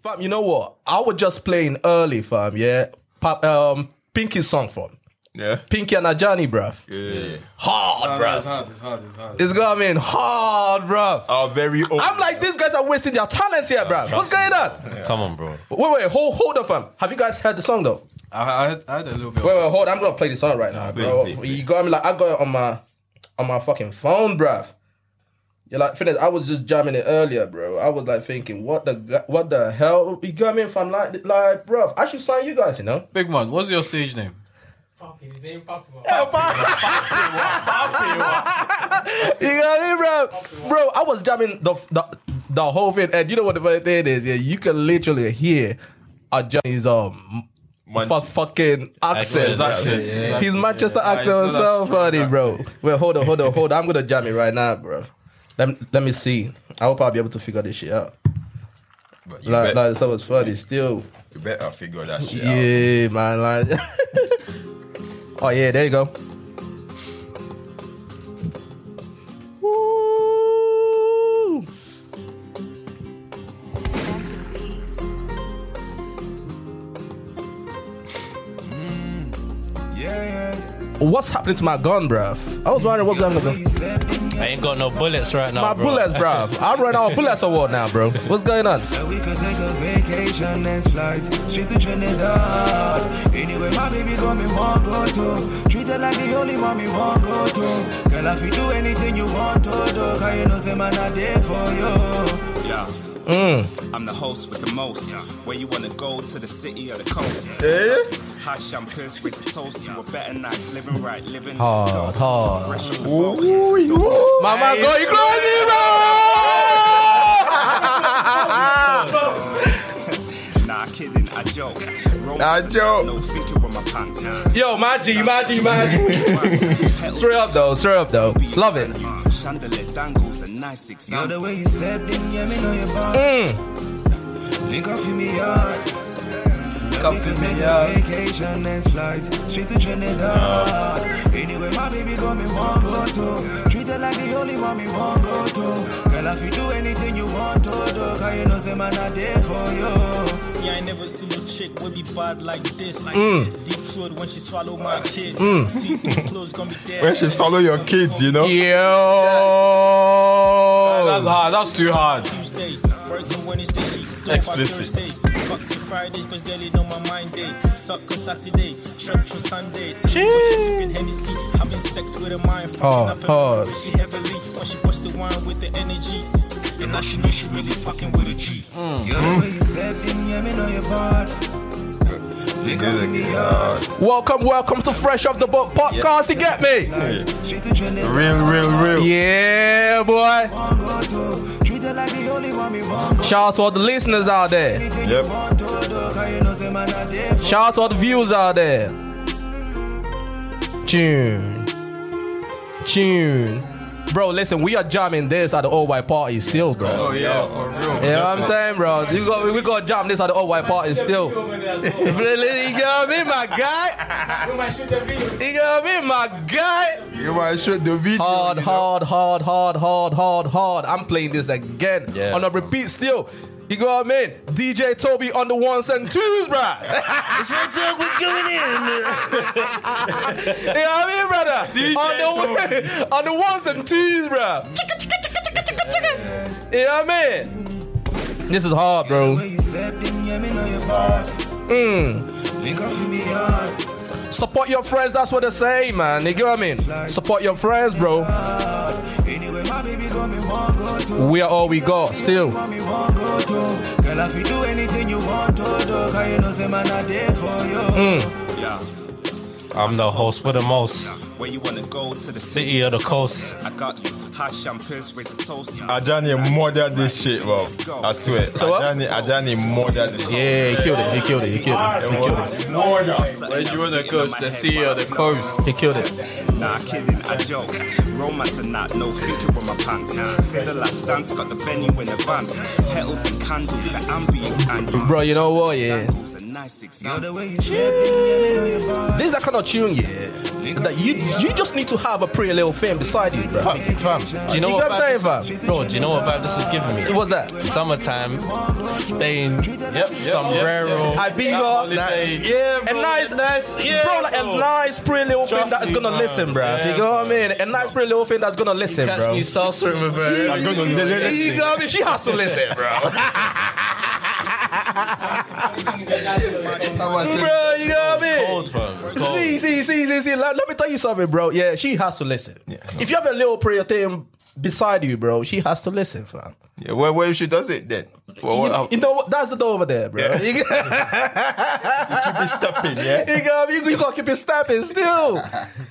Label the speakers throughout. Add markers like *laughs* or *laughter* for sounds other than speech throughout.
Speaker 1: fam, you know what? I was just playing early, fam. Yeah, Pop, um, Pinky's song, fam.
Speaker 2: Yeah.
Speaker 1: Pinky and Ajani, bruv.
Speaker 2: Yeah.
Speaker 1: Hard, bruv.
Speaker 3: It's hard, it's hard, it's hard.
Speaker 1: It's got me in hard, bruv.
Speaker 2: Our very own.
Speaker 1: I'm like, these guys are wasting their talents here, bruv. What's going on?
Speaker 4: Come on, bro.
Speaker 1: Wait, wait, hold, hold on, fam. Have you guys heard the song though?
Speaker 3: I, I, had, I had a little bit.
Speaker 1: Wait, wait, hold. on. I'm gonna play the song right now, bro.
Speaker 2: please, please.
Speaker 1: You got me like I got it on my on my fucking phone, bruv. You're like, finish. I was just jamming it earlier, bro. I was like thinking, what the gu- what the hell? You got me if I'm like like, bruv. I should sign you guys, you know.
Speaker 3: Big man, what's your stage name?
Speaker 5: Papi, his name Papi.
Speaker 1: *laughs* You got me, bro. Bro, I was jamming the the, the whole thing, and you know what the funny thing is? Yeah, you can literally hear Ajani's um
Speaker 2: Man-
Speaker 1: fu- fucking accent.
Speaker 4: His
Speaker 1: bro.
Speaker 4: accent,
Speaker 3: yeah.
Speaker 1: His Manchester
Speaker 3: Yeah,
Speaker 1: accent
Speaker 3: it's
Speaker 1: was so
Speaker 3: not that
Speaker 1: funny, bro. Wait, hold on, hold on, hold on. I'm gonna jam it right now, bro. Let, let me see. I hope I'll be able to figure this shit out.
Speaker 6: But you,
Speaker 1: Like,
Speaker 6: bet-
Speaker 1: like so it's funny still.
Speaker 6: you better figure that shit out.
Speaker 1: Yeah, man. Like, *laughs* oh yeah, there you go. Woo! Mm, What's happening to my gun, bruv? I was wondering what's happening to my gun.
Speaker 4: I ain't got no bullets right now.
Speaker 1: My
Speaker 4: bro.
Speaker 1: bullets, bruv. I'm running out of bullets award now, bro. What's going on?
Speaker 7: We could take a vacation and slice straight to Trinidad. Anyway, my baby got me one go to. Treat her like the only one me one go to. Girl, I feel do anything you want to do. Cause you know, say man, I there for you.
Speaker 8: Yeah. I'm the host with the most. Where you wanna go to the city or the coast? Hot champagnes, raise a toast to a better night's living right, living
Speaker 1: Hard, hard.
Speaker 8: Fresh off the boat.
Speaker 1: Mama, go, you crazy, bro!
Speaker 8: Nah, kidding, I joke. Roll
Speaker 6: I joke.
Speaker 8: No thinking with my pants.
Speaker 1: Yo, my G, my G, my G. Straight up, though. Straight up, though. Love it.
Speaker 8: Chandelier dangles, a nice
Speaker 7: Now the
Speaker 8: example.
Speaker 7: way you stepped in, yeah, me know you're bad.
Speaker 1: Mm.
Speaker 7: Link up in me yard. Come for me, yeah. Vacation and flights straight to Trinidad. Anyway, my baby got me one go to. Treat her like the only one me one go to. Girl, if you do anything you want to do, cause you know say man I there for you.
Speaker 9: Yeah, I never seen a chick would be bad like this. Deep throat when she swallow my kids. See through clothes gonna be dead.
Speaker 6: When she swallow your kids, you know?
Speaker 3: That's
Speaker 1: Yo!
Speaker 3: hard. That's too hard.
Speaker 9: Tuesday, work till Wednesday, dope on
Speaker 4: Explicit.
Speaker 9: Thursday. Fuck till Friday, cause daily know my mind day. Suck on Saturday, church on Sunday. Sipping when she sipping Hennessy, having sex with her mind. fucking
Speaker 1: Hard,
Speaker 9: up her
Speaker 1: hard.
Speaker 9: mind, She heavily, when she bust the wine with the energy. And now she know she really fucking with a G.
Speaker 10: Mm.
Speaker 7: The way you stepped in, yeah, me know you're bad.
Speaker 6: You do the yard.
Speaker 1: Welcome, welcome to Fresh Off the Boat podcast. You get me?
Speaker 7: Straight to Trinidad.
Speaker 6: Real, real, real.
Speaker 1: Yeah, boy.
Speaker 7: One go to. Treat her like the only one me one go to.
Speaker 1: Shout out to all the listeners out there.
Speaker 7: Anything
Speaker 6: Yep.
Speaker 7: you want to do, cause you know say man I there for you.
Speaker 1: Shout out to all the viewers out there. Tune. Tune. Bro, listen, we are jamming this at the all white party still, bro.
Speaker 3: Oh yeah, for real.
Speaker 1: You know what I'm saying, bro? You got, we got to jam this at the all white
Speaker 3: *laughs*
Speaker 1: party still. Really? You got me, my guy? *laughs* You got me, my guy?
Speaker 6: You might shoot the video.
Speaker 1: Hard,
Speaker 6: you know?
Speaker 1: hard, hard, hard, hard, hard, hard. I'm playing this again
Speaker 4: Yeah,
Speaker 1: on a
Speaker 4: fam.
Speaker 1: repeat still. You got what I mean? DJ Toby on the ones and twos, bro. *laughs* you know what I mean, brother? on, the, *laughs* on the ones and twos, bro. You know what I mean? This is hard, bro.
Speaker 7: Where you stepped in, yeah, me know your part. Mm. Link up in me yard.
Speaker 1: Support your friends, that's what they say, man. You get what I mean? Support your friends, bro.
Speaker 7: Anyway, my baby got me one go to.
Speaker 1: We are all we got, still.
Speaker 7: Got me one go to. Girl, if you do anything you want to do, cause you know say man I there for you.
Speaker 8: Yeah.
Speaker 4: I'm the host for the most.
Speaker 8: Where you wanna go to the city?
Speaker 4: City of the coast.
Speaker 8: I got you. Hot champagnes, raise a toast. to-
Speaker 2: Ajani murdered this shit, bro. I swear.
Speaker 1: So what?
Speaker 2: Ajani, Ajani murdered this shit.
Speaker 1: Yeah, he killed it. He killed it. He killed it. He killed it.
Speaker 3: Where'd you wanna go? The sea or the coast?
Speaker 1: He killed it.
Speaker 8: Nah, kidding, I joke. Romance and not no thinking with my pants. Said the last dance, got the venue in advance. Petals and candles, the ambience and
Speaker 1: Bro, you know what? Yeah.
Speaker 8: Dangles, a nice
Speaker 7: Now
Speaker 8: example.
Speaker 7: the way you stepped in, yeah, me know your part.
Speaker 1: This is that kind of tune, yeah. that you you just need to have a pretty little thing beside you, bro.
Speaker 4: Fam, fam, do you know
Speaker 1: You
Speaker 4: what
Speaker 1: got
Speaker 4: vibe
Speaker 1: time,
Speaker 4: this-
Speaker 1: fam?
Speaker 4: Bro, do you know what vibe this is giving me?
Speaker 1: What's that?
Speaker 4: Summertime, Spain,
Speaker 3: yep,
Speaker 4: sombrero.
Speaker 1: I beat you up.
Speaker 3: holiday.
Speaker 1: Yeah, bro. A nice,
Speaker 3: nice- yeah,
Speaker 1: bro, like a
Speaker 3: bro.
Speaker 1: nice, pretty little thing
Speaker 3: Trust
Speaker 1: that is
Speaker 3: me,
Speaker 1: gonna
Speaker 3: bro.
Speaker 1: listen, bro.
Speaker 3: Yeah,
Speaker 1: you know what I mean? A nice, pretty little thing that's gonna listen,
Speaker 4: Catch
Speaker 1: bro.
Speaker 4: me salsa with
Speaker 1: Yeah,
Speaker 4: her.
Speaker 1: you know what I mean? She has to listen, bro. bro, you know what I mean?
Speaker 4: Cold, fam. It's cold.
Speaker 1: See, see, see, see, see. Let, let me tell you something, bro. Yeah, she has to listen. If you have a little prayer thing beside you, bro, she has to listen, fam.
Speaker 6: Yeah, well, what if she does it then? Well, what,
Speaker 1: You,
Speaker 6: how-
Speaker 1: you know what? That's the door over there, bro. *laughs* You, get-
Speaker 6: be stepping, yeah?
Speaker 1: you, got- you, you gotta keep it stepping
Speaker 4: *laughs*
Speaker 1: still.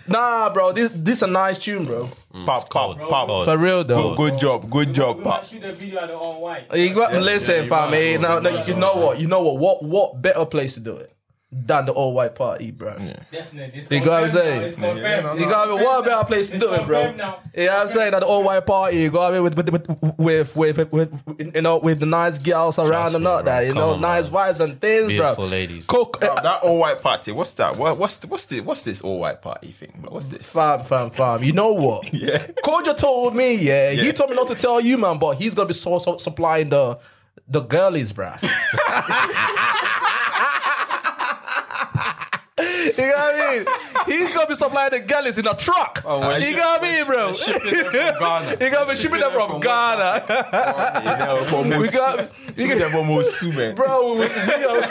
Speaker 1: nah, bro. This this a nice tune, bro.
Speaker 6: Pop, pop, pop.
Speaker 4: Cold.
Speaker 1: For real though.
Speaker 6: Good, good job, good job,
Speaker 5: We might
Speaker 6: pop.
Speaker 5: shoot a video at the on white.
Speaker 1: You got listen, fam. eh, Now, now, you know what? You know what? What what better place to do it than the all white party, bro?
Speaker 5: Definitely. It's
Speaker 1: You got what
Speaker 5: confirmed
Speaker 1: I'm saying?
Speaker 5: now, it's confirmed.
Speaker 1: You got me. What
Speaker 5: Confirmed now.
Speaker 1: better place to
Speaker 5: It's
Speaker 1: do it, bro?
Speaker 5: confirmed now.
Speaker 1: Yeah, I'm saying that the all white party. You got me with with with with, with, with you know with the nice girls around
Speaker 4: Trust
Speaker 1: and
Speaker 4: me,
Speaker 1: all
Speaker 4: bro.
Speaker 1: that. You
Speaker 4: Come
Speaker 1: know,
Speaker 4: on,
Speaker 1: nice vibes and things,
Speaker 4: Beautiful
Speaker 1: bro.
Speaker 4: ladies.
Speaker 1: Cook, eh,
Speaker 6: Bro, that all white party. What's that? What, what's the, what's the, what's this all white party thing? bro? What's this?
Speaker 1: fam, fam, fam. You know what?
Speaker 6: Yeah.
Speaker 1: Koja told me, yeah,
Speaker 6: Yeah.
Speaker 1: He told me not to tell you, man, but he's gonna be so, so supplying the the girlies, bruh. *laughs* you know what I mean? He's gonna be supplying the girlies in a truck.
Speaker 6: well,
Speaker 1: you know what I mean, bro? You got me shipping them *laughs* from Ghana, We
Speaker 6: we
Speaker 1: got-
Speaker 6: we got almost man.
Speaker 1: bro. We, we, are-
Speaker 3: *laughs*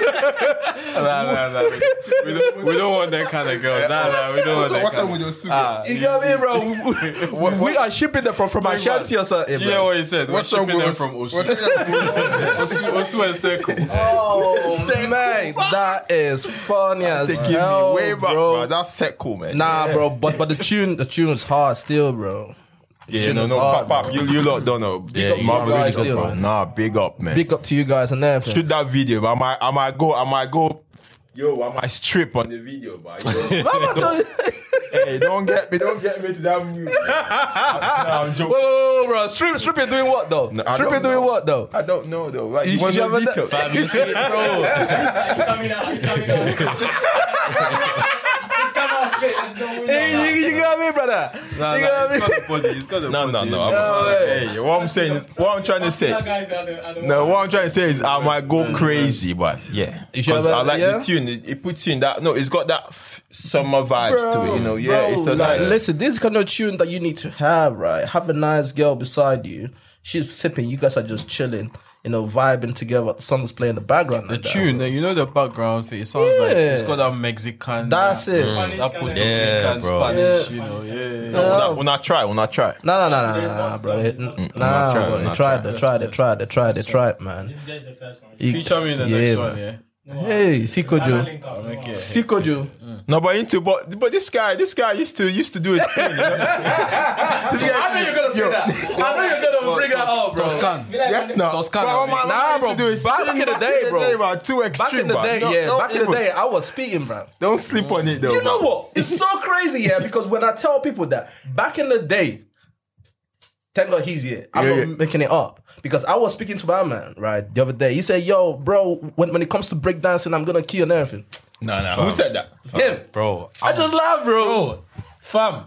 Speaker 3: We don't, we don't want that kind of girl. Nah, nah, we don't want that
Speaker 6: What's up
Speaker 3: kind of
Speaker 6: with your suit?
Speaker 1: you know what I mean, bro? We, we are shipping them from from Ashanti or something.
Speaker 3: Do you hear
Speaker 1: Bro.
Speaker 3: what he said? We're
Speaker 6: What's up
Speaker 3: shipping
Speaker 6: with
Speaker 3: them
Speaker 6: your
Speaker 3: from
Speaker 6: suit?
Speaker 3: Osu. Osu, Osu and Circle.
Speaker 1: Oh man, that is funny as
Speaker 6: They give
Speaker 1: hell,
Speaker 6: me way back,
Speaker 1: bro.
Speaker 6: bro. That's set cool, man.
Speaker 1: Nah, bro, but but the tune the tune is hard still, bro.
Speaker 6: Yeah, no, no,
Speaker 1: hard,
Speaker 6: pop, ppop. You, you lot don't know. Big
Speaker 4: Yeah,
Speaker 6: up,
Speaker 4: you
Speaker 6: my
Speaker 1: guys
Speaker 6: brothers,
Speaker 1: still,
Speaker 6: bro.
Speaker 1: man.
Speaker 6: Nah, big up, man.
Speaker 1: Big up to you guys and everything.
Speaker 6: Shoot that video, but I might, I might go, I might go. Yo, I might strip on the video, but yo,
Speaker 1: I'm not doing-
Speaker 6: *laughs* hey, don't get me, don't get me to that music. nah, I'm
Speaker 1: whoa,
Speaker 6: joking.
Speaker 1: whoa, whoa, bro, Strip, stripping doing what though?
Speaker 6: No, I
Speaker 1: stripping
Speaker 6: don't know.
Speaker 1: doing what though?
Speaker 6: I don't know though. Like, you
Speaker 1: You
Speaker 6: want
Speaker 1: should
Speaker 6: no
Speaker 1: have a-
Speaker 6: details? *laughs*
Speaker 5: Are you coming out? Are you coming out? Just
Speaker 1: *laughs*
Speaker 5: come out straight. There's no
Speaker 1: Hey,
Speaker 5: window.
Speaker 1: you, you got me, brother.
Speaker 3: Nah,
Speaker 1: you
Speaker 3: nah,
Speaker 1: got
Speaker 3: he's
Speaker 1: me.
Speaker 3: got the body. He's got the
Speaker 6: No,
Speaker 3: body.
Speaker 6: no, no. I'm,
Speaker 1: way.
Speaker 6: hey, what I'm saying is, what I'm trying to say.
Speaker 5: That guy's at the- at the
Speaker 6: No, what I'm trying to say is I might go crazy, but yeah,
Speaker 1: Mm. You sure
Speaker 6: because I
Speaker 1: about that,
Speaker 6: like
Speaker 1: yeah?
Speaker 6: the tune. It, it puts you in that. No, it's got that f- summer vibes to it. You know, yeah,
Speaker 1: bro,
Speaker 6: it's a
Speaker 1: like,
Speaker 6: nice.
Speaker 1: listen, this is kind of tune that you need to have, right? Have a nice girl beside you. She's sipping. You guys are just chilling, you know, vibing together. The song's playing in the background.
Speaker 3: The
Speaker 1: like that.
Speaker 3: tune, you know the background for it sounds like it's got that Mexican.
Speaker 1: That's
Speaker 3: that,
Speaker 1: it.
Speaker 6: Mm.
Speaker 3: That Puerto
Speaker 4: Yeah,
Speaker 3: Rican
Speaker 4: bro.
Speaker 3: Spanish, you know, yeah. yeah.
Speaker 6: When I- when I try, when I try.
Speaker 1: No, no, no, no, no, no, bro. They- Nah,
Speaker 6: not trying,
Speaker 1: bro.
Speaker 6: I'm
Speaker 1: They
Speaker 6: not
Speaker 1: tried, they tried, they tried, they tried, they tried, man.
Speaker 5: Just judge the first one.
Speaker 1: You-
Speaker 3: Feature me in the
Speaker 1: yeah,
Speaker 3: next
Speaker 1: man.
Speaker 3: one, yeah.
Speaker 1: Hey, Sikojo.
Speaker 5: Link up.
Speaker 1: Sikojo.
Speaker 6: No, but into but but this guy, this guy used to used to do his thing. You
Speaker 1: *laughs*
Speaker 6: know?
Speaker 1: I know you're gonna say that. I know you're gonna bring that up, bro.
Speaker 3: Toscan.
Speaker 6: yes, no.
Speaker 3: Toscan.
Speaker 6: Bro, my
Speaker 1: Nah,
Speaker 6: life used
Speaker 1: bro,
Speaker 6: to do his
Speaker 1: back
Speaker 6: thing.
Speaker 1: in the day, bro.
Speaker 6: bro, too extreme.
Speaker 1: Back in the
Speaker 6: bro.
Speaker 1: day,
Speaker 6: No,
Speaker 1: yeah.
Speaker 6: don't
Speaker 1: Back in the
Speaker 6: even-
Speaker 1: day, I was speaking, bro.
Speaker 6: don't sleep on it though.
Speaker 1: You know
Speaker 6: bro.
Speaker 1: what? *laughs* It's so crazy, yeah. Because when I tell people that back in the day, thank God he's here. I'm
Speaker 6: Yeah,
Speaker 1: not
Speaker 6: yeah.
Speaker 1: making it up because I was speaking to my man right the other day. He said, "Yo, bro, when, when it comes to breakdancing, I'm gonna kill and everything."
Speaker 4: Nah, nah.
Speaker 6: Who said that?
Speaker 1: Him,
Speaker 4: Uh, Bro,
Speaker 1: I just laugh, bro.
Speaker 4: Bro, fam.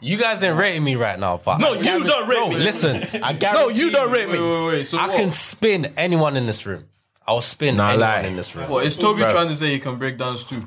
Speaker 4: You guys ain't rating me right now, but
Speaker 1: No,
Speaker 4: I
Speaker 1: you
Speaker 4: guarantee-
Speaker 1: don't rate
Speaker 4: No,
Speaker 1: me. *laughs*
Speaker 4: Listen, I
Speaker 1: no,
Speaker 4: guarantee.
Speaker 1: you don't rate
Speaker 3: Wait,
Speaker 1: me.
Speaker 3: wait, wait. So
Speaker 4: I
Speaker 3: what?
Speaker 4: can spin anyone in this room. I'll spin
Speaker 6: Nah,
Speaker 4: anyone
Speaker 6: lie.
Speaker 4: in this room.
Speaker 3: What is Toby trying to say? He can break dance too.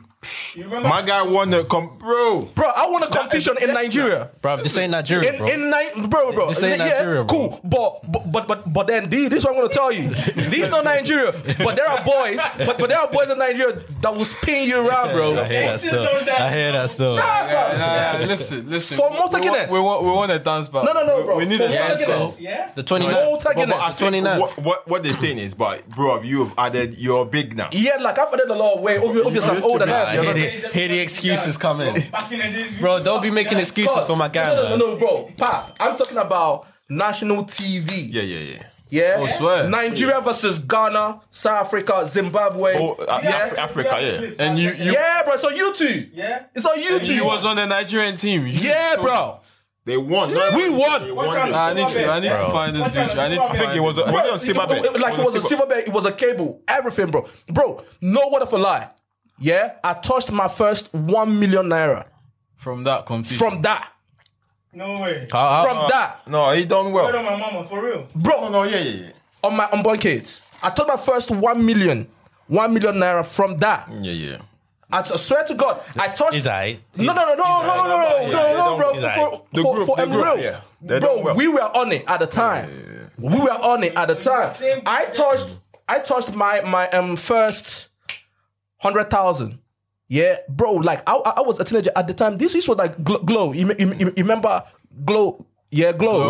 Speaker 6: My guy won the com bro.
Speaker 1: Bro, I want a competition in Nigeria.
Speaker 4: Bro, this ain't Nigeria,
Speaker 1: In
Speaker 4: bro.
Speaker 1: in Ni- bro, bro.
Speaker 4: This ain't
Speaker 1: yeah,
Speaker 4: Nigeria, bro.
Speaker 1: cool. But but but but, but then D, this one I'm gonna tell
Speaker 4: *laughs*
Speaker 1: you. These not Nigeria, but there are boys, but, but there are boys in Nigeria that will spin you around, bro.
Speaker 4: I hear that still. I hear that still.
Speaker 3: Yeah, yeah, yeah, listen, listen.
Speaker 1: For
Speaker 3: We-
Speaker 1: more
Speaker 3: we, want-
Speaker 1: takiness.
Speaker 3: we want, we want a dance battle.
Speaker 1: No, no, no,
Speaker 3: We-
Speaker 1: bro.
Speaker 3: We need
Speaker 1: For
Speaker 3: a
Speaker 1: more
Speaker 3: dance
Speaker 4: takiness.
Speaker 3: battle.
Speaker 5: Yeah?
Speaker 4: The
Speaker 1: No
Speaker 4: 29th.
Speaker 1: takiness.
Speaker 6: think
Speaker 4: 29.
Speaker 6: What, what what the thing is, but bro, you've added you're big now.
Speaker 1: Yeah, like I've added a lot of weight. Obviously, obviously I'm
Speaker 6: used to
Speaker 1: older
Speaker 6: be
Speaker 1: now.
Speaker 6: like-
Speaker 4: I hear
Speaker 1: you know?
Speaker 4: the, hear the excuses coming.
Speaker 5: Back in the days, we-
Speaker 4: Bro, don't be making excuses
Speaker 1: Cause-
Speaker 4: for my
Speaker 1: no,
Speaker 4: guy,
Speaker 1: no, no,
Speaker 4: man.
Speaker 1: no, bro. Pap, I'm talking about national TV.
Speaker 6: Yeah, yeah, yeah.
Speaker 1: Yeah.
Speaker 3: Oh, swear.
Speaker 1: Nigeria versus Ghana, South Africa, Zimbabwe.
Speaker 6: Oh, uh,
Speaker 1: yeah.
Speaker 6: Af- Africa, yeah.
Speaker 3: And you, you,
Speaker 1: yeah, bro. So you two.
Speaker 5: Yeah?
Speaker 1: It's on YouTube.
Speaker 3: you was on the Nigerian team. You-
Speaker 1: yeah, bro.
Speaker 6: They won. no,
Speaker 1: We won.
Speaker 6: They
Speaker 5: Watch out.
Speaker 6: it.
Speaker 3: I need to, I need to find this picture. I need to
Speaker 5: I
Speaker 3: find
Speaker 5: think
Speaker 6: It was a, was
Speaker 1: Bro,
Speaker 6: it on
Speaker 1: it-
Speaker 6: Silverbed?
Speaker 1: Oh, it- like it was a silver bed, it was a cable, everything, bro. Bro, no word of a lie. Yeah, I touched my first one million naira
Speaker 3: From that competition.
Speaker 1: From that.
Speaker 5: No way.
Speaker 1: From that.
Speaker 6: No, he done
Speaker 5: Word
Speaker 6: well.
Speaker 5: on my mama, for real.
Speaker 1: Bro,
Speaker 6: No, no, yeah, yeah,
Speaker 1: on my unborn kids. I took my first one million, one million naira from that.
Speaker 6: yeah, yeah.
Speaker 1: I t- swear to God, I touched.
Speaker 4: It's alright.
Speaker 1: No, no, no, no, no, no, no,
Speaker 4: Yeah,
Speaker 1: no, no,
Speaker 4: they done-
Speaker 1: bro.
Speaker 4: it's
Speaker 1: For,
Speaker 4: aight.
Speaker 1: for, for,
Speaker 6: group,
Speaker 1: for
Speaker 6: the
Speaker 1: Emeril.
Speaker 6: group, yeah. They
Speaker 1: Bro,
Speaker 6: done well.
Speaker 1: we were on it at the time. We were on it at the time.
Speaker 5: Same-
Speaker 1: I touched, I touched my my um first hundred thousand. Yeah, bro. Like I, I I was a teenager at the time. This this was like gl- glow. You, me- you, you remember glow? Yeah, glow,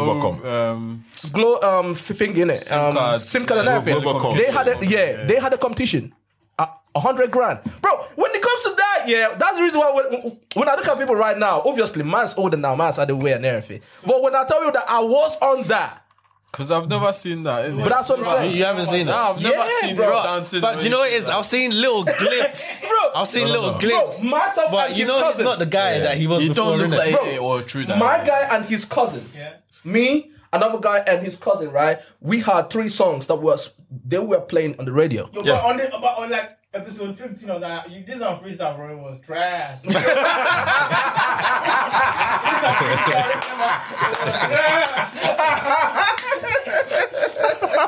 Speaker 3: Oh, um,
Speaker 1: glow. um, f- thing in it. um,
Speaker 3: card.
Speaker 1: sim card and
Speaker 3: Yeah,
Speaker 1: everything.
Speaker 3: Globacom.
Speaker 1: They had a yeah, They had a competition. A a hundred grand, bro. When it comes to that, yeah, that's the reason why when, when I look at people right now, obviously man's older now, man's other way and everything. But when I tell you that I was on that,
Speaker 3: Cause I've never seen that.
Speaker 1: but that's what I'm
Speaker 4: You,
Speaker 1: saying.
Speaker 4: you haven't seen
Speaker 3: Nah,
Speaker 4: that.
Speaker 3: I've never
Speaker 1: Yeah,
Speaker 3: seen
Speaker 1: bro.
Speaker 3: bro. dancing.
Speaker 4: But you know what it is? I've seen
Speaker 3: *laughs*
Speaker 4: little glimpses.
Speaker 1: Bro.
Speaker 4: I've seen
Speaker 1: No,
Speaker 4: little
Speaker 1: Bro,
Speaker 4: glimpses.
Speaker 1: myself
Speaker 4: But
Speaker 1: and
Speaker 4: you
Speaker 1: his
Speaker 4: know he's
Speaker 1: cousin.
Speaker 4: not the guy that he was
Speaker 3: You
Speaker 4: before.
Speaker 3: don't look
Speaker 4: innit?
Speaker 3: like
Speaker 1: Bro,
Speaker 3: it or true that.
Speaker 1: My guy and his cousin.
Speaker 5: Yeah.
Speaker 1: Me, another guy and his cousin, right? We had three songs that was they were playing on the radio.
Speaker 5: Yo, but on the but on like episode 15 of that, you, this on freestyle, bro, it was trash. *laughs* This on freestyle, it was trash.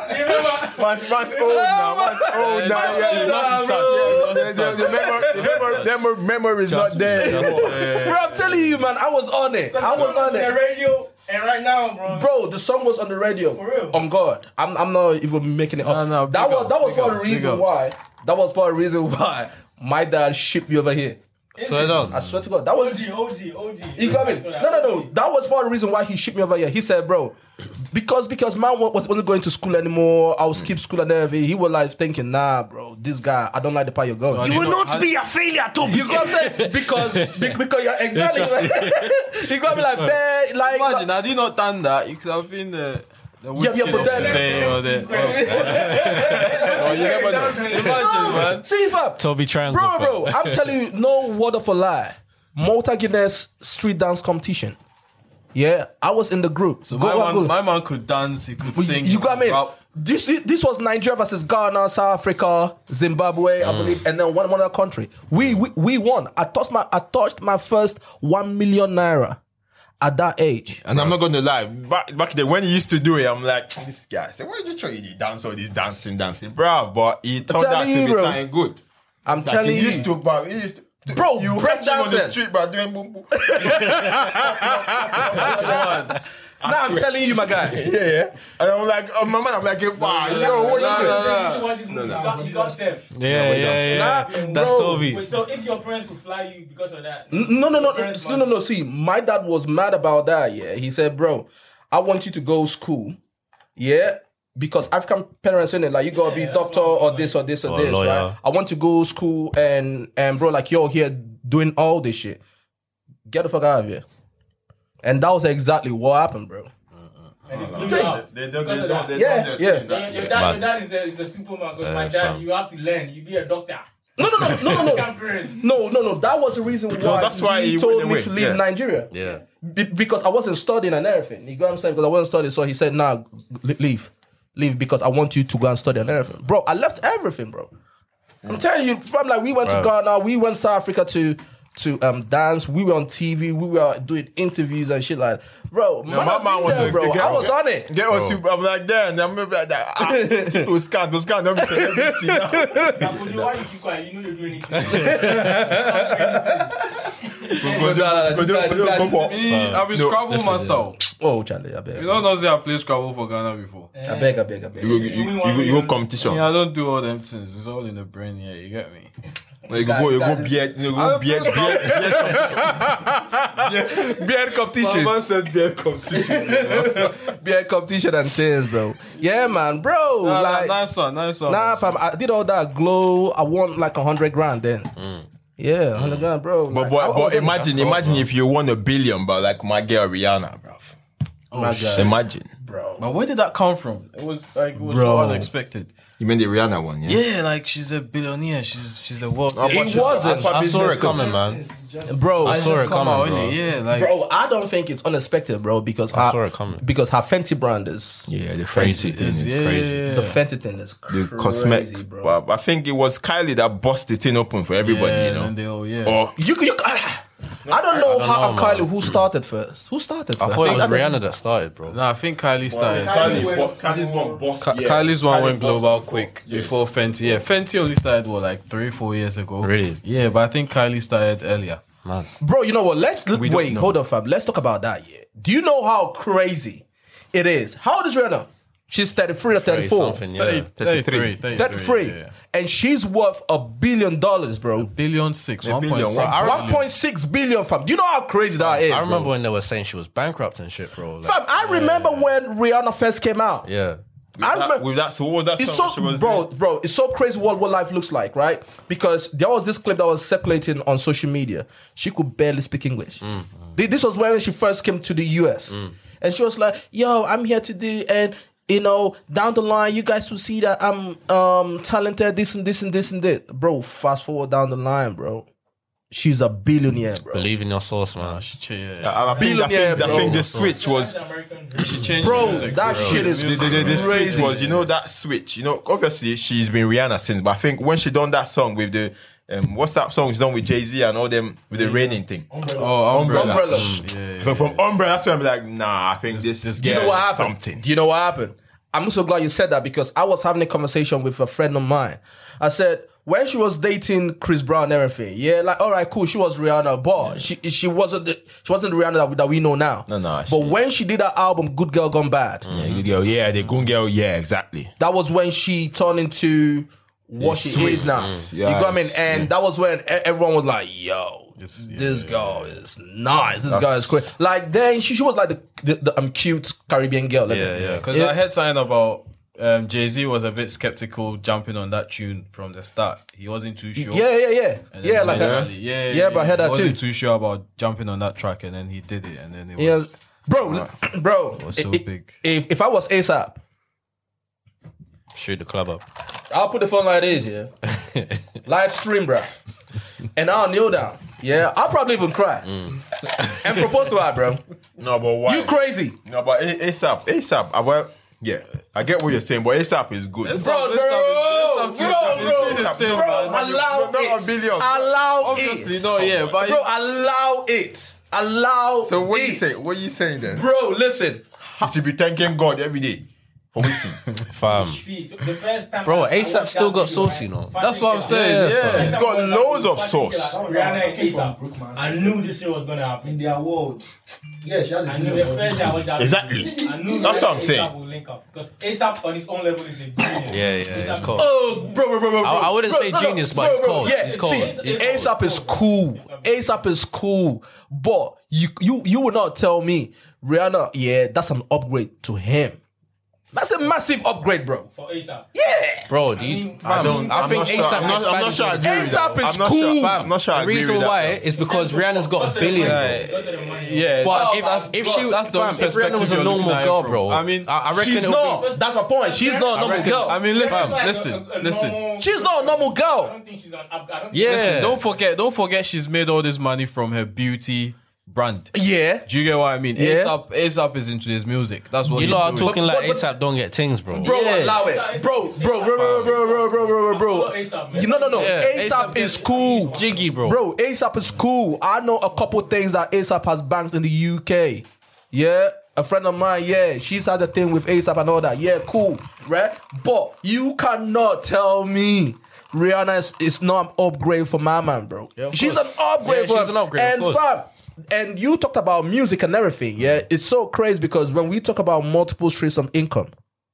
Speaker 5: You remember?
Speaker 6: Man's, man's old now. Man's
Speaker 3: *laughs*
Speaker 6: old now. Yeah,
Speaker 3: It's not
Speaker 6: yeah,
Speaker 3: his time.
Speaker 6: yeah. The, the, the, memory,
Speaker 3: *laughs*
Speaker 6: the memory, memory is not there.
Speaker 1: Bro,
Speaker 3: eh,
Speaker 1: I'm telling you, man, I was on it. I was on
Speaker 5: the
Speaker 1: it.
Speaker 5: radio, and right now, bro.
Speaker 1: Bro, the song was on the radio.
Speaker 5: For real?
Speaker 1: On God. I'm, I'm not even making it up.
Speaker 3: No, no,
Speaker 1: that
Speaker 3: big
Speaker 1: was that
Speaker 3: ups,
Speaker 1: was
Speaker 3: big
Speaker 1: for
Speaker 3: ups,
Speaker 1: the
Speaker 3: big
Speaker 1: reason
Speaker 3: ups.
Speaker 1: why. That was for the reason why my dad shipped you over here.
Speaker 4: Swear down.
Speaker 1: I swear to God. That was
Speaker 5: OG, OG, OG.
Speaker 1: You got me? No, no, no. That was part of the reason why he shipped me over here. He said, bro, because because man wa- was, wasn't going to school anymore. I would skip school and everything. He was like thinking, nah, bro, this guy, I don't like the part you're going.
Speaker 3: You will not
Speaker 1: be a failure to You got what I'm saying? Because, be- because you're exactly like, *laughs* You got me like, man, like,
Speaker 3: Imagine had you not done that, you could have been the. the
Speaker 1: Yeah, yeah, but
Speaker 3: Wizkid
Speaker 1: then-
Speaker 3: of today or
Speaker 1: *laughs*
Speaker 3: the- oh. Imagine, man.
Speaker 1: oh, See, fam.
Speaker 4: Toby Triangle.
Speaker 1: Bro,
Speaker 4: fam.
Speaker 1: bro, I'm telling you, no word of a lie. Malta Guinness street dance competition. Yeah, I was in the group.
Speaker 3: So
Speaker 1: Go
Speaker 3: my
Speaker 1: up,
Speaker 3: man,
Speaker 1: go.
Speaker 3: my man could dance, he could
Speaker 1: But
Speaker 3: sing.
Speaker 1: you
Speaker 3: he
Speaker 1: got
Speaker 3: could
Speaker 1: me.
Speaker 3: rap.
Speaker 1: This this was Nigeria versus Ghana, South Africa, Zimbabwe, I believe, and then one one other country. We, we we won. I touched my I touched my first one million naira at that age.
Speaker 6: And I'm not gonna lie, back back then when he used to do it, I'm like, this guy, I said, why you trying to dance all this dancing, dancing, bro? But he turned out
Speaker 1: telling you,
Speaker 6: to be
Speaker 1: bro.
Speaker 6: something good.
Speaker 1: I'm
Speaker 6: Like,
Speaker 1: telling
Speaker 6: he
Speaker 1: you,
Speaker 6: used to, bro. He used to,
Speaker 1: Bro,
Speaker 6: you
Speaker 1: break
Speaker 6: catch him on the
Speaker 1: dancing.
Speaker 6: street, bro, doing boom *laughs* boom.
Speaker 1: now I'm telling you, my
Speaker 6: *laughs*
Speaker 1: guy.
Speaker 6: yeah, yeah. And I'm like, oh, my man, I'm like, wow, yo, what you doing?
Speaker 5: This is why this movie, you got, you got Steph.
Speaker 4: Yeah, yeah, yeah.
Speaker 1: Nah,
Speaker 4: That's
Speaker 1: bro.
Speaker 4: Toby.
Speaker 5: Wait, so if your parents could fly you because of that,
Speaker 1: No, no, no,
Speaker 5: Parents
Speaker 1: no, no,
Speaker 5: money.
Speaker 1: no. See, my dad was mad about that. Yeah, he said, "Bro, I want you to go school." Yeah, because African parents in it, like you gotta be doctor or this or this or, this.
Speaker 4: lawyer.
Speaker 1: Right? I want to go school and and bro, like you're here doing all this shit. Get the fuck out of here. And that was exactly what happened, bro.
Speaker 5: and they flew you out.
Speaker 6: They don't,
Speaker 5: Because
Speaker 6: they
Speaker 5: of
Speaker 6: don't,
Speaker 5: that.
Speaker 6: they
Speaker 1: Yeah,
Speaker 6: don't.
Speaker 1: yeah.
Speaker 5: Your, your, dad, your dad is a, is a superman. Because
Speaker 4: Uh,
Speaker 5: my dad, you have to learn. You be a doctor.
Speaker 1: No, no, no, no, no, no.
Speaker 5: African *laughs* parents.
Speaker 1: No, no, no. That was the reason why,
Speaker 6: that's why
Speaker 1: he
Speaker 6: he
Speaker 1: told
Speaker 6: went
Speaker 1: me
Speaker 6: away.
Speaker 1: to leave
Speaker 6: Yeah.
Speaker 1: Nigeria.
Speaker 4: Yeah.
Speaker 1: Be- because I wasn't studying and everything. You know what I'm saying? Because I wasn't studying, so he said, "Nah, li- leave, leave," because I want you to go and study and everything, bro. I left everything, bro. I'm telling you, from like we went to Ghana, we went South Africa to to um dance. We were on TV, we were doing interviews and shit like, bro. man,
Speaker 6: my
Speaker 1: I've
Speaker 6: man
Speaker 1: been
Speaker 6: was
Speaker 1: there,
Speaker 6: the-
Speaker 1: bro.
Speaker 6: the
Speaker 1: I
Speaker 6: girl.
Speaker 1: was on it.
Speaker 6: Get us, super- I'm like, there, and I'm like, ah, *laughs* those can, those can, don't be celebrity *laughs* now.
Speaker 5: Now, Kojo, why you keep quiet? You know you're doing
Speaker 6: *laughs*
Speaker 5: anything.
Speaker 6: Go do- go do- go do- go for-
Speaker 3: Me, I've been Scrabble master. oh.
Speaker 1: Oh, Charlie, I beg,
Speaker 3: You don't know say I play Scrabble for Ghana before.
Speaker 1: I beg, I beg, I beg.
Speaker 6: You go- you- you go- you go competition.
Speaker 3: Yeah, I don't do all them things. It's all in the brain. Yeah, you get me.
Speaker 6: You go, you go beard, you go beard, beard, *laughs*
Speaker 1: Beard competition,
Speaker 6: Man said beard competition.
Speaker 1: beard competition, and things, bro. Yeah, man, bro.
Speaker 3: Nah, nah,
Speaker 1: like,
Speaker 3: nice one, nice one.
Speaker 6: Oh,
Speaker 1: Nah, fam, I did all that glow. I won like a hundred grand then.
Speaker 4: Mm.
Speaker 1: Yeah, hundred grand, bro.
Speaker 6: But
Speaker 1: Like, I- I
Speaker 6: but, but
Speaker 1: wasn't-
Speaker 6: imagine, imagine if you won a billion, but like my girl Rihanna, bro.
Speaker 1: Oh, my God,
Speaker 6: Imagine.
Speaker 1: bro.
Speaker 3: But where did that come from? It was like it was
Speaker 1: Bro.
Speaker 3: so unexpected.
Speaker 6: You mean the Rihanna one, yeah?
Speaker 3: Yeah, like she's a billionaire. She's she's a world.
Speaker 1: It wasn't,
Speaker 4: I saw it coming, man.
Speaker 1: bro.
Speaker 4: I saw it coming, bro.
Speaker 3: Yeah, like
Speaker 1: Bro, Oh, I don't think it's unexpected, bro, because
Speaker 4: I
Speaker 1: her-
Speaker 4: saw it coming.
Speaker 1: Because her Fenty brand is
Speaker 6: Yeah, the crazy thing is
Speaker 3: yeah,
Speaker 6: crazy.
Speaker 3: yeah,
Speaker 1: the
Speaker 3: yeah.
Speaker 1: Fenty thing is
Speaker 6: The
Speaker 1: crazy,
Speaker 6: cosmetic,
Speaker 1: bro.
Speaker 6: bro. I think it was Kylie that bust the thing open for everybody,
Speaker 3: Yeah,
Speaker 6: you know.
Speaker 3: and they all- yeah.
Speaker 6: Or
Speaker 1: You c- you c- I don't know
Speaker 4: don't
Speaker 1: how
Speaker 4: know,
Speaker 1: and Kylie
Speaker 4: man.
Speaker 1: who started first. Who started first?
Speaker 4: I thought it was
Speaker 1: don't-
Speaker 4: Rihanna that started, bro.
Speaker 3: Nah, I think Kylie started.
Speaker 5: Kylie
Speaker 3: Kylie-
Speaker 5: went-
Speaker 6: What- Kylie's one boss.
Speaker 3: Ky-
Speaker 6: yeah.
Speaker 3: Kylie's one went
Speaker 6: Kylie boss
Speaker 3: global
Speaker 6: before.
Speaker 3: quick
Speaker 6: Yeah.
Speaker 3: before Fenty. Yeah, Fenty only started what like three, four years ago.
Speaker 4: Really?
Speaker 3: Yeah, but I think Kylie started earlier.
Speaker 4: Man.
Speaker 1: Bro, you know what? Let's
Speaker 4: don't
Speaker 1: wait.
Speaker 4: know.
Speaker 1: Hold on, Fab. Let's talk about that. Yeah. Do you know how crazy it is? How old is Rihanna? She's thirty-three or thirty-four.
Speaker 4: Something, yeah.
Speaker 3: 30, 33.
Speaker 1: 33,
Speaker 3: yeah, yeah.
Speaker 1: and she's worth a billion dollars, bro.
Speaker 3: Billion six, one point
Speaker 6: billion,
Speaker 3: six.
Speaker 6: one-
Speaker 1: One point six billion, fam. Do you know how crazy that is?
Speaker 4: I remember when they were saying she was bankrupt and shit, bro. Like,
Speaker 1: fam. I remember when Rihanna first came out.
Speaker 4: yeah.
Speaker 1: I
Speaker 6: That-
Speaker 1: remember.
Speaker 6: with that, so what was that
Speaker 1: It's
Speaker 6: song she
Speaker 1: so
Speaker 6: was
Speaker 1: bro,
Speaker 6: doing?
Speaker 1: bro. It's so crazy what what life looks like, right? Because there was this clip that was circulating on social media. She could barely speak English. Th- This was when she first came to the US, and she was like, "Yo, I'm here to do and." You know, down the line, you guys will see that I'm um talented, this and this and this and this. Bro, fast forward down the line, bro. She's a billionaire, bro.
Speaker 4: Believe in your source, man.
Speaker 3: Yeah.
Speaker 6: I think, I
Speaker 1: Billionaire,
Speaker 6: think, I
Speaker 1: bro.
Speaker 6: think the switch was
Speaker 5: American dream.
Speaker 1: bro, that shit is
Speaker 6: the, the, the, the switch
Speaker 1: crazy.
Speaker 6: was you know that switch you know obviously she's been Rihanna since but I think when she done that song with the um, what's that song she's done with Jay Z and all them with the raining thing
Speaker 3: Oh, umbrella.
Speaker 1: Umbrella.
Speaker 4: Mm,
Speaker 6: but from Umbrella that's when I'm like nah I think this, this
Speaker 1: Do you know what happened?
Speaker 6: something
Speaker 1: Do you know what happened? I'm so glad you said that because I was having a conversation with a friend of mine. I said when she was dating Chris Brown and everything, yeah, like all right, cool. She was Rihanna, but she she wasn't the, she wasn't the Rihanna that we, that we know now.
Speaker 6: No, Mm. no,
Speaker 1: But
Speaker 6: she-
Speaker 1: when she did her album "Good Girl Gone Bad,"
Speaker 6: yeah, good girl yeah the good girl yeah exactly
Speaker 1: that was when she turned into what she is now. you got what I mean?
Speaker 6: Mm. yes,
Speaker 1: And that was when e- everyone was like, yo, this girl is nice. This girl is crazy. Like then she, she was like the, the, the um, cute Caribbean girl. like
Speaker 4: Yeah,
Speaker 1: that.
Speaker 4: yeah.
Speaker 3: Because I heard something about um, Jay Z was a bit skeptical jumping on that tune from the start. He wasn't too sure.
Speaker 1: Yeah, yeah, yeah. Yeah, like
Speaker 3: yeah,
Speaker 1: that.
Speaker 3: yeah,
Speaker 1: Yeah, but I heard
Speaker 3: he
Speaker 1: that too.
Speaker 3: wasn't too sure about jumping on that track, and then he did it, and then it was.
Speaker 1: Yeah. Bro, *clears throat* bro.
Speaker 3: was so
Speaker 1: i- i-
Speaker 3: big.
Speaker 1: If, if I was ASAP,
Speaker 4: Shoot the
Speaker 3: *laughs*
Speaker 4: club up.
Speaker 1: I'll put the phone like this, yeah. Live stream, bruv. And I'll kneel down. Yeah. I'll probably even cry.
Speaker 3: Mm.
Speaker 1: and propose to her,
Speaker 3: *laughs*
Speaker 1: bro.
Speaker 6: no but why
Speaker 1: You crazy.
Speaker 6: no but A- ASAP ASAP I well yeah I get what you're saying but ASAP is good
Speaker 1: Bro, bro, bro, bro, bro,
Speaker 6: It's still, man.
Speaker 1: allow
Speaker 6: You're not a
Speaker 1: it.
Speaker 6: billion.
Speaker 1: Allow
Speaker 3: Obviously,
Speaker 1: it.
Speaker 3: no, yeah, but
Speaker 1: Bro,
Speaker 3: it's-
Speaker 1: allow it. Allow
Speaker 10: So what
Speaker 1: it.
Speaker 10: you say? What you saying then?
Speaker 1: Bro, listen.
Speaker 6: you should be thanking God every day for *laughs* waiting
Speaker 4: Fam.
Speaker 5: See, so the first time
Speaker 4: Bro,
Speaker 5: I- I
Speaker 4: ASAP
Speaker 5: watched
Speaker 4: still
Speaker 5: that
Speaker 4: got
Speaker 5: video,
Speaker 4: sauce,
Speaker 5: right?
Speaker 4: you know.
Speaker 5: Fucking
Speaker 4: That's what
Speaker 5: killer.
Speaker 4: I'm saying.
Speaker 6: Yeah.
Speaker 5: First time
Speaker 6: He's
Speaker 5: I
Speaker 6: got
Speaker 5: watched that
Speaker 6: loads
Speaker 5: video,
Speaker 6: of
Speaker 5: fucking
Speaker 6: sauce.
Speaker 5: killer. Rihanna and
Speaker 10: Brookman.
Speaker 5: ASAP. I knew this shit was gonna happen.
Speaker 10: In their world, yeah, she has a
Speaker 5: I knew the
Speaker 10: billion.
Speaker 5: first day I watched that
Speaker 6: Exactly.
Speaker 5: video, I knew
Speaker 6: That's
Speaker 5: that
Speaker 6: what I'm
Speaker 5: ASAP
Speaker 6: saying.
Speaker 5: Will link up because ASAP on his own level is a genius.
Speaker 4: Yeah, yeah,
Speaker 5: ASAP
Speaker 4: it's cold.
Speaker 1: Oh, bro, bro, bro, bro.
Speaker 4: I- I wouldn't
Speaker 1: bro,
Speaker 4: say genius, but it's called.
Speaker 1: Yeah,
Speaker 4: It's called.
Speaker 1: See,
Speaker 5: It's
Speaker 1: ASAP is cool. ASAP is cool. But you, you, you will not tell me, Rihanna. Yeah, that's an upgrade to him. That's a massive upgrade, bro.
Speaker 5: For ASAP.
Speaker 1: Yeah.
Speaker 4: Bro, do you, I
Speaker 6: don't- I'm
Speaker 4: think
Speaker 6: not
Speaker 4: ASAP
Speaker 6: sure- I'm not-
Speaker 4: is
Speaker 6: I'm not
Speaker 4: bad
Speaker 6: sure I
Speaker 4: as
Speaker 6: agree
Speaker 4: well.
Speaker 6: with
Speaker 1: ASAP
Speaker 6: that.
Speaker 1: is
Speaker 6: I'm not
Speaker 1: cool.
Speaker 6: sure. I'm not sure I
Speaker 4: The
Speaker 6: agree
Speaker 4: reason
Speaker 6: with that,
Speaker 4: why
Speaker 6: though.
Speaker 4: is because Rihanna's got a billion. bro.
Speaker 5: Because of the money.
Speaker 3: Yeah,
Speaker 4: But
Speaker 3: that's-
Speaker 4: if,
Speaker 3: that's-
Speaker 4: if she,
Speaker 3: that's the only
Speaker 4: fam, if Rihanna
Speaker 3: perspective
Speaker 4: was a
Speaker 3: you're
Speaker 4: normal
Speaker 3: looking at it
Speaker 4: girl,
Speaker 3: from.
Speaker 4: bro,
Speaker 3: I mean,
Speaker 4: I, I reckon
Speaker 1: She's
Speaker 4: it'll
Speaker 1: not.
Speaker 4: be.
Speaker 1: That's my point. She's not a
Speaker 3: I
Speaker 1: normal
Speaker 3: reckon-
Speaker 1: girl.
Speaker 3: I mean, listen,
Speaker 5: Like a-
Speaker 3: listen,
Speaker 5: a- a
Speaker 3: listen.
Speaker 5: normal-
Speaker 1: She's not a normal girl.
Speaker 5: I don't think she's an. I I don't
Speaker 4: Yeah.
Speaker 5: think
Speaker 3: Listen, don't forget, don't forget, she's made all this money from her beauty brand.
Speaker 1: yeah.
Speaker 3: Do you get what I mean?
Speaker 1: Yeah.
Speaker 3: ASAP, ASAP is into his music. That's what
Speaker 4: You
Speaker 3: he's
Speaker 4: lot are
Speaker 3: doing.
Speaker 4: talking
Speaker 1: But-
Speaker 4: like
Speaker 1: but- but-
Speaker 4: ASAP don't get things, bro.
Speaker 1: Bro,
Speaker 4: Yeah.
Speaker 1: allow it, bro, bro, bro, bro, bro, bro, bro, bro, bro,
Speaker 5: I
Speaker 1: bro.
Speaker 5: follow
Speaker 1: You- No, no, no.
Speaker 4: Yeah,
Speaker 1: ASAP
Speaker 4: A$AP
Speaker 1: is
Speaker 4: is-
Speaker 1: cool,
Speaker 4: Jiggy, bro.
Speaker 1: Bro, ASAP is cool. I know a couple things that ASAP has banked in the UK. Yeah. A friend of mine, yeah, she's had a thing with ASAP and all that. Yeah, cool. Right? But you cannot tell me Rihanna is, is not an upgrade for my man, bro.
Speaker 4: of
Speaker 1: she's an
Speaker 4: course.
Speaker 1: upgrade
Speaker 4: Yeah,
Speaker 1: for
Speaker 4: she's an upgrade, of
Speaker 1: And
Speaker 4: course. Mm.
Speaker 1: fam, and you talked about music and everything. Yeah, it's so crazy because when we talk about multiple streams of income,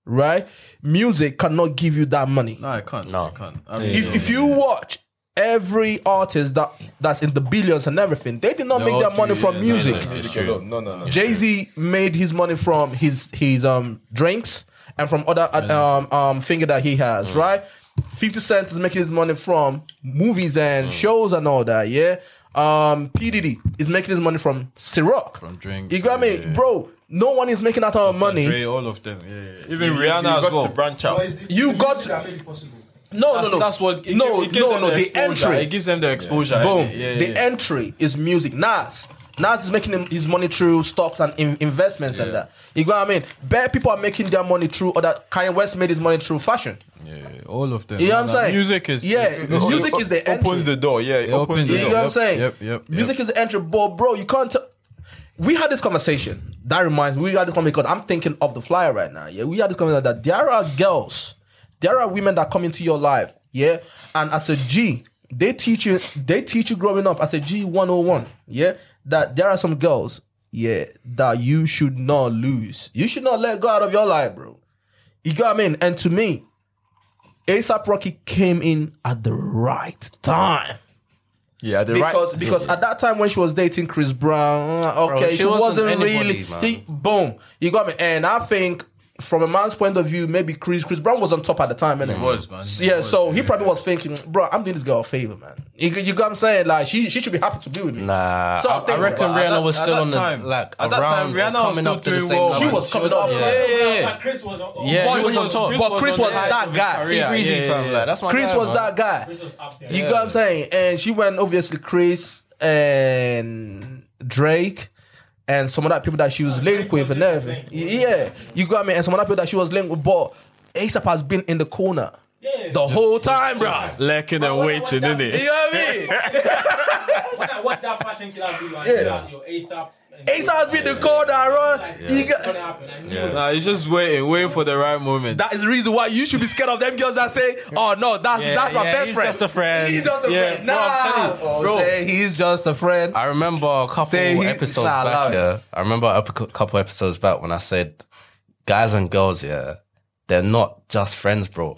Speaker 1: right? Music cannot give you that money.
Speaker 3: No, I can't. I can't. I mean,
Speaker 1: If, if you watch every artist that that's in the billions and everything, they did not make
Speaker 3: all
Speaker 1: their money
Speaker 3: do,
Speaker 1: from
Speaker 3: yeah,
Speaker 1: music.
Speaker 6: It's true. No, no, no.
Speaker 1: Jay Z made his money from his his um drinks and from other uh, um um finger that he
Speaker 3: Mm.
Speaker 1: has, right? Fifty Cent is making his money from movies
Speaker 3: Mm.
Speaker 1: and shows and all that, yeah. Um, P Diddy is making his money from Ciroc, from
Speaker 3: drinks,
Speaker 1: You got me,
Speaker 3: yeah.
Speaker 1: bro. No one is making that our money.
Speaker 3: Dre, all of them, yeah, yeah, yeah. even
Speaker 6: You- you
Speaker 3: Rihanna
Speaker 6: got
Speaker 3: as well.
Speaker 6: to branch out.
Speaker 10: It's the-
Speaker 1: You
Speaker 10: the
Speaker 1: got-
Speaker 10: music that made it possible.
Speaker 1: No,
Speaker 3: That's,
Speaker 1: no, no.
Speaker 3: that's what. it
Speaker 1: no,
Speaker 3: gi- it gives
Speaker 1: no,
Speaker 3: them
Speaker 1: no. The
Speaker 3: exposure.
Speaker 1: entry.
Speaker 3: it gives them the exposure.
Speaker 1: Boom.
Speaker 3: Yeah, yeah,
Speaker 1: the
Speaker 3: yeah.
Speaker 1: entry is music. Nas. Nas is making him- his money through stocks and in- investments and that. You know what I mean? Bad people are making their money through, or that Kanye West made his money through fashion.
Speaker 3: Yeah, all of them.
Speaker 1: You know what I'm
Speaker 3: Like,
Speaker 1: saying?
Speaker 3: Music is
Speaker 1: yeah.
Speaker 3: is-
Speaker 1: music is the entry.
Speaker 6: Opens the door, yeah. It opens
Speaker 3: opens
Speaker 6: the
Speaker 1: you
Speaker 3: it.
Speaker 1: know
Speaker 6: door.
Speaker 1: what I'm
Speaker 3: Yep,
Speaker 1: saying?
Speaker 3: yep, yep, yep.
Speaker 1: Music is the entry, but bro, you can't. T- we had this conversation. That reminds me, we had this conversation because I'm thinking of the flyer right now. Yeah, we had this conversation that there are girls, there are women that come into your life. Yeah, and as a G, they teach you, they teach you growing up as a G 101. Yeah, that there are some girls. Yeah, that you should not lose. You should not let go out of your life, bro. You got what I mean? And to me, ASAP Rocky came in at the right time
Speaker 6: Yeah, the
Speaker 1: because
Speaker 6: right.
Speaker 1: because at that time when she was dating Chris Brown, uh, okay,
Speaker 4: she
Speaker 1: she,
Speaker 4: wasn't
Speaker 1: wasn't,
Speaker 4: anybody,
Speaker 1: really
Speaker 4: man.
Speaker 1: he- boom. You got me, and I think from a man's point of view, maybe Chris Chris Brown was on top at the time, and
Speaker 3: He was, man. He
Speaker 1: Yeah,
Speaker 3: was,
Speaker 1: so he
Speaker 3: yeah.
Speaker 1: probably was thinking, bro, I'm doing this girl a favor, man. You, you got what I'm saying? Like she she should be happy to be with me.
Speaker 4: Nah,
Speaker 1: So
Speaker 4: I,
Speaker 1: I think-
Speaker 4: I reckon
Speaker 1: But
Speaker 3: at
Speaker 4: Rihanna
Speaker 3: that-
Speaker 4: was
Speaker 3: at
Speaker 4: still
Speaker 3: that
Speaker 4: on the
Speaker 3: time-
Speaker 4: like
Speaker 3: at that time,
Speaker 4: around
Speaker 3: Rihanna was
Speaker 4: coming
Speaker 3: still
Speaker 4: up to the
Speaker 3: doing
Speaker 4: same
Speaker 3: well.
Speaker 4: level.
Speaker 1: She was coming up,
Speaker 3: Yeah,
Speaker 1: yeah.
Speaker 3: yeah, yeah.
Speaker 5: Like Chris was. on- on-
Speaker 4: Yeah,
Speaker 5: Boy,
Speaker 4: he was
Speaker 5: was
Speaker 4: on top.
Speaker 1: But Chris was
Speaker 3: on
Speaker 1: that guy.
Speaker 3: his
Speaker 1: See,
Speaker 3: career.
Speaker 4: Breezy,
Speaker 3: Yeah, yeah,
Speaker 4: fam,
Speaker 3: yeah.
Speaker 4: like, that's my
Speaker 1: Chris
Speaker 4: guy,
Speaker 1: was
Speaker 4: man.
Speaker 1: that guy.
Speaker 5: Chris was up there.
Speaker 1: You got what I'm saying? And she went obviously Chris and Drake and some of that people that she was linked with and everything. Yeah. You got me? And some of that people that she was linked with, but ASAP has been in the corner
Speaker 5: Yeah.
Speaker 1: the whole time, bro.
Speaker 3: lacking and waiting,
Speaker 1: You
Speaker 3: innit?
Speaker 1: know what I
Speaker 4: *laughs*
Speaker 1: mean?
Speaker 5: When I watched that fashion killer video, I knew that yo ASAP.
Speaker 1: ASAP has been in the corner, bro. You
Speaker 5: It's
Speaker 1: got-
Speaker 5: gonna happen. I knew it.
Speaker 3: Nah, he's just waiting, waiting for the right moment.
Speaker 1: that is the reason why you should be scared of them girls that say, "Oh no, that's that's my
Speaker 4: yeah,
Speaker 1: best
Speaker 4: he's
Speaker 1: friend."
Speaker 4: just a friend.
Speaker 1: He's just a
Speaker 4: Yeah,
Speaker 1: friend. Nah,
Speaker 4: bro, I'm telling you,
Speaker 1: Oh,
Speaker 4: bro.
Speaker 1: say he's just a friend.
Speaker 4: I remember a couple
Speaker 1: Say he-
Speaker 4: episodes
Speaker 1: nah, allow
Speaker 4: back.
Speaker 1: it.
Speaker 4: Yeah, I remember a p- couple episodes back when I said, guys and girls, yeah, they're not just friends, bro.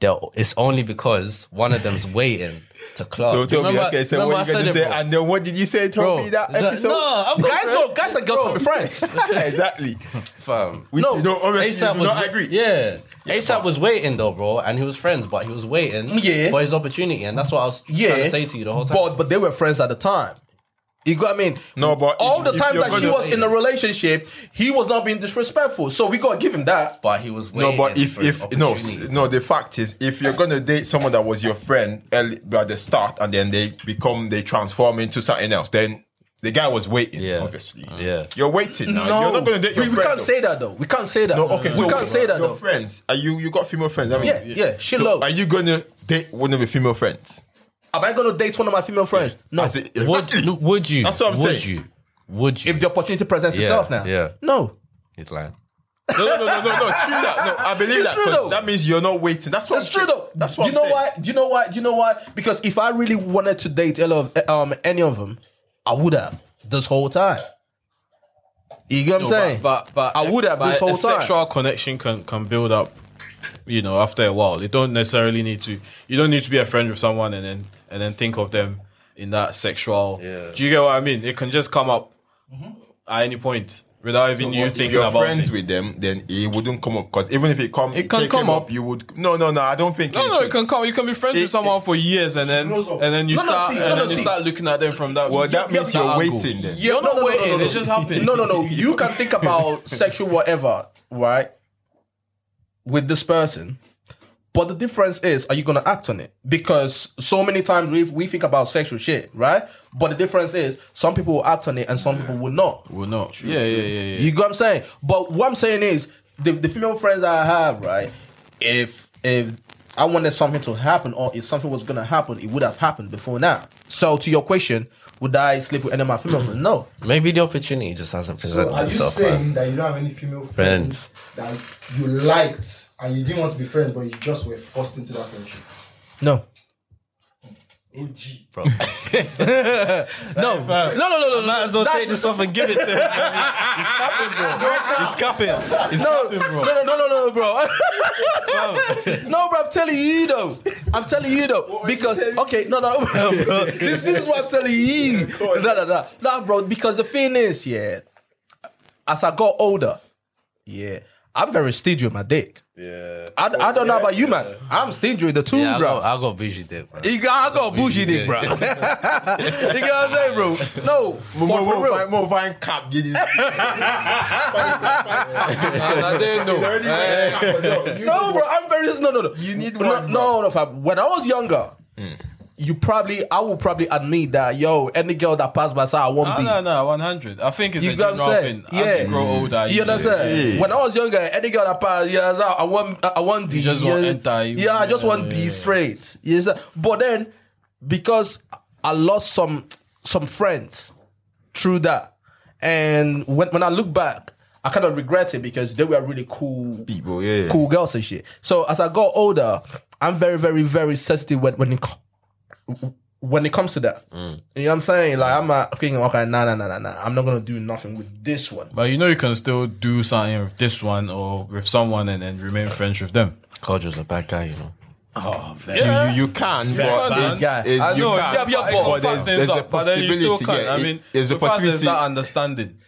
Speaker 4: They're, it's only because one
Speaker 6: *laughs*
Speaker 4: of them's waiting to clock.
Speaker 6: So tell me,
Speaker 4: Remember-
Speaker 6: okay, so
Speaker 4: remember
Speaker 6: what you gonna say?
Speaker 4: bro.
Speaker 6: And then what did you say? Tell
Speaker 4: Bro,
Speaker 6: me that *laughs*
Speaker 4: that-
Speaker 6: episode.
Speaker 4: no, I've got
Speaker 1: guys,
Speaker 4: friends,
Speaker 1: no, guys and girls can be
Speaker 4: *laughs*
Speaker 1: friends.
Speaker 6: exactly.
Speaker 4: fam.
Speaker 6: We
Speaker 1: No,
Speaker 6: no, don't obviously
Speaker 4: ASAP
Speaker 6: do
Speaker 4: was
Speaker 6: not
Speaker 4: wai-
Speaker 6: agree.
Speaker 4: Yeah. ASAP was waiting though, bro, and he was friends, but he was waiting
Speaker 1: Yeah.
Speaker 4: for his opportunity, and that's what I was trying
Speaker 1: Yeah,
Speaker 4: to say to you the whole time.
Speaker 1: But but they were friends at the time. You got what I mean?
Speaker 6: No, but
Speaker 1: all
Speaker 6: if-
Speaker 1: the
Speaker 6: if
Speaker 1: time
Speaker 6: you're
Speaker 1: that she
Speaker 6: gonna-
Speaker 1: was in a relationship, he was not being disrespectful. So we gotta give him that.
Speaker 4: But he was
Speaker 6: No,
Speaker 4: waiting.
Speaker 6: but if
Speaker 4: for his
Speaker 6: if no s-
Speaker 4: opportunity.
Speaker 6: no, the fact is, if you're gonna date someone that was your friend early, at the start, and then they become they transform into something else, then the guy was waiting.
Speaker 4: Yeah. Uh-huh.
Speaker 6: obviously.
Speaker 4: Yeah.
Speaker 6: you're waiting now.
Speaker 1: No,
Speaker 6: You're not gonna date your
Speaker 1: we, we
Speaker 6: friend.
Speaker 1: can't
Speaker 6: though.
Speaker 1: say that though. We can't say that.
Speaker 6: No, okay,
Speaker 1: we
Speaker 6: so
Speaker 1: can't say that
Speaker 6: Your
Speaker 1: though.
Speaker 6: friends, are you you got female friends? I mean,
Speaker 1: Yeah, yeah, she
Speaker 6: So
Speaker 1: low.
Speaker 6: Are you gonna date one of your female friends?
Speaker 1: Am I gonna date one of my female friends? No.
Speaker 6: As it-
Speaker 4: would,
Speaker 6: exactly.
Speaker 4: no, would you?
Speaker 6: That's what I'm
Speaker 4: would
Speaker 6: saying.
Speaker 4: you? Would you?
Speaker 1: If the opportunity presents
Speaker 4: Yeah,
Speaker 1: itself now.
Speaker 4: yeah.
Speaker 1: No.
Speaker 4: He's lying.
Speaker 6: No, no, no, no, no, no. True that. No, I believe
Speaker 1: It's
Speaker 6: that.
Speaker 1: true
Speaker 6: 'cause
Speaker 1: though.
Speaker 6: That means you're not waiting. That's what.
Speaker 1: That's
Speaker 6: I'm
Speaker 1: true
Speaker 6: saying.
Speaker 1: though.
Speaker 6: That's what.
Speaker 1: Do you know
Speaker 6: I'm saying.
Speaker 1: why? Do you know why? Do you know why? Because if I really wanted to date any of, um, any of them, I would have this whole time. You get what I'm saying?
Speaker 3: But, but,
Speaker 1: I would have
Speaker 3: but
Speaker 1: this whole
Speaker 3: a
Speaker 1: time.
Speaker 3: Sexual connection can, can build up, you know, after a while. You don't necessarily need to. You don't need to be a friend with someone and then and then think of them in that sexual.
Speaker 4: Yeah.
Speaker 3: Do you get what I mean? It can just come up at any point without even you
Speaker 6: if
Speaker 3: thinking
Speaker 6: you're
Speaker 3: about
Speaker 6: friends
Speaker 3: it.
Speaker 6: with them, then it wouldn't come up because even if it come,
Speaker 3: It can
Speaker 6: if
Speaker 3: come
Speaker 6: came
Speaker 3: up.
Speaker 6: You would no, no, no. I don't think.
Speaker 3: no,
Speaker 6: it
Speaker 3: no,
Speaker 6: should.
Speaker 3: it can come. You can be friends with someone for years, and then
Speaker 10: Close up.
Speaker 3: and then you
Speaker 1: No, no,
Speaker 3: start
Speaker 1: see,
Speaker 3: and
Speaker 1: no,
Speaker 3: then
Speaker 1: no,
Speaker 3: you
Speaker 1: see.
Speaker 3: start looking at them from that.
Speaker 6: Well, that means
Speaker 3: that
Speaker 6: you're
Speaker 3: angle.
Speaker 6: waiting then.
Speaker 1: Yeah,
Speaker 3: You're
Speaker 1: no,
Speaker 3: not
Speaker 1: no, no, no,
Speaker 3: waiting.
Speaker 1: no, no.
Speaker 3: It just happened.
Speaker 1: No, no, no. You can
Speaker 3: *laughs*
Speaker 1: think about sexual whatever, right? With this person. But the difference is, are you gonna act on it? Because so many times we we think about sexual shit, right? But the difference is, some people will act on it and some people will not.
Speaker 3: Well, no. yeah, yeah, yeah, yeah.
Speaker 1: You get what I'm saying? But what I'm saying is, the, the female friends that I have, right? If if I wanted something to happen or if something was gonna happen, it would have happened before now. So to your question, would I sleep with any of my female friends? No.
Speaker 4: Maybe the opportunity just hasn't presented
Speaker 10: So are you
Speaker 4: itself.
Speaker 10: saying
Speaker 4: man.
Speaker 10: that you don't have any female
Speaker 4: Friends.
Speaker 10: friends, that you liked and you didn't want to be friends, but you just were forced into that friendship?
Speaker 1: No.
Speaker 10: OG.
Speaker 1: *laughs* No. No, no, no, no, no.
Speaker 4: Might as well
Speaker 1: That-
Speaker 4: take this off and give it to him. He's capping, bro. He's capping. He's
Speaker 1: No,
Speaker 4: capping,
Speaker 1: no,
Speaker 4: bro.
Speaker 1: no, no, no, no, bro. *laughs* no, bro, I'm telling you though. I'm telling you though. Because okay, no, no, *laughs* bro. This, this is what I'm telling you. No, no, no, no, bro. Because the thing is, yeah. As I got older, yeah, I'm very stingy with my dick. Yeah. I, I don't know about you, man. I'm stingy with the tool,
Speaker 4: Yeah, I
Speaker 1: bro.
Speaker 4: got, I got bougie dip, man.
Speaker 1: you got, I got bougie dick, bro. *laughs* you get what I'm saying, bro? No, for,
Speaker 6: Mo-
Speaker 1: for
Speaker 6: mo-
Speaker 1: real.
Speaker 6: fine- mo- fine cap, get it.
Speaker 3: I didn't know.
Speaker 1: No, bro, I'm very no, no, no. You
Speaker 6: need
Speaker 1: no,
Speaker 6: one,
Speaker 1: No, no, fam. When I was younger, you probably, I will probably admit that, yo, any girl that passed by, say I won't
Speaker 3: No,
Speaker 1: be.
Speaker 3: no, no, 100. I think it's
Speaker 1: You
Speaker 3: a
Speaker 1: get what
Speaker 3: general
Speaker 1: I'm saying?
Speaker 3: thing. As you grow older,
Speaker 1: You understand? When I was younger, any girl that passed, yeah, so I want, I want the,
Speaker 3: just want
Speaker 1: yeah,
Speaker 3: enter, you-
Speaker 1: yeah, I just want the straight. Yes, but then because I lost some some friends through that, and when when I look back, I kind of regret it because they were really cool
Speaker 6: *laughs* people, yeah.
Speaker 1: cool girls and shit. So as I got older, I'm very, very, very sensitive when when it co- when it comes to that.
Speaker 4: Mm.
Speaker 1: You know what I'm saying? Like I'm uh, thinking, okay, nah, nah, nah, nah, nah. I'm not gonna do nothing with this one.
Speaker 3: But you know, you can still do something with this one or with someone and then remain friends with them.
Speaker 4: Kojo's a bad guy, you know.
Speaker 3: Oh,
Speaker 6: Yeah. You, you can, but
Speaker 3: Yeah, man.
Speaker 6: it's, it's,
Speaker 3: I
Speaker 6: you
Speaker 3: know,
Speaker 6: can,
Speaker 3: yeah, yeah,
Speaker 6: but
Speaker 3: but,
Speaker 6: there's, there's a
Speaker 3: but then you still
Speaker 6: possibility.
Speaker 3: can.
Speaker 6: yeah,
Speaker 3: I
Speaker 6: it-
Speaker 3: mean,
Speaker 6: there's a
Speaker 3: so far as
Speaker 6: possibility.
Speaker 3: that understanding.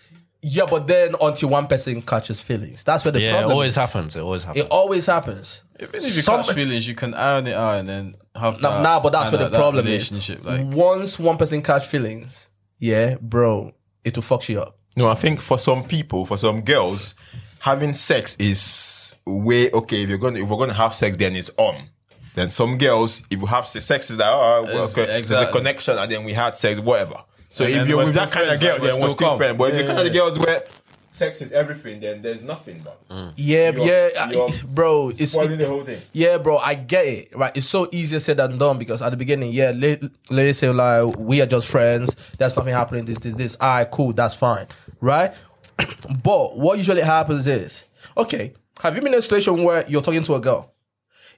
Speaker 1: Yeah, but then until one person catches feelings, that's where the
Speaker 4: yeah, it
Speaker 1: problem
Speaker 4: always
Speaker 1: is.
Speaker 4: happens. It always happens.
Speaker 1: It always happens.
Speaker 3: Even if you
Speaker 1: Some-
Speaker 3: catch feelings, you can iron it out and then have
Speaker 1: Nah,
Speaker 3: that.
Speaker 1: nah, but that's
Speaker 3: and
Speaker 1: where the
Speaker 3: that- that
Speaker 1: problem is. Mm.
Speaker 3: relationship, Like,
Speaker 1: Once one person catch feelings, yeah, bro, it will fuck you up.
Speaker 6: No, I think for some people, for some girls, having sex is way okay. If you're gonna, if we're gonna have sex, then it's on. Then some girls, if you have se- sex, is like, oh, well,
Speaker 3: It's-
Speaker 6: okay, there's a
Speaker 3: exactly.
Speaker 6: connection, and then we had sex, whatever. So
Speaker 3: And
Speaker 6: if
Speaker 3: then
Speaker 6: you're
Speaker 3: we're
Speaker 6: with
Speaker 3: still
Speaker 6: that kind of
Speaker 3: friends,
Speaker 6: girl,
Speaker 3: like, we're
Speaker 6: then we're
Speaker 3: still
Speaker 6: still
Speaker 3: cum.
Speaker 6: friends. But if
Speaker 3: Yeah,
Speaker 6: you're kind of
Speaker 3: yeah,
Speaker 6: girls where sex is everything, then there's nothing. But
Speaker 1: Yeah,
Speaker 6: You're-
Speaker 1: yeah, I- *laughs*
Speaker 6: you're
Speaker 1: bro. It's
Speaker 6: spoiling the whole thing.
Speaker 1: Yeah, bro, I get it. Right, it's so easier said than done because at the beginning, yeah, la- ladies say like we are just friends. There's nothing happening. This, this, this. All right, cool. That's fine, right? but what usually happens is, okay, have you been in a situation where you're talking to a girl?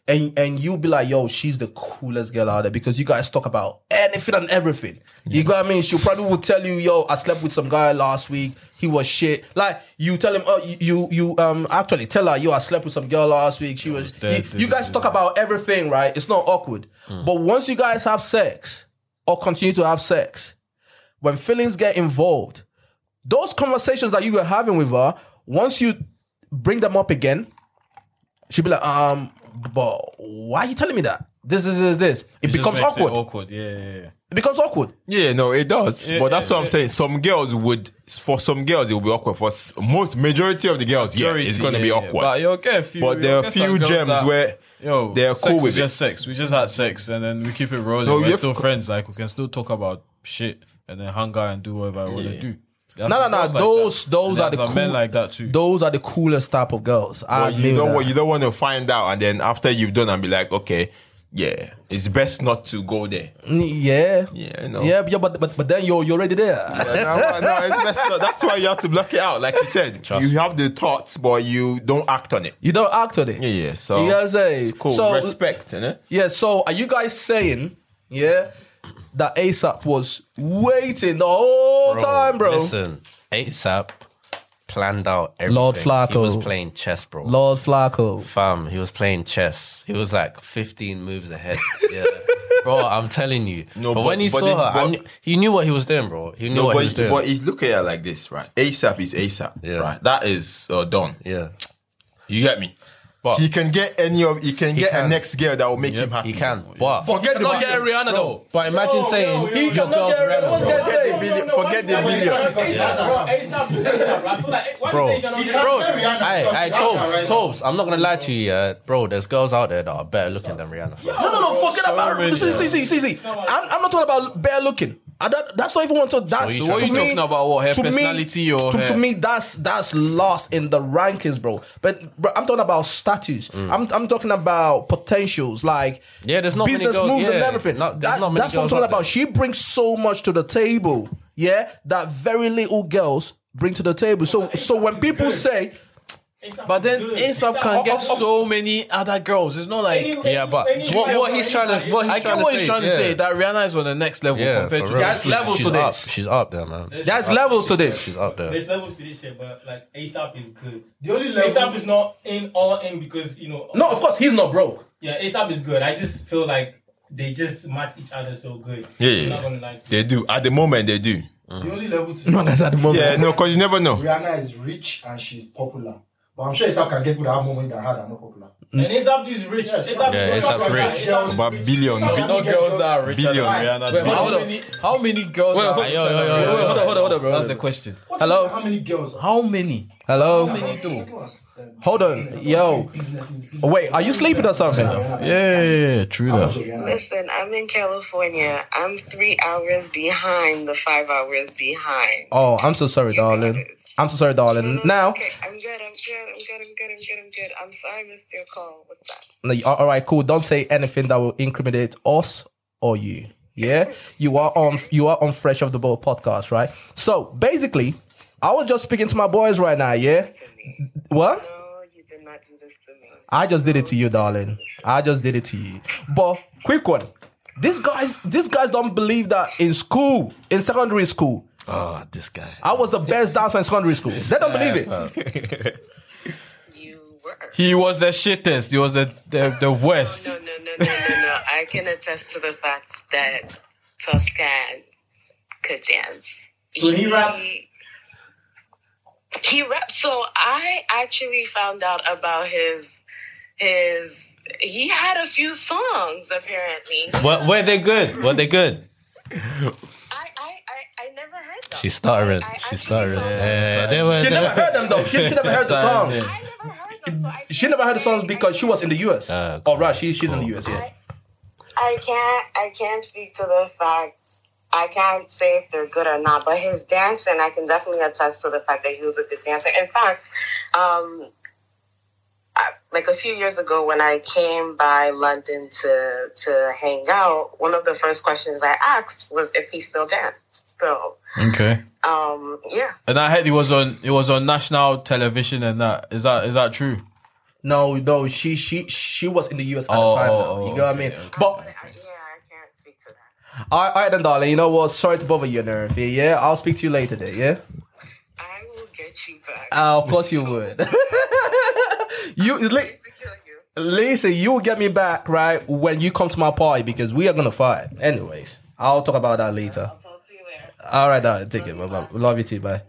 Speaker 1: And, and you'll be like, yo, she's the coolest girl out there because you guys talk about anything and everything. You got what I mean? She probably will tell you, yo, I slept with some guy last week. He was shit. Like you tell him, oh, you you, you um actually tell her, yo, I slept with some girl last week. She was.
Speaker 3: dead, Mm.
Speaker 1: you, you guys talk about everything, right? It's not awkward. But once you guys have sex or continue to have sex, when feelings get involved, those conversations that you were having with her, once you bring them up again, she'll be like, um, but why are you telling me that? This is this, this. It,
Speaker 3: just
Speaker 1: becomes
Speaker 3: makes
Speaker 1: awkward.
Speaker 3: It awkward, yeah, yeah, yeah.
Speaker 1: It becomes awkward.
Speaker 6: Yeah, no, it does.
Speaker 3: Yeah,
Speaker 6: but that's
Speaker 3: yeah,
Speaker 6: what I'm
Speaker 3: yeah.
Speaker 6: saying. Some girls would, for some girls, it will be awkward. For s- most majority of the girls, yeah, it's gonna
Speaker 3: yeah,
Speaker 6: be
Speaker 3: yeah.
Speaker 6: awkward.
Speaker 3: But you'll get a few.
Speaker 6: But there are
Speaker 3: you'll get some
Speaker 6: few
Speaker 3: girls
Speaker 6: gems
Speaker 3: that,
Speaker 6: where
Speaker 3: yo,
Speaker 6: they're
Speaker 3: sex
Speaker 6: cool
Speaker 3: is
Speaker 6: with it.
Speaker 3: just sex. We just had sex and then we keep it rolling.
Speaker 6: No, you
Speaker 3: We're
Speaker 6: have
Speaker 3: still
Speaker 6: co-
Speaker 3: friends. Like we can still talk about shit and then hang out and do whatever I want to do. There's
Speaker 1: No, no,
Speaker 3: some
Speaker 1: no.
Speaker 3: girls like that.
Speaker 1: Those, those
Speaker 3: And
Speaker 1: are the
Speaker 3: there's some men
Speaker 1: cool-
Speaker 3: like that too.
Speaker 1: Those are the coolest type of girls. I
Speaker 6: But you
Speaker 1: knew
Speaker 6: don't
Speaker 1: that.
Speaker 6: want you don't want to find out, and then after you've done, and be like, okay, yeah, it's best not to go there.
Speaker 1: Mm, yeah.
Speaker 6: Yeah, no. *laughs*
Speaker 1: Yeah, yeah, but but but then you're you're already there.
Speaker 6: No, no, it's best not- that's why you have to block it out. Like you said, you have the thoughts, but you don't act on it.
Speaker 1: You don't act on it.
Speaker 6: Yeah, yeah. So
Speaker 1: You know what I'm saying?
Speaker 6: cool.
Speaker 1: So
Speaker 6: Respect, you know?
Speaker 1: yeah. So are you guys saying yeah that ASAP was waiting the whole time, bro?
Speaker 4: Listen, ASAP planned out everything.
Speaker 1: Lord
Speaker 4: He was
Speaker 1: Flacco.
Speaker 4: playing chess, bro.
Speaker 1: Lord Flacco.
Speaker 4: Fam, he was playing chess. He was like 15 moves ahead. Yeah. bro, I'm telling you.
Speaker 6: No,
Speaker 4: No, but,
Speaker 6: but-
Speaker 4: when he
Speaker 6: but
Speaker 4: saw
Speaker 6: then-
Speaker 4: her, I
Speaker 6: but-
Speaker 4: knew, he knew what he was doing, bro. He knew
Speaker 6: No,
Speaker 4: what
Speaker 6: but,
Speaker 4: he was doing.
Speaker 6: but if- look at it like this, right? ASAP is ASAP,
Speaker 4: Yeah.
Speaker 6: right? That is uh, done.
Speaker 4: yeah.
Speaker 6: You get me?
Speaker 4: But
Speaker 6: He can get any of. He can get a
Speaker 4: can.
Speaker 6: next girl that will make him happy.
Speaker 4: he can. But,
Speaker 6: Forget the back-
Speaker 1: Not get Rihanna though.
Speaker 4: but imagine saying, your girl's Rihanna,
Speaker 1: What's
Speaker 4: bro.
Speaker 1: guy
Speaker 6: Forget the
Speaker 1: saying?
Speaker 6: billion. Forget the billion.
Speaker 5: ASAP, ASAP. I feel like why
Speaker 4: Bro.
Speaker 5: do you say you're not
Speaker 10: He
Speaker 5: gonna-
Speaker 10: can't-
Speaker 4: Bro,
Speaker 10: Forget Rihanna
Speaker 4: hey,
Speaker 10: because
Speaker 4: hey,
Speaker 10: that's her
Speaker 4: Tobes,
Speaker 10: right
Speaker 4: Tobes, I'm not gonna lie to you, yeah. Bro, there's girls out there that are better looking than Rihanna. fam.
Speaker 1: No, no, no. Forget
Speaker 3: many.
Speaker 1: about. See, see, see, see, see. I'm, I'm not talking about bare looking. I don't, that's not even what to, that's
Speaker 4: So
Speaker 1: to
Speaker 4: what
Speaker 3: you
Speaker 1: me-
Speaker 3: talking about? What, her
Speaker 1: to
Speaker 3: personality
Speaker 1: me,
Speaker 3: or
Speaker 1: to,
Speaker 3: her-
Speaker 1: to me that's that's lost in the rankings, bro. But bro, I'm talking about status. I'm I'm talking about potentials, like
Speaker 4: Mm. Yeah, there's not many
Speaker 1: business
Speaker 4: girls-
Speaker 1: moves and
Speaker 4: yeah,
Speaker 1: everything.
Speaker 4: not- there's
Speaker 1: That-
Speaker 4: not many
Speaker 1: that's what I'm
Speaker 4: girls
Speaker 1: talking
Speaker 4: out there.
Speaker 1: about. She brings so much to the table, yeah, that very little girls bring to the table. So so when people say
Speaker 3: But then
Speaker 5: ASAP
Speaker 3: ASAP
Speaker 5: is
Speaker 3: can
Speaker 5: good.
Speaker 3: get so many other girls. It's not like
Speaker 5: Any-
Speaker 4: Yeah, but
Speaker 5: any-
Speaker 4: what- what
Speaker 5: any-
Speaker 4: he's trying to- what he's
Speaker 3: I
Speaker 4: trying
Speaker 3: get
Speaker 4: to
Speaker 3: what he's
Speaker 4: say,
Speaker 3: trying to
Speaker 4: yeah.
Speaker 3: say. That Rihanna is on the next level
Speaker 4: Yeah,
Speaker 3: compared
Speaker 4: for
Speaker 3: to
Speaker 4: real.
Speaker 1: There's levels
Speaker 4: she's
Speaker 1: to
Speaker 4: up.
Speaker 1: this.
Speaker 4: She's up there, man.
Speaker 1: there's levels to this.
Speaker 4: She's up there.
Speaker 5: There's levels to this shit, but like ASAP is good.
Speaker 10: The only
Speaker 5: ASAP
Speaker 10: level.
Speaker 5: is not in all in because you know.
Speaker 1: No, of course he's not broke.
Speaker 5: Yeah, ASAP is good. I just feel like they just match each other so good.
Speaker 6: Yeah, yeah,
Speaker 5: I'm
Speaker 6: yeah.
Speaker 5: not gonna lie. to you.
Speaker 6: They do at the moment. They do.
Speaker 10: The only level to
Speaker 1: No, *laughs* that's at the moment.
Speaker 6: Yeah, no, because you never know.
Speaker 10: Rihanna is rich and she's popular. But I'm sure ASAP can get people that have more money than her that are not popular.
Speaker 5: And ASAP is rich. ASAP
Speaker 4: Yeah,
Speaker 5: is
Speaker 4: ASAP
Speaker 5: not like
Speaker 4: rich.
Speaker 5: that.
Speaker 6: About billion.
Speaker 10: Some
Speaker 6: bi-
Speaker 10: can
Speaker 3: No
Speaker 10: get
Speaker 3: girls that are
Speaker 10: girls-
Speaker 3: richer than
Speaker 6: Billion.
Speaker 3: Rihanna.
Speaker 1: Wait,
Speaker 3: bro.
Speaker 1: hold
Speaker 3: how,
Speaker 1: up.
Speaker 3: many, how many girls
Speaker 1: Wait,
Speaker 3: are
Speaker 1: hold
Speaker 4: Yo, yo, yo,
Speaker 1: Wait,
Speaker 4: yo,
Speaker 1: wait,
Speaker 4: yo.
Speaker 1: hold on, hold on, hold on, bro.
Speaker 3: That's the question.
Speaker 10: What do you
Speaker 1: Hello?
Speaker 10: mean, How many girls?
Speaker 3: How many?
Speaker 1: Hello. Hold on, yo.
Speaker 10: Business in business.
Speaker 1: Wait, are you sleeping or something?
Speaker 3: Yeah, true
Speaker 10: How much of Rihanna?
Speaker 11: Listen, I'm in California. I'm three hours behind the five hours behind.
Speaker 1: Oh, I'm so sorry, darling. I'm so sorry, darling. Oh, Now,
Speaker 11: Okay, I'm good. I'm good. I'm good. I'm good. I'm good. I'm good. I'm sorry, I missed your call. What's that?
Speaker 1: No, you- all right, cool. Don't say anything that will incriminate us or you. Yeah, you are on you are on Fresh Off the Boat podcast, right? So basically, I was just speaking to my boys right now. Yeah, what?
Speaker 11: No, you did not do this to me.
Speaker 1: I just did it to you, darling. I just did it to you. But quick one, these guys, these guys don't believe that in school, in secondary school,
Speaker 4: Oh, this guy.
Speaker 1: I was the best dancer in secondary school. They don't believe it.
Speaker 11: You were.
Speaker 3: He was the shittest. He was the the, the worst.
Speaker 11: No, no, no, no, no, no. I can attest to the fact that Toscan could dance.
Speaker 5: Could he rap?
Speaker 11: He rap. So I actually found out about his his. He had a few songs apparently.
Speaker 3: Were, were they good? Were they good?
Speaker 11: I I I, I never heard them.
Speaker 4: She's stuttering.
Speaker 11: I- I actually
Speaker 4: She's stuttering.
Speaker 11: found-
Speaker 4: Yeah, they were.
Speaker 1: She
Speaker 4: they
Speaker 1: never
Speaker 4: were-
Speaker 1: heard them though. She, she never heard the songs.
Speaker 11: I never heard them. So I
Speaker 1: She
Speaker 11: can't
Speaker 1: never heard the songs
Speaker 11: say-
Speaker 1: because she was in the US.
Speaker 4: Ah,
Speaker 1: oh, right, she, she's in the US. Yeah.
Speaker 11: I can't I can't speak to the fact I can't say if they're good or not, but his dancing I can definitely attest to the fact that he was a good dancer. In fact, um I- like a few years ago when I came by London to to hang out, one of the first questions I asked was if he still danced. So
Speaker 3: Okay.
Speaker 11: um yeah.
Speaker 3: And I heard he was on it was on national television and that is that is that true?
Speaker 1: No, no, she she she was in the US at
Speaker 3: Oh,
Speaker 1: the time.
Speaker 3: oh,
Speaker 1: now,
Speaker 3: oh,
Speaker 1: you know what I
Speaker 3: okay,
Speaker 1: mean?
Speaker 3: okay.
Speaker 1: But
Speaker 11: I, yeah, I can't speak to that.
Speaker 1: all right, all right then, darling. You know what? Sorry to bother you, and everything. Yeah, I'll speak to you later. Then, yeah.
Speaker 11: I will get you back.
Speaker 1: Uh, of course you would. *laughs* you li-
Speaker 11: to kill you.
Speaker 1: listen. You will get me back right when you come to my party because we are gonna fight. Anyways, I'll talk about that later.
Speaker 11: I'll talk to you later.
Speaker 1: All right, darling. Take it. Bye bye. Love you too. Bye.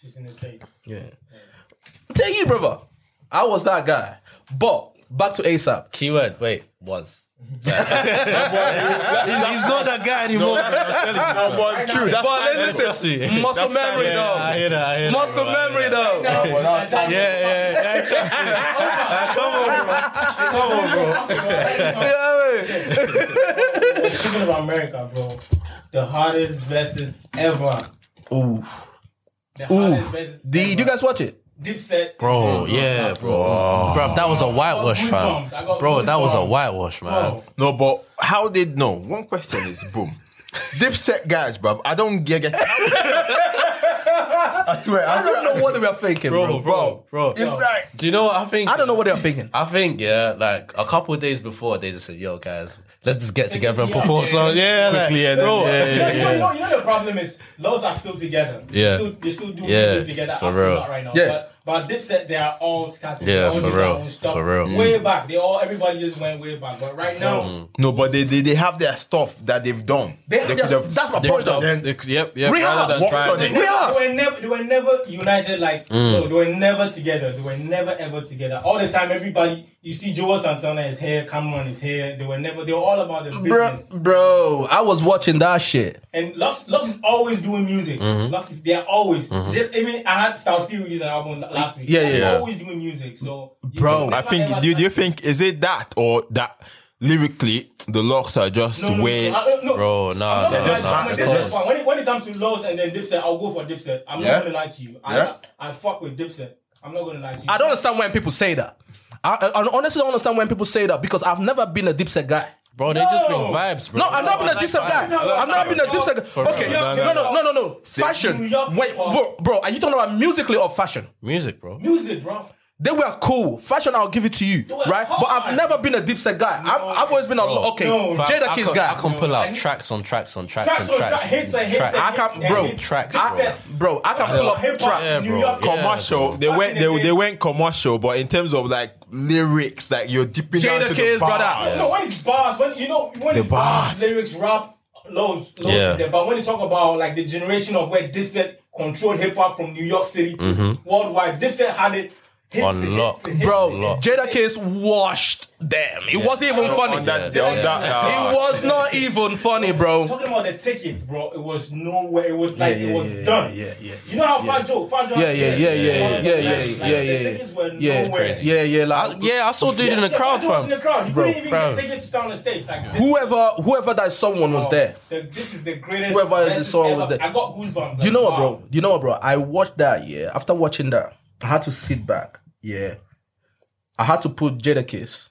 Speaker 5: She's in the state.
Speaker 1: Yeah. Tell you, brother. I was that guy. But back to ASAP.
Speaker 4: Keyword. Wait, was. he's, he's not that guy anymore.
Speaker 6: No, but true. That's
Speaker 1: But
Speaker 6: fine.
Speaker 1: then listen, muscle
Speaker 6: That's time,
Speaker 1: memory
Speaker 6: yeah, I
Speaker 1: though.
Speaker 6: hear that, I hear that,
Speaker 1: Muscle
Speaker 6: bro, I hear
Speaker 1: memory
Speaker 6: that. *laughs*
Speaker 1: though.
Speaker 5: No, well,
Speaker 10: that's
Speaker 5: time.
Speaker 6: Yeah, yeah, yeah. trust me. Ah, Come on, bro.
Speaker 1: You know what I mean?
Speaker 5: Speaking about America, bro, the hardest versus ever.
Speaker 1: Ooh.
Speaker 5: The
Speaker 1: Ooh.
Speaker 5: hardest versus
Speaker 1: Did
Speaker 5: ever.
Speaker 1: you guys watch it?
Speaker 5: Dipset.
Speaker 4: Bro, Oh, yeah, bro.
Speaker 6: Oh.
Speaker 4: Bro, that was a whitewash, fam.
Speaker 5: goosebumps. I got
Speaker 4: Bro, that was a
Speaker 5: goosebumps.
Speaker 4: whitewash, man.
Speaker 5: Bro.
Speaker 6: No, but how did no? One question is boom. Dipset guys, bruv. I don't get. get I swear, I
Speaker 1: *laughs*
Speaker 6: swear.
Speaker 1: I don't know what they were thinking, bro.
Speaker 4: bro, bro.
Speaker 6: It's like
Speaker 4: Do you know what I think?
Speaker 1: I don't know what they were thinking.
Speaker 4: I think yeah, like a couple of days before, they just said, "Yo, guys, let's just get together and perform songs." Yeah, like,
Speaker 3: Quickly and then-
Speaker 4: bro.
Speaker 3: yeah,
Speaker 5: You know,
Speaker 3: yeah,
Speaker 5: you, know, you, know, you know the problem is laws are still together. They
Speaker 4: Yeah.
Speaker 5: still, they still do
Speaker 4: Yeah,
Speaker 5: music together
Speaker 4: for
Speaker 5: up
Speaker 4: real.
Speaker 5: to that right now.
Speaker 1: Yeah.
Speaker 5: But, but Dipset, they are all scattered.
Speaker 4: Yeah,
Speaker 5: They all
Speaker 4: for
Speaker 5: do their
Speaker 4: real.
Speaker 5: own stuff.
Speaker 4: For real. Mm.
Speaker 5: Way back, they all everybody just went way back. But right now,
Speaker 6: no, but they, they they have their stuff that they've done.
Speaker 1: They, that's, that's my
Speaker 3: They could
Speaker 1: point though.
Speaker 3: have-
Speaker 6: then-
Speaker 3: they could- yep, yep.
Speaker 1: Rehearse.
Speaker 3: rather than
Speaker 6: Worked
Speaker 3: trying
Speaker 6: on
Speaker 3: to-
Speaker 6: it.
Speaker 5: They
Speaker 1: We are.
Speaker 5: were never, they were never united. Like
Speaker 4: Mm.
Speaker 5: no, they were never together. They were never ever together. All the time, everybody you see, Joel Santana is here, Cameron is here. They were never. They were all about the
Speaker 1: Bro,
Speaker 5: business.
Speaker 1: bro, I was watching that shit.
Speaker 5: And Lux, Lux is always doing music.
Speaker 4: Mm-hmm.
Speaker 5: Lux is there always. Zip- Even I had Style Speed release an album la- last week.
Speaker 1: Yeah, yeah,
Speaker 5: He's
Speaker 1: yeah.
Speaker 5: Always doing music. So you
Speaker 1: Bro,
Speaker 5: can
Speaker 6: I
Speaker 5: never ever
Speaker 6: think. Do, do you
Speaker 5: touch-
Speaker 6: think is it that or that lyrically the locks are just
Speaker 5: No, no,
Speaker 6: way?
Speaker 5: no, I- no,
Speaker 4: Bro, nah,
Speaker 5: I'm not
Speaker 4: nah,
Speaker 5: gonna
Speaker 6: just
Speaker 5: lie to
Speaker 6: hard
Speaker 5: you,
Speaker 6: because-
Speaker 5: When it, when it comes to Lows and then Dipset, I'll go for Dipset. I'm
Speaker 6: Yeah?
Speaker 5: not gonna lie to you. I,
Speaker 6: Yeah?
Speaker 5: I fuck with Dipset. I'm not gonna lie to you.
Speaker 1: I don't understand when people say that. I, I I honestly don't understand when people say that because I've never been a dipset guy.
Speaker 4: bro. They just bring
Speaker 5: No.
Speaker 4: vibes, bro.
Speaker 1: No, I've not been a dipset guy. I've not been a dipset guy. Okay, no, no, no, no, no. Fashion. Wait, bro, bro, are you talking about musically or fashion?
Speaker 4: Music, bro.
Speaker 5: Music, bro.
Speaker 1: They were cool. Fashion, I'll give it to you,
Speaker 5: were
Speaker 1: right? But I've
Speaker 5: hard.
Speaker 1: never been a dipset guy. I'm, I've always been a okay
Speaker 5: No.
Speaker 1: Jada
Speaker 4: I
Speaker 1: Kiss
Speaker 4: can,
Speaker 1: guy.
Speaker 4: I can pull out tracks on tracks on tracks,
Speaker 5: Tracks
Speaker 4: on
Speaker 5: on
Speaker 4: tracks.
Speaker 5: track, hits on hits
Speaker 4: Tracks.
Speaker 5: on
Speaker 1: I
Speaker 5: hits
Speaker 1: can-
Speaker 5: and
Speaker 1: bro,
Speaker 5: hits.
Speaker 4: tracks,
Speaker 5: Dipset,
Speaker 1: bro,
Speaker 4: bro.
Speaker 1: I can pull up
Speaker 5: hip-hop,
Speaker 1: tracks.
Speaker 5: New
Speaker 4: bro.
Speaker 5: York,
Speaker 4: Yeah.
Speaker 6: commercial. They went
Speaker 5: Back in the
Speaker 6: they,
Speaker 5: day-
Speaker 6: they went commercial, but in terms of like lyrics, like you're dipping
Speaker 1: Jada
Speaker 6: down to
Speaker 1: Kiss,
Speaker 6: the bars.
Speaker 1: brother.
Speaker 5: No, when it's bars, when you know when
Speaker 6: The
Speaker 5: it's bars,
Speaker 6: bars.
Speaker 5: lyrics, rap, loads, loads
Speaker 4: Yeah.
Speaker 5: is there. But when you talk about like the generation of where Dipset controlled hip hop from New York City to
Speaker 1: Mm-hmm.
Speaker 4: Mhm.
Speaker 5: worldwide. Dipset had it. hit
Speaker 4: On
Speaker 5: to hit
Speaker 4: lock.
Speaker 5: to hit
Speaker 4: Bro,
Speaker 5: to hit to
Speaker 4: Jada
Speaker 1: Jada Kiss washed them. It wasn't even
Speaker 5: On
Speaker 1: funny.
Speaker 5: that- on that, uh,
Speaker 1: it was not even funny, bro.
Speaker 5: Talking about the tickets, bro, it was nowhere. It was like
Speaker 1: Yeah,
Speaker 5: it
Speaker 1: yeah,
Speaker 5: was
Speaker 1: yeah,
Speaker 5: done.
Speaker 1: yeah, yeah,
Speaker 5: You know how
Speaker 1: yeah.
Speaker 5: Fat Joe, Fat Joe,
Speaker 1: Yeah, yeah, yeah, yeah, yeah, yeah, yeah,
Speaker 5: Like,
Speaker 1: yeah,
Speaker 5: The
Speaker 1: yeah,
Speaker 5: tickets were
Speaker 1: yeah,
Speaker 5: nowhere.
Speaker 1: yeah, yeah, yeah. Like,
Speaker 4: yeah, I saw dude in the crowd,
Speaker 5: Fat Joe was in
Speaker 4: fam.
Speaker 5: the crowd. He
Speaker 1: Bro,
Speaker 5: couldn't even
Speaker 1: bro.
Speaker 5: get tickets to down the stage. Like this,
Speaker 1: Whoever, whoever that someone
Speaker 5: Oh.
Speaker 1: was there.
Speaker 5: the, this is the greatest.
Speaker 1: Whoever is the
Speaker 5: best
Speaker 1: song
Speaker 5: ever.
Speaker 1: was there.
Speaker 5: I got goosebumps.
Speaker 1: Do
Speaker 5: like,
Speaker 1: you know what,
Speaker 5: wow.
Speaker 1: bro? Do you know what, bro? I watched that. Yeah. After watching that, I had to sit back. Yeah. I had to put Jada Kiss.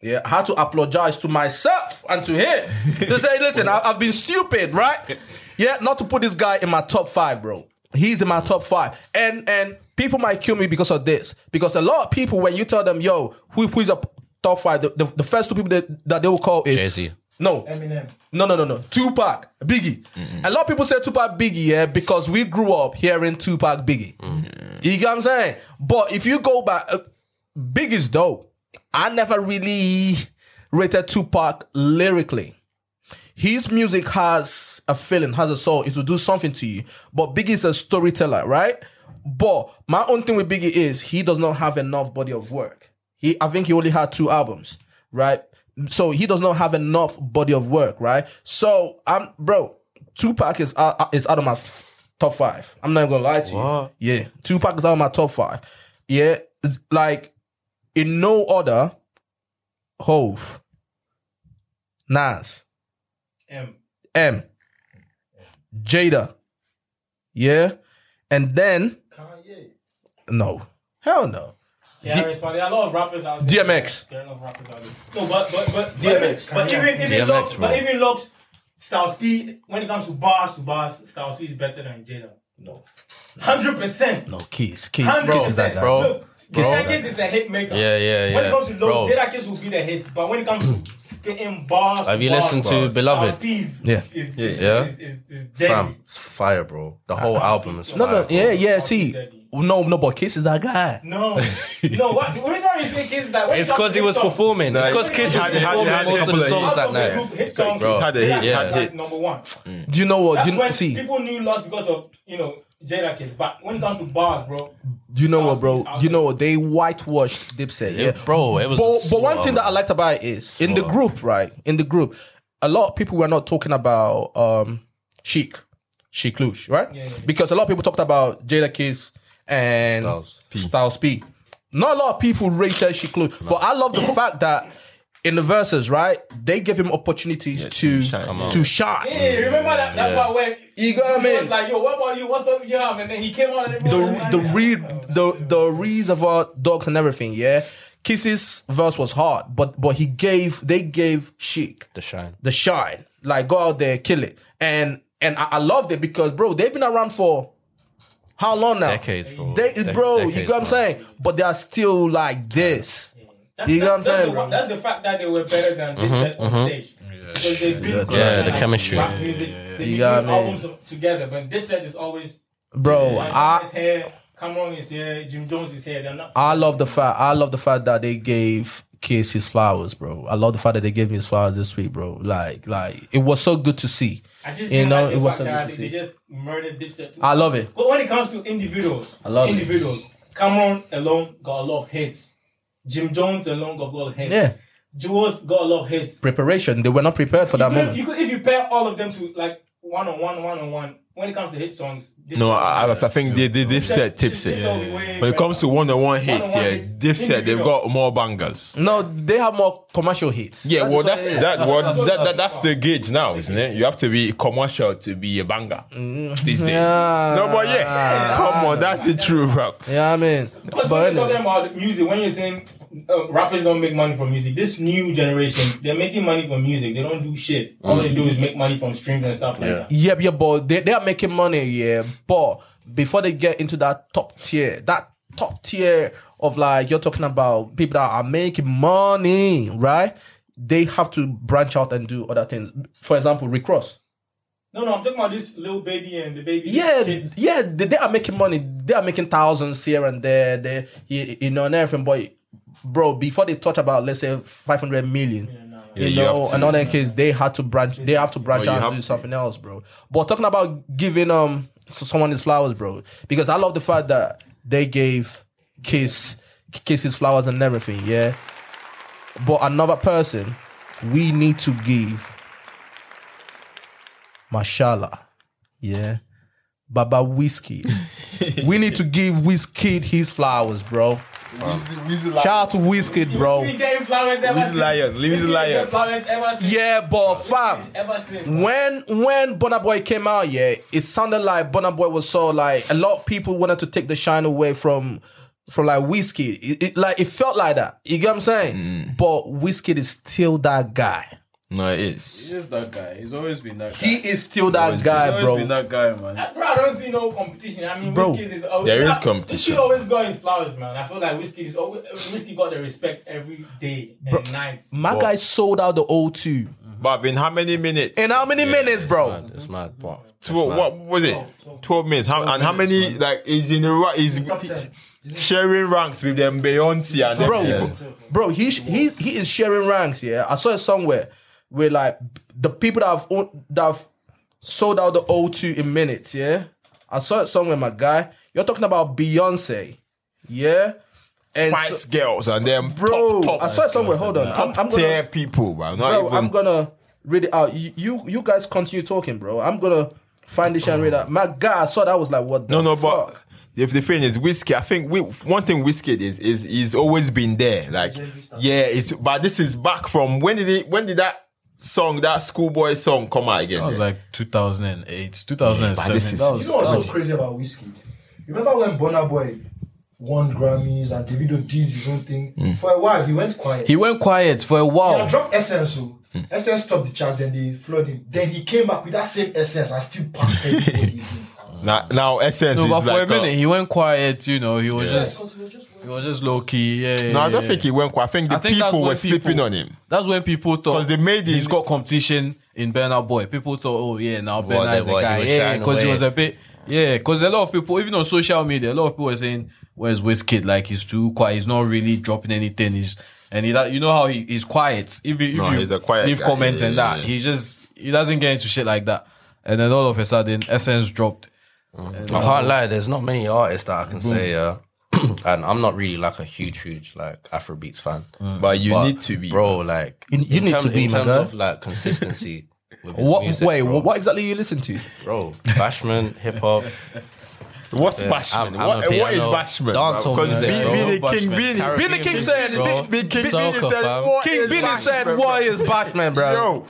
Speaker 1: Yeah, I had to apologize to myself and to him to say, listen, I, I've been stupid, right? Yeah, not to put this guy in my top five, bro. He's in my top five, and and people might kill me because of this. Because a lot of people, when you tell them, yo, who who is a p- top five, the, the, the first two people that, that they will call is
Speaker 4: Jay-Z.
Speaker 1: No,
Speaker 10: Eminem.
Speaker 1: no, no, no, no. Tupac, Biggie. A lot of people say Tupac, Biggie, yeah, because we grew up hearing Tupac, Biggie. You get what I'm saying? But if you go back, uh, Biggie's dope. I never really rated Tupac lyrically. His music has a feeling, has a soul. It will do something to you. But Biggie's a storyteller, right? But my own thing with Biggie is he does not have enough body of work. He, I think he only had two albums, right? So he does not have enough body of work, right? So I'm, bro, Tupac is out, is out of my f- top five. I'm not gonna lie to
Speaker 4: What?
Speaker 1: you. Yeah, Tupac is out of my top five. Yeah, it's like in no order, Hove, Nas,
Speaker 5: M.
Speaker 1: M, Jada, yeah, and then no, hell no,
Speaker 5: Yeah, I responded. A lot of rappers out there.
Speaker 1: DMX.
Speaker 5: There are a lot of rappers out there. No, but but but
Speaker 1: DMX.
Speaker 5: But, but even even
Speaker 4: DMX,
Speaker 5: locks,
Speaker 4: bro.
Speaker 5: but even locks, Styles P. When it comes to bars to bars, Styles P is better than Jada.
Speaker 1: No.
Speaker 5: Hundred percent.
Speaker 1: no, Keys, Keys,
Speaker 5: Hundred
Speaker 1: Keys is that guy,
Speaker 4: bro.
Speaker 5: Look,
Speaker 4: Bro.
Speaker 5: Jada Kiss is a hit maker.
Speaker 4: Yeah, yeah,
Speaker 5: When it
Speaker 4: yeah.
Speaker 5: comes to
Speaker 4: Bro.
Speaker 5: low, Jada Kiss will be the hits. But when it comes to spitting bars,
Speaker 4: Have you
Speaker 5: bars,
Speaker 4: listened to
Speaker 5: bars,
Speaker 4: Beloved?
Speaker 5: Styles P is,
Speaker 1: Yeah.
Speaker 5: is,
Speaker 4: Yeah.
Speaker 5: is,
Speaker 4: Yeah.
Speaker 5: is, is, is deadly.
Speaker 4: Fam, it's fire, bro. The whole album is fire.
Speaker 1: no, no,
Speaker 4: bro.
Speaker 1: yeah, yeah. See, no, no, but Kiss is that guy.
Speaker 5: No, no. What? The reason why we say Kiss is that when it
Speaker 4: It's
Speaker 5: comes
Speaker 4: because
Speaker 5: to
Speaker 4: he was
Speaker 5: hip-hop-
Speaker 4: performing.
Speaker 6: Nah,
Speaker 4: It's because
Speaker 6: he
Speaker 4: Kiss was
Speaker 6: had- had-
Speaker 4: performing
Speaker 6: had a
Speaker 4: most of the
Speaker 6: couple of
Speaker 4: songs that
Speaker 5: Out of
Speaker 4: night. Mm.
Speaker 5: group hit songs,
Speaker 4: Bro.
Speaker 5: Jada
Speaker 6: Had a hit,
Speaker 5: Kiss
Speaker 4: had
Speaker 5: is
Speaker 4: hits.
Speaker 5: like number one.
Speaker 1: Do you know what?
Speaker 5: That's
Speaker 1: Do you,
Speaker 5: when
Speaker 1: see,
Speaker 5: people knew Lost because of you know Jada Kiss. But when it comes to bars, bro,
Speaker 1: do you know what, bro?
Speaker 5: Out
Speaker 1: Do you
Speaker 5: there.
Speaker 1: know what? They whitewashed Dipset, yeah,
Speaker 4: Yeah, bro, it was a
Speaker 1: But, but one
Speaker 4: slow
Speaker 1: thing that I
Speaker 4: album.
Speaker 1: liked about it is in the group, right? In the group, a lot of people were not talking about um Chic, Chic Lush, right?
Speaker 5: Yeah, yeah.
Speaker 1: Because a lot of people talked about Jada Kiss and
Speaker 4: Styles P.
Speaker 1: Styles P. Not a lot of people rated Chic Lush, but I love the fact that in the verses, right, they give him opportunities to
Speaker 4: Come on.
Speaker 1: to shine.
Speaker 5: yeah,
Speaker 4: Mm.
Speaker 5: yeah, remember that, that part where
Speaker 1: You got what I
Speaker 5: he
Speaker 1: mean?
Speaker 5: was like, "Yo, what about you? What's up with you?" And then he came out and
Speaker 1: the
Speaker 5: everyone was like,
Speaker 1: the read the the reservoir dogs and everything. Yeah, Kisses verse was hard, but but he gave they gave Chic
Speaker 4: The shine.
Speaker 1: the shine. Like go out there, kill it, and and I, I loved it because bro, they've been around for how long now?
Speaker 4: Decades, bro.
Speaker 1: They,
Speaker 4: Dec-
Speaker 1: bro, you
Speaker 4: decades,
Speaker 1: get what I'm
Speaker 4: bro.
Speaker 1: saying? But they are still like this.
Speaker 5: That's,
Speaker 1: You know what I'm
Speaker 5: that's
Speaker 1: saying,
Speaker 5: the,
Speaker 1: bro?
Speaker 5: one- That's the fact that they were better than they said on stage. Because they built
Speaker 4: Mm-hmm, Yeah,
Speaker 5: together,
Speaker 4: the
Speaker 5: like,
Speaker 4: chemistry.
Speaker 5: Rap music, they
Speaker 1: You
Speaker 5: you
Speaker 1: got
Speaker 5: got
Speaker 1: what I mean?
Speaker 5: albums together, but this set is always
Speaker 1: Bro,
Speaker 5: Jackson
Speaker 1: I
Speaker 5: is here, Cameron is here, Jim Jones is here. They're not.
Speaker 1: I love the fact I love the fact that they gave Kiss his flowers, bro. I love the fact that they gave me his flowers this week, bro. Like like it was so good to see.
Speaker 5: I just
Speaker 1: You
Speaker 5: don't
Speaker 1: know,
Speaker 5: like
Speaker 1: it
Speaker 5: the fact
Speaker 1: was so good
Speaker 5: that
Speaker 1: to
Speaker 5: they
Speaker 1: see.
Speaker 5: just murdered Dipset. too.
Speaker 1: I love it.
Speaker 5: But when it comes to individuals,
Speaker 1: I love it.
Speaker 5: individuals, Cameron alone got a lot of hits. Jim Jones alone got a lot of hits.
Speaker 1: Yeah.
Speaker 5: Jules got a lot of hits.
Speaker 1: Preparation. They were not prepared for that
Speaker 5: you could,
Speaker 1: moment.
Speaker 5: You could, if you pair all of them to like one on one, one on one. When it comes to hit songs, this
Speaker 6: No,
Speaker 5: song-
Speaker 6: I, I- I think they, they, they've said tips it.
Speaker 5: Yeah, yeah, yeah.
Speaker 6: When it comes to one on one hit,
Speaker 5: One-on-one
Speaker 6: yeah,
Speaker 5: hits,
Speaker 6: they've said they've
Speaker 5: individual.
Speaker 6: got more bangers.
Speaker 1: No, they have more commercial hits.
Speaker 6: Yeah, well,
Speaker 1: is what it
Speaker 6: that's
Speaker 1: is.
Speaker 6: that. Well,
Speaker 5: that's-
Speaker 6: that, that,
Speaker 5: that's-
Speaker 6: that's the gauge now, isn't it? You have to be commercial to be a banger these days.
Speaker 1: Yeah.
Speaker 6: No, but yeah, come on, that's the truth, bro.
Speaker 1: Ah, Yeah, I mean,
Speaker 5: Because
Speaker 1: but
Speaker 5: when you're
Speaker 1: anyway.
Speaker 5: talking about music, when you're saying uh, rappers don't make money from music, this new generation, they're making money from music. They don't do shit. All they do is make money from streams and stuff like that.
Speaker 1: Mm. yeah, yeah, but they, they are making money, yeah. But before they get into that top tier, that top tier of like you're talking about people that are making money, right? They have to branch out and do other things. For example, Recross.
Speaker 5: No, no, I'm talking about this little baby and the baby.
Speaker 1: Yeah,
Speaker 5: kids.
Speaker 1: yeah, they, they are making money. They are making thousands here and there. They, you, you know, and everything. But bro, before they touch about let's say five hundred million, you
Speaker 6: you
Speaker 1: know,
Speaker 6: have to-
Speaker 1: and other case they had to branch. They have to branch
Speaker 6: Well, you
Speaker 1: out
Speaker 6: have
Speaker 1: and do
Speaker 6: to.
Speaker 1: something else, bro. But talking about giving um s- someone his flowers, bro. Because I love the fact that they gave Kiss Kiss his flowers and everything, yeah. But another person, we need to give Mashallah, yeah.
Speaker 3: *laughs*
Speaker 1: Baba Whiskey. we need to give Whiskey his flowers, bro. Shout out to Whiskey, bro.
Speaker 5: We gave flowers ever
Speaker 1: Leave
Speaker 5: since.
Speaker 1: lion, leave
Speaker 5: We
Speaker 1: lion.
Speaker 5: gave flowers ever since.
Speaker 1: Yeah, but fam,
Speaker 5: Ever since.
Speaker 1: when when Bonner Boy came out, yeah, it sounded like Bonner Boy was so like a lot of people wanted to take the shine away from from like Whiskey. It, it- like it felt like that. You get what I'm saying?
Speaker 3: Mm.
Speaker 1: But Whiskey is still that guy.
Speaker 4: No, it is.
Speaker 3: He's just that guy. He's always been that guy.
Speaker 1: He is still that guy,
Speaker 3: He's always
Speaker 1: bro.
Speaker 3: been that guy, man.
Speaker 5: Bro, I don't see no competition. I mean,
Speaker 1: Bro,
Speaker 5: whiskey is always,
Speaker 3: there is
Speaker 5: Nah,
Speaker 3: competition.
Speaker 5: Whiskey always got his flowers, man. I feel like whiskey is always whiskey got the respect every day and night.
Speaker 1: My guy sold out the O2.
Speaker 6: But in how many minutes?
Speaker 1: In how many minutes, bro?
Speaker 4: It's mad, bro.
Speaker 6: Twelve, what was it? Twelve minutes. How, and how many like is in the right? Is sharing ranks with them Beyonce and them
Speaker 1: bro,
Speaker 6: people.
Speaker 1: bro, he he he is sharing ranks. Yeah, I saw it somewhere where like the people that have own- that have sold out the O2 in minutes. Yeah, I saw it somewhere, my guy. You're talking about Beyonce, yeah,
Speaker 6: Spice Girls and them
Speaker 1: bro.
Speaker 6: top, top
Speaker 1: I saw it somewhere. Hold on, I'm, I'm
Speaker 6: tier
Speaker 1: gonna,
Speaker 6: people, bro. Not
Speaker 1: bro,
Speaker 6: even,
Speaker 1: I'm gonna read it out. You, you you guys continue talking, bro. I'm gonna find this and read out. My guy, I saw that. I was like, what? The
Speaker 6: No, no,
Speaker 1: fuck?
Speaker 6: but if the thing is whiskey, I think we, one thing whiskey is is he's always been there. Like, yeah, it's but this is back from when did it, when did that song that schoolboy song come out again?
Speaker 3: That was like 2008,
Speaker 6: Yeah, but
Speaker 3: 2007.
Speaker 6: this is-
Speaker 3: that
Speaker 10: You
Speaker 3: was,
Speaker 10: know what's so crazy about whiskey? Remember when Bonner Boy won Grammys and Davido did his own thing? For a while, he went quiet.
Speaker 3: Mm. he went Mm. quiet for a
Speaker 10: He
Speaker 3: while.
Speaker 10: had dropped Essence. So. Essence stopped the chart, then they flooded him. Then he came back with that same Essence and still passed everybody.
Speaker 3: *laughs*
Speaker 10: again.
Speaker 6: now, now essence
Speaker 3: No,
Speaker 6: is
Speaker 3: but for
Speaker 6: like
Speaker 3: a minute, he went quiet. You know, he was
Speaker 6: Yeah.
Speaker 3: just he was just low key. Yeah,
Speaker 6: no, I don't
Speaker 3: yeah.
Speaker 6: think he went. quiet. I think the
Speaker 3: I think that's
Speaker 6: people
Speaker 3: when
Speaker 6: were sleeping
Speaker 3: people-
Speaker 6: on him.
Speaker 3: That's when people thought
Speaker 6: 'Cause they made
Speaker 3: he's
Speaker 6: it-
Speaker 3: got competition in Burnout Boy. People thought, oh yeah, now
Speaker 4: Well,
Speaker 3: Burnout
Speaker 4: they
Speaker 3: is the
Speaker 4: were- he
Speaker 3: guy.
Speaker 4: was
Speaker 3: Yeah,
Speaker 4: shying
Speaker 3: because he
Speaker 4: away.
Speaker 3: was a bit. Yeah, because a lot of people, even on social media, a lot of people are saying, "Where's Wizkid? Like he's too quiet. He's not really dropping anything. He's and he, that- you know how he, he's quiet. If you, if
Speaker 6: No,
Speaker 3: you
Speaker 6: he's a quiet
Speaker 3: leave
Speaker 6: guy.
Speaker 3: comments
Speaker 6: Yeah,
Speaker 3: and
Speaker 6: yeah,
Speaker 3: that,
Speaker 6: yeah.
Speaker 3: he just he doesn't get into shit like that. And then all of a sudden, Essence dropped.
Speaker 4: I can't lie, there's not many artists that I can
Speaker 1: Mm.
Speaker 4: say, yeah. *clears throat* and I'm not really like a huge, huge like Afrobeats fan.
Speaker 1: Mm.
Speaker 6: But you need to be,
Speaker 4: bro. Like
Speaker 1: You- you
Speaker 4: in
Speaker 1: need
Speaker 4: terms-
Speaker 1: to be,
Speaker 4: in
Speaker 1: my
Speaker 4: terms
Speaker 1: guy.
Speaker 4: of like
Speaker 1: *laughs*
Speaker 4: consistency. with his
Speaker 1: What?
Speaker 4: music,
Speaker 1: wait,
Speaker 4: bro.
Speaker 1: what exactly you listen to?
Speaker 4: bro? Bashman, hip hop.
Speaker 6: What's
Speaker 4: Yeah,
Speaker 6: Bashman?
Speaker 4: I'm- I'm
Speaker 6: What,
Speaker 4: a
Speaker 6: what is
Speaker 4: piano
Speaker 6: Bashman?
Speaker 4: dancehall
Speaker 6: Because
Speaker 4: music,
Speaker 6: B,
Speaker 4: bro.
Speaker 6: B, the
Speaker 4: Bashman.
Speaker 6: King Beanie,
Speaker 4: Caribbean
Speaker 1: Billy King
Speaker 4: music,
Speaker 1: said-
Speaker 4: bro.
Speaker 6: B, King Beanie
Speaker 4: Soca,
Speaker 6: said,
Speaker 4: fam.
Speaker 6: "What
Speaker 1: King
Speaker 6: is
Speaker 1: Billy said,
Speaker 6: Bashman,
Speaker 1: "What is Batman, bro?"
Speaker 6: Yo,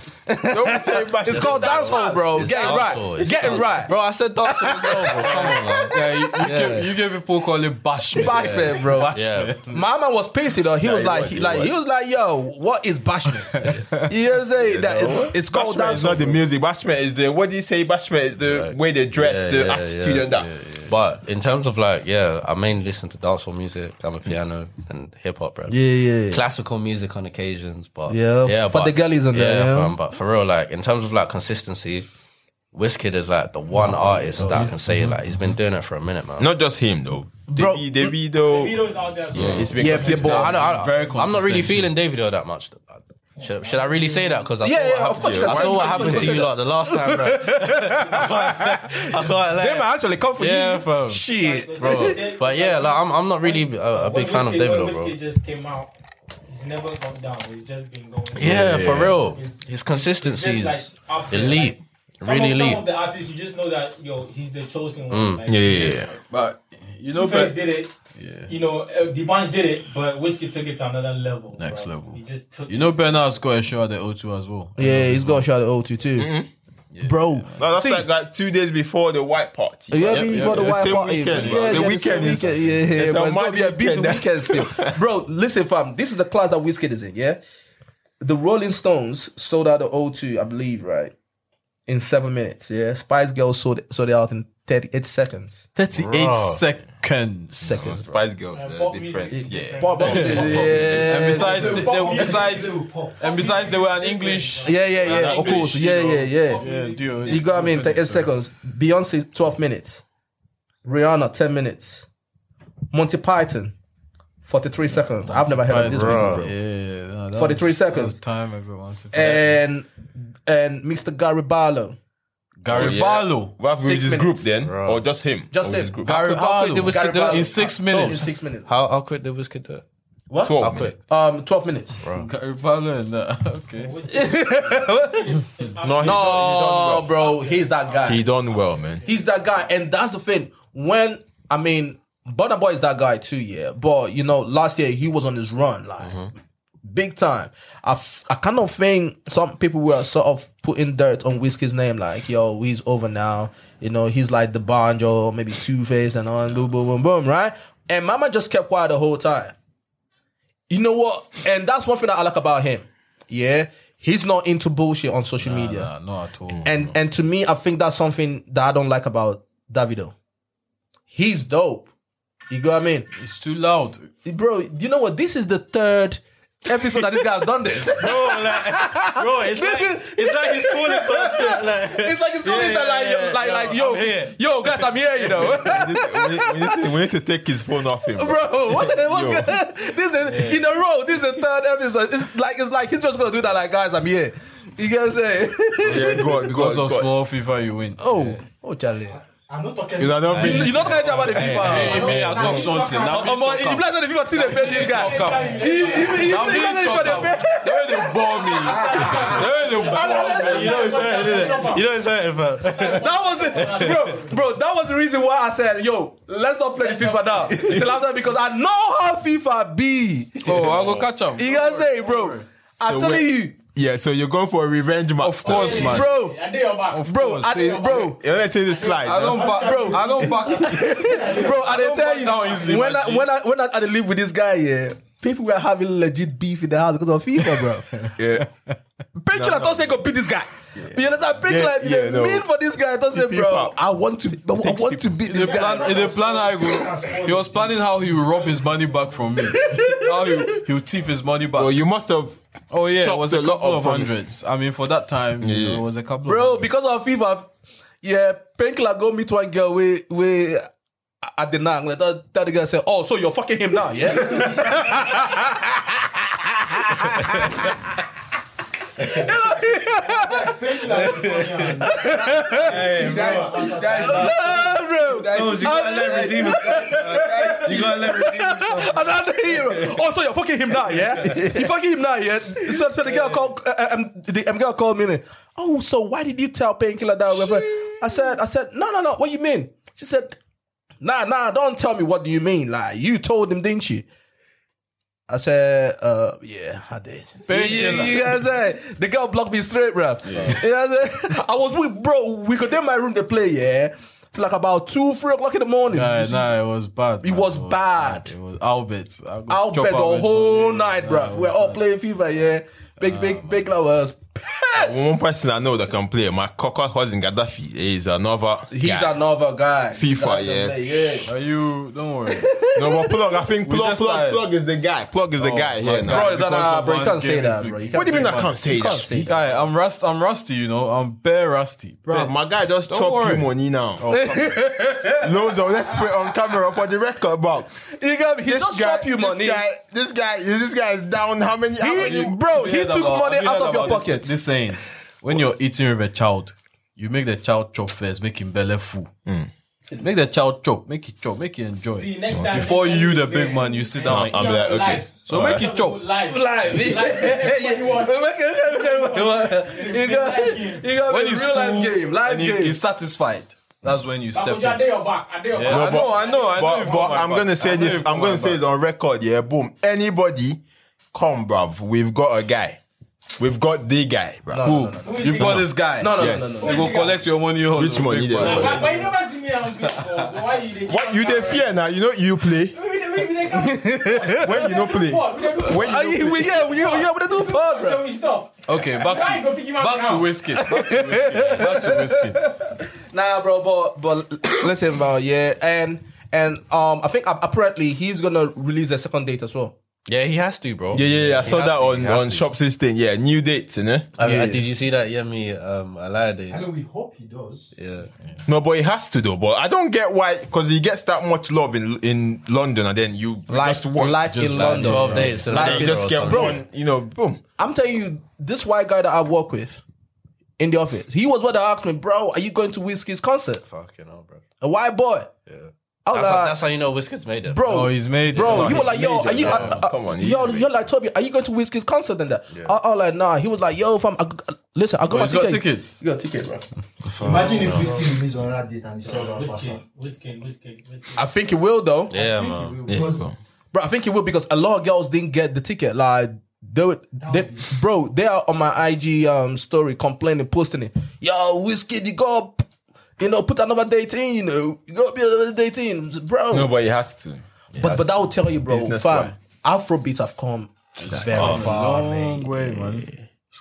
Speaker 6: don't say Bashman.
Speaker 1: It's called dancehall, bro.
Speaker 4: It's
Speaker 1: Get it
Speaker 4: dancehall,
Speaker 1: Oh, right.
Speaker 4: it's
Speaker 1: Get it
Speaker 4: dancehall.
Speaker 1: right.
Speaker 4: bro. I said dancehall as well, *laughs* bro. Come on, man.
Speaker 3: Yeah, you, you, Give, you give people call it Bashman.
Speaker 1: Bashman, bro.
Speaker 4: Yeah,
Speaker 1: My man was pissy though. He was
Speaker 6: he
Speaker 1: like,
Speaker 6: was,
Speaker 1: he,
Speaker 6: he
Speaker 1: like,
Speaker 6: was.
Speaker 1: he was like, yo, what
Speaker 6: *laughs*
Speaker 1: is Bashman? you know what I'm saying? That it's, it's called
Speaker 6: Bashment is
Speaker 1: dancehall.
Speaker 6: not the music. Bashment is the what do you say? Bashment is the way they dress,
Speaker 4: Yeah,
Speaker 6: the
Speaker 4: yeah,
Speaker 6: attitude,
Speaker 4: yeah,
Speaker 6: and that.
Speaker 4: But in terms of like, yeah, I mainly listen to dancehall music. I'm a piano and hip hop, bro.
Speaker 1: Yeah, yeah.
Speaker 4: Classical music on occasions, but
Speaker 1: Yeah, for the girlies and
Speaker 4: yeah,
Speaker 1: that, yeah.
Speaker 4: fam, but for real, like in terms of like consistency, Wizkid is like the one
Speaker 1: Oh,
Speaker 4: artist that I can say
Speaker 1: Mm-hmm.
Speaker 4: like he's been doing it for a minute, man.
Speaker 6: Not just him though.
Speaker 1: Bro.
Speaker 6: Davi- Davido.
Speaker 5: Vito's out there. as well.
Speaker 6: It's been
Speaker 1: Yeah,
Speaker 6: consistent.
Speaker 1: yeah,
Speaker 4: I don't, I don't,
Speaker 3: Very
Speaker 4: I'm not really
Speaker 3: consistent,
Speaker 4: feeling Davido that much. Should, should I really say that? Because I
Speaker 1: Yeah,
Speaker 4: saw
Speaker 1: yeah,
Speaker 4: what
Speaker 1: of
Speaker 4: happened,
Speaker 1: course you can
Speaker 4: I
Speaker 1: say-
Speaker 4: saw what
Speaker 1: you can
Speaker 4: happened
Speaker 1: say
Speaker 4: to you
Speaker 1: that.
Speaker 4: lot the last time, bro. *laughs* I can't, I can't lie.
Speaker 1: They might actually come for
Speaker 4: Yeah,
Speaker 1: you.
Speaker 4: fam.
Speaker 1: Shit.
Speaker 4: bro.
Speaker 5: *laughs*
Speaker 4: But yeah, like I'm, I'm not really a, a
Speaker 5: When
Speaker 4: big fan of
Speaker 5: Whiskey- when
Speaker 4: Davido, bro.
Speaker 5: Whiskey just came out. He's never come down. He's just been going.
Speaker 4: Yeah, for real.
Speaker 5: It's-
Speaker 4: His consistency
Speaker 5: Just, like,
Speaker 4: is
Speaker 5: up there,
Speaker 4: elite.
Speaker 5: like,
Speaker 4: really
Speaker 5: some of,
Speaker 4: elite.
Speaker 5: Some of the artists, you just know that yo, he's the chosen one. Like,
Speaker 6: Yeah, yeah, yeah.
Speaker 3: But you know,
Speaker 5: Two Face
Speaker 3: but
Speaker 5: did it. You know, uh, the band did it, but Whiskey took it to another level.
Speaker 3: Next
Speaker 5: bro.
Speaker 3: level.
Speaker 5: He just took.
Speaker 3: You know Bernard's got a show at the O2 as well.
Speaker 1: Yeah, he's got a shot at O2 too.
Speaker 6: Mm-hmm.
Speaker 1: Bro,
Speaker 6: No, that's
Speaker 1: see,
Speaker 6: like, like two days before the white party.
Speaker 1: Yeah,
Speaker 6: Yep,
Speaker 1: yeah,
Speaker 6: yep,
Speaker 1: for the
Speaker 6: yep.
Speaker 1: white
Speaker 6: same
Speaker 1: party.
Speaker 6: Weekend, the
Speaker 1: yeah, yeah,
Speaker 6: weekend
Speaker 1: same
Speaker 6: is.
Speaker 1: weekend. Yeah, yeah,
Speaker 6: it's
Speaker 1: but
Speaker 6: a
Speaker 1: it's gonna
Speaker 6: mad
Speaker 1: be a busy
Speaker 6: weekend.
Speaker 1: weekend still.
Speaker 6: *laughs*
Speaker 1: Bro, listen, fam. This is the class that Wizkid is in. Yeah, the Rolling Stones sold out the O2, I believe, right? In seven minutes. Yeah, Spice Girls sold sold it out in thirty-eight seconds.
Speaker 3: 38 seconds.
Speaker 1: Seconds.
Speaker 6: Spice Girls,
Speaker 5: And
Speaker 6: uh,
Speaker 5: pop music
Speaker 6: different.
Speaker 5: is
Speaker 6: Yeah.
Speaker 5: different. *laughs*
Speaker 1: yeah,
Speaker 3: And
Speaker 1: yeah,
Speaker 3: besides, they, they, besides, and besides, they were an English.
Speaker 1: yeah, yeah. Of course, yeah, yeah, yeah.
Speaker 3: Yeah, dude.
Speaker 1: You got me in 38 seconds. Beyonce, 12 minutes. Rihanna, 10 minutes. Monty Python, 43 seconds. I've never heard of this people, bro.
Speaker 3: Yeah, yeah, no, that
Speaker 1: 43
Speaker 3: was- that
Speaker 1: seconds. Eh.
Speaker 3: was Time everyone. to-
Speaker 1: And and Mr. Gary Barlow,
Speaker 3: Garibaldo.
Speaker 6: What happened with
Speaker 3: Six
Speaker 6: his group
Speaker 3: minutes.
Speaker 6: then?
Speaker 3: Bro.
Speaker 6: Or just him?
Speaker 3: Just
Speaker 6: Or with
Speaker 3: him.
Speaker 6: his group?
Speaker 3: Garibaldo.
Speaker 4: How quick did Wizkid do it?
Speaker 3: In six
Speaker 4: How-
Speaker 3: minutes.
Speaker 4: no, in six
Speaker 1: minutes.
Speaker 4: How how quick did Wizkid do it?
Speaker 1: What?
Speaker 4: How
Speaker 1: 12
Speaker 5: *laughs*
Speaker 4: quick?
Speaker 1: Um, 12 minutes.
Speaker 3: Garibaldo and that. *laughs* Okay.
Speaker 1: no, no bro, he's that guy.
Speaker 6: He done well, man.
Speaker 1: He's that guy, and that's the thing. When I mean, Burna Boy is that guy too, yeah. But you know, last year he was on his run, like
Speaker 6: Uh-huh.
Speaker 1: big time. I, f- I kind of think some people were sort of putting dirt on Whiskey's name, like yo, he's over now. You know, he's like the banjo, maybe Two Face, and on boom, boom, boom, boom, right? And Mama just kept quiet the whole time. You know what? And that's one thing that I like about him. Yeah, he's not into bullshit on social media.
Speaker 3: not at all.
Speaker 1: And and to me, I think that's something that I don't like about Davido. He's dope. You go what I mean?
Speaker 3: It's too loud.
Speaker 1: Bro, you know what? This is the third episode that this guy has done this.
Speaker 12: *laughs* bro, like, bro, it's like it's like
Speaker 1: *laughs*
Speaker 12: it's calling card. Like,
Speaker 1: it's like it's calling
Speaker 12: Yeah,
Speaker 1: that like,
Speaker 12: yeah,
Speaker 1: yo, like,
Speaker 12: yeah.
Speaker 1: like,
Speaker 12: Yo,
Speaker 1: yo,
Speaker 12: I'm here.
Speaker 1: yo, guys, I'm here, you
Speaker 12: *laughs*
Speaker 1: know. *laughs*
Speaker 6: we, need, we need to, we need to take his phone off him.
Speaker 1: Bro, what the, what's
Speaker 6: Yo.
Speaker 1: gonna, *laughs* this is in a row. This is the third episode. It's like it's like he's just gonna do that. Like, guys, I'm here. You get what I'm saying?
Speaker 6: Yeah, go on, go on,
Speaker 3: Because
Speaker 6: go
Speaker 3: of
Speaker 6: on.
Speaker 3: small FIFA, you win.
Speaker 1: Oh, *laughs* oh, Charlie.
Speaker 10: I'm not talking.
Speaker 6: You know, I don't mean-
Speaker 1: You're not gonna talk about the
Speaker 3: Hey,
Speaker 1: FIFA.
Speaker 3: hey, hey, I talk something. Now
Speaker 1: Omo,
Speaker 3: me
Speaker 1: he
Speaker 3: talk
Speaker 1: blasts on the FIFA till they pay this guy.
Speaker 3: up.
Speaker 1: He he he
Speaker 3: Now me
Speaker 1: blasts on the
Speaker 3: talk
Speaker 1: FIFA.
Speaker 3: up.
Speaker 1: they pay-
Speaker 3: They they bore me. *laughs* They they bore me.
Speaker 12: you know what I'm saying? innit? You know what I'm saying? fam?
Speaker 1: That was it, bro, bro. That was the reason why I said, "Yo, let's not play the FIFA now." Till after because I know how FIFA be.
Speaker 3: Oh, I'll go catch him.
Speaker 1: You gotta say, bro. I'm
Speaker 6: So
Speaker 1: telling
Speaker 6: wait.
Speaker 1: you,
Speaker 6: Yeah, so you're going for a revenge match.
Speaker 3: Of course, man.
Speaker 1: bro,
Speaker 5: I did your back.
Speaker 1: bro,
Speaker 3: course,
Speaker 1: I,
Speaker 3: see,
Speaker 1: bro,
Speaker 6: Yeah, let's take the slide.
Speaker 3: I don't back,
Speaker 1: Bro.
Speaker 3: I don't back.
Speaker 1: bro. I didn't tell
Speaker 3: back down easily,
Speaker 1: you when
Speaker 3: my
Speaker 1: I
Speaker 3: G.
Speaker 1: when I when I had to live with this guy, yeah. People were having legit beef in the house because of FIFA, bro.
Speaker 6: yeah.
Speaker 1: Painkiller no, thought say go beat this guy. You understand? Painkiller
Speaker 6: Yeah,
Speaker 1: yeah,
Speaker 6: yeah, no.
Speaker 1: mean for this guy. I thought say,
Speaker 6: It's
Speaker 1: bro,
Speaker 6: FIFA.
Speaker 1: I want to, I want to beat
Speaker 3: The
Speaker 1: this guy.
Speaker 3: plan, the plan I go, he was planning how he would rob his money back from me. How he he would thief his money back.
Speaker 6: Well, you must have.
Speaker 3: Oh yeah, it
Speaker 6: chopped
Speaker 3: was a
Speaker 6: a lot
Speaker 3: couple of
Speaker 6: off from-
Speaker 3: hundreds. I mean, for that time, you
Speaker 6: Yeah.
Speaker 3: know, it was a couple.
Speaker 1: Bro,
Speaker 3: of hundreds.
Speaker 1: because of FIFA, yeah, Painkiller go meet one girl we we at the nang. Like that, that girl say, oh, so you're fucking him now, *laughs* yeah?
Speaker 10: Thank you, that's funny, man.
Speaker 1: bro,
Speaker 12: Tones, you gotta let redeem it. You gotta let redeem it.
Speaker 1: *laughs* another hero. Oh, so you're fucking him
Speaker 3: *laughs*
Speaker 1: now, yeah? You fucking him now, yeah? So, so the girl called, uh, um, the um, girl called me. and, Oh, so why did you tell Painkiller that? Whatever. I said, I said, no, no, no. What you mean? She said, nah, nah. Don't tell me what do you mean. Like you told him, didn't you? I said, uh, yeah, I did. You, you, you know what I'm saying? The girl blocked me straight, bruv. You know what I'm saying? I was with, bro, we could in my room to play, yeah? Till like about 2, 3 o'clock in the morning.
Speaker 3: nah, nah, it was bad.
Speaker 1: It
Speaker 3: man.
Speaker 1: was bad.
Speaker 3: It was Albert.
Speaker 1: I'll bet the whole night, bro. We're all playing FIFA, yeah. Big,
Speaker 3: Um,
Speaker 1: big, big lovers. Pissed.
Speaker 6: One person I know that can play, my cocker cousin Gaddafi, is another.
Speaker 1: He's
Speaker 6: guy.
Speaker 1: another guy.
Speaker 6: FIFA,
Speaker 1: He's
Speaker 6: yeah.
Speaker 1: another player, yeah.
Speaker 3: Are you? Don't worry.
Speaker 6: No, but plug. I think
Speaker 3: We
Speaker 6: plug, plug,
Speaker 3: just started.
Speaker 6: plug is the guy. Plug is the
Speaker 3: Oh,
Speaker 6: *laughs* guy
Speaker 3: plug
Speaker 6: here
Speaker 3: guy.
Speaker 6: now.
Speaker 1: Bro,
Speaker 3: Because
Speaker 1: nah, nah,
Speaker 3: of
Speaker 1: bro, you
Speaker 3: one
Speaker 1: can't say
Speaker 3: game,
Speaker 1: that,
Speaker 3: you-
Speaker 1: bro. You
Speaker 6: What do you mean
Speaker 1: say
Speaker 6: I can't say
Speaker 1: You
Speaker 6: that?
Speaker 1: can't say that.
Speaker 3: Guy, I'm rust. I'm rusty. You know, I'm bare rusty.
Speaker 6: Bro,
Speaker 3: Bare-
Speaker 6: my guy just
Speaker 3: Don't
Speaker 6: chop
Speaker 3: worry. Oh,
Speaker 6: you money now. *laughs* Loads of let's put it on camera for the record, bro.
Speaker 1: He, got, he just dropped you
Speaker 6: this
Speaker 1: money.
Speaker 6: Guy, this guy, is this guy is down. How many? how
Speaker 1: he,
Speaker 6: many-
Speaker 1: bro, he
Speaker 3: Have you
Speaker 1: took
Speaker 3: heard about-
Speaker 1: money
Speaker 3: have you
Speaker 1: out of
Speaker 3: heard
Speaker 1: your
Speaker 3: about
Speaker 1: pocket.
Speaker 3: This, this saying, when you're eating with a child, you make the child chop first, make him belly full.
Speaker 1: Hmm.
Speaker 3: Make the child chop, make it chop, make it enjoy.
Speaker 5: See, next time
Speaker 3: Before
Speaker 5: next time
Speaker 3: you, the
Speaker 5: do
Speaker 3: big
Speaker 5: it,
Speaker 3: man, you sit down.
Speaker 5: and
Speaker 3: and
Speaker 6: I'm
Speaker 5: you
Speaker 6: like,
Speaker 5: just
Speaker 6: okay.
Speaker 5: live.
Speaker 3: So
Speaker 5: You
Speaker 3: make
Speaker 5: just
Speaker 3: it chop.
Speaker 5: Live.
Speaker 1: Live. *laughs*
Speaker 5: That's what you want.
Speaker 1: you got, you got
Speaker 3: When
Speaker 1: a
Speaker 3: he's
Speaker 1: real life
Speaker 3: full
Speaker 1: game, live
Speaker 3: and he-
Speaker 1: game.
Speaker 3: He's satisfied. That's when you
Speaker 5: But
Speaker 3: step
Speaker 5: you are
Speaker 3: in.
Speaker 5: there, you're back. I did your
Speaker 3: Yeah,
Speaker 5: back.
Speaker 3: I know, I know, I know.
Speaker 6: But,
Speaker 3: you've
Speaker 6: but
Speaker 3: got my
Speaker 6: I'm
Speaker 3: back.
Speaker 6: gonna say
Speaker 3: I know
Speaker 6: this.
Speaker 3: you've
Speaker 6: I'm
Speaker 3: got
Speaker 6: gonna
Speaker 3: my
Speaker 6: say
Speaker 3: back.
Speaker 6: this on record. Yeah, boom. Anybody, come, bruv. We've got a guy. We've got the guy, bruv.
Speaker 1: no,
Speaker 6: Who?
Speaker 3: You've got this guy.
Speaker 1: No, no,
Speaker 6: Yes.
Speaker 1: no, no, no.
Speaker 3: You go collect your money. hold
Speaker 6: Which
Speaker 3: on,
Speaker 6: money
Speaker 3: big
Speaker 6: there?
Speaker 3: man.
Speaker 5: But, but you never see me hungry. So why you dey-
Speaker 6: What you dey fear now? You know you play
Speaker 5: We dey- we- we dey come-
Speaker 6: when you don't play.
Speaker 5: What? We dey do-
Speaker 6: When
Speaker 1: Are
Speaker 6: you
Speaker 1: you, we, yeah, we, yeah, we do pod, bro.
Speaker 5: So we stop.
Speaker 3: Okay, back
Speaker 5: I ain't gonna
Speaker 3: to
Speaker 5: pick him up
Speaker 3: back to
Speaker 5: now.
Speaker 3: whiskey. Back to whiskey. Back to whiskey.
Speaker 1: Nah, bro, but but *coughs* listen, bro, yeah, and and um, I think ap- apparently he's gonna release a second date as well.
Speaker 4: Yeah, he has to, bro.
Speaker 6: Yeah, yeah, yeah. I
Speaker 4: He
Speaker 6: saw
Speaker 4: has
Speaker 6: that
Speaker 4: to, he
Speaker 6: on
Speaker 4: has
Speaker 6: on
Speaker 4: to.
Speaker 6: Shops thing. Yeah, new dates, you know.
Speaker 4: I mean,
Speaker 1: Yeah.
Speaker 4: did you see that Yemi um
Speaker 10: I
Speaker 4: Alade?
Speaker 10: mean, we hope he does.
Speaker 4: Yeah.
Speaker 6: No, but he has to though. But I don't get why, because he gets that much love in in London, and then you
Speaker 1: Life,
Speaker 6: just work.
Speaker 1: life in
Speaker 4: like
Speaker 1: London,
Speaker 4: 12
Speaker 1: bro.
Speaker 4: days in
Speaker 1: Life
Speaker 4: London.
Speaker 6: you
Speaker 1: in-
Speaker 6: just
Speaker 4: or
Speaker 6: get bro,
Speaker 4: something.
Speaker 6: you know, boom.
Speaker 1: I'm telling you, this white guy that I work with, in the office. He was what that asked me, bro, are you going to Whiskey's concert?
Speaker 4: Fucking hell, bro.
Speaker 1: A white boy.
Speaker 4: Yeah.
Speaker 1: I
Speaker 4: That's,
Speaker 1: was
Speaker 4: how,
Speaker 1: like,
Speaker 4: that's how you know Whiskers made it.
Speaker 3: Oh,
Speaker 1: bro, Bro, you were
Speaker 4: were
Speaker 1: like, yo, are you? I- I- yo, you're like Toby. Are you going to Whiskey's concert and that? I, I was like, nah. He was like, yo, fam. I, I- listen, I got
Speaker 3: Oh,
Speaker 1: my
Speaker 3: he's got
Speaker 1: ticket.
Speaker 3: tickets?
Speaker 1: You got ticket, bro.
Speaker 10: Imagine if Whiskey released on that date and he sells out faster.
Speaker 5: Whiskey, whiskey, whiskey, whiskey.
Speaker 1: I think he will though.
Speaker 4: Yeah, man.
Speaker 1: Bro, I think he will because a lot of girls didn't get the ticket. Like they, would, they bro, they are on my IG um story complaining, posting it. Yo, whiskey, you go, you know, put another date in. You know, you got to be another date in, bro.
Speaker 6: No, but he has to.
Speaker 1: but but that will tell you, bro,
Speaker 6: Business
Speaker 1: fam. Afrobeats have come very
Speaker 3: come
Speaker 1: far,
Speaker 3: a
Speaker 1: man.
Speaker 3: way, man.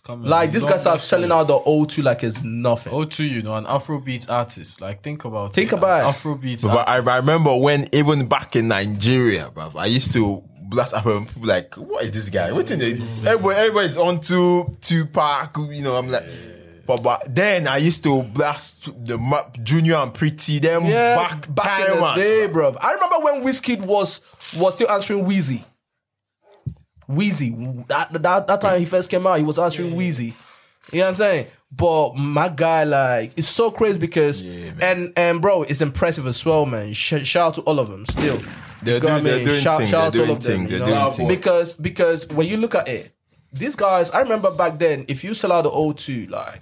Speaker 1: Like these guys are selling out the O2 like it's nothing.
Speaker 3: O2, Oh, you know, an Afrobeat artist. Like, think about
Speaker 1: Think
Speaker 3: it.
Speaker 1: about it.
Speaker 3: Afrobeat.
Speaker 6: But I, I remember when even back in Nigeria, bruv, I used to blast up and people like, what is this guy? What in the everybody, everybody's on to Tupac, you know. I'm like, but but then I used to blast the map junior and pretty them
Speaker 1: Yeah,
Speaker 6: back
Speaker 1: back in the
Speaker 6: tyrants,
Speaker 1: day, bro. I remember when Wizkid was was still answering Wheezy. Wheezy. That, that that time he first came out, he was answering Wheezy. You know what I'm saying? But my guy, like, it's so crazy because and and bro, it's impressive as well, man. Sh- shout out to all of them still.
Speaker 6: They're
Speaker 1: You know
Speaker 6: doing-
Speaker 1: what I
Speaker 6: they're
Speaker 1: mean?
Speaker 6: doing
Speaker 1: shout,
Speaker 6: thing,
Speaker 1: shout out
Speaker 6: they're
Speaker 1: to all of
Speaker 6: doing
Speaker 1: them.
Speaker 6: thing,
Speaker 1: you
Speaker 6: they're
Speaker 1: know?
Speaker 6: doing thing.
Speaker 1: Because because when you look at it, these guys, I remember back then, if you sell out the O2, like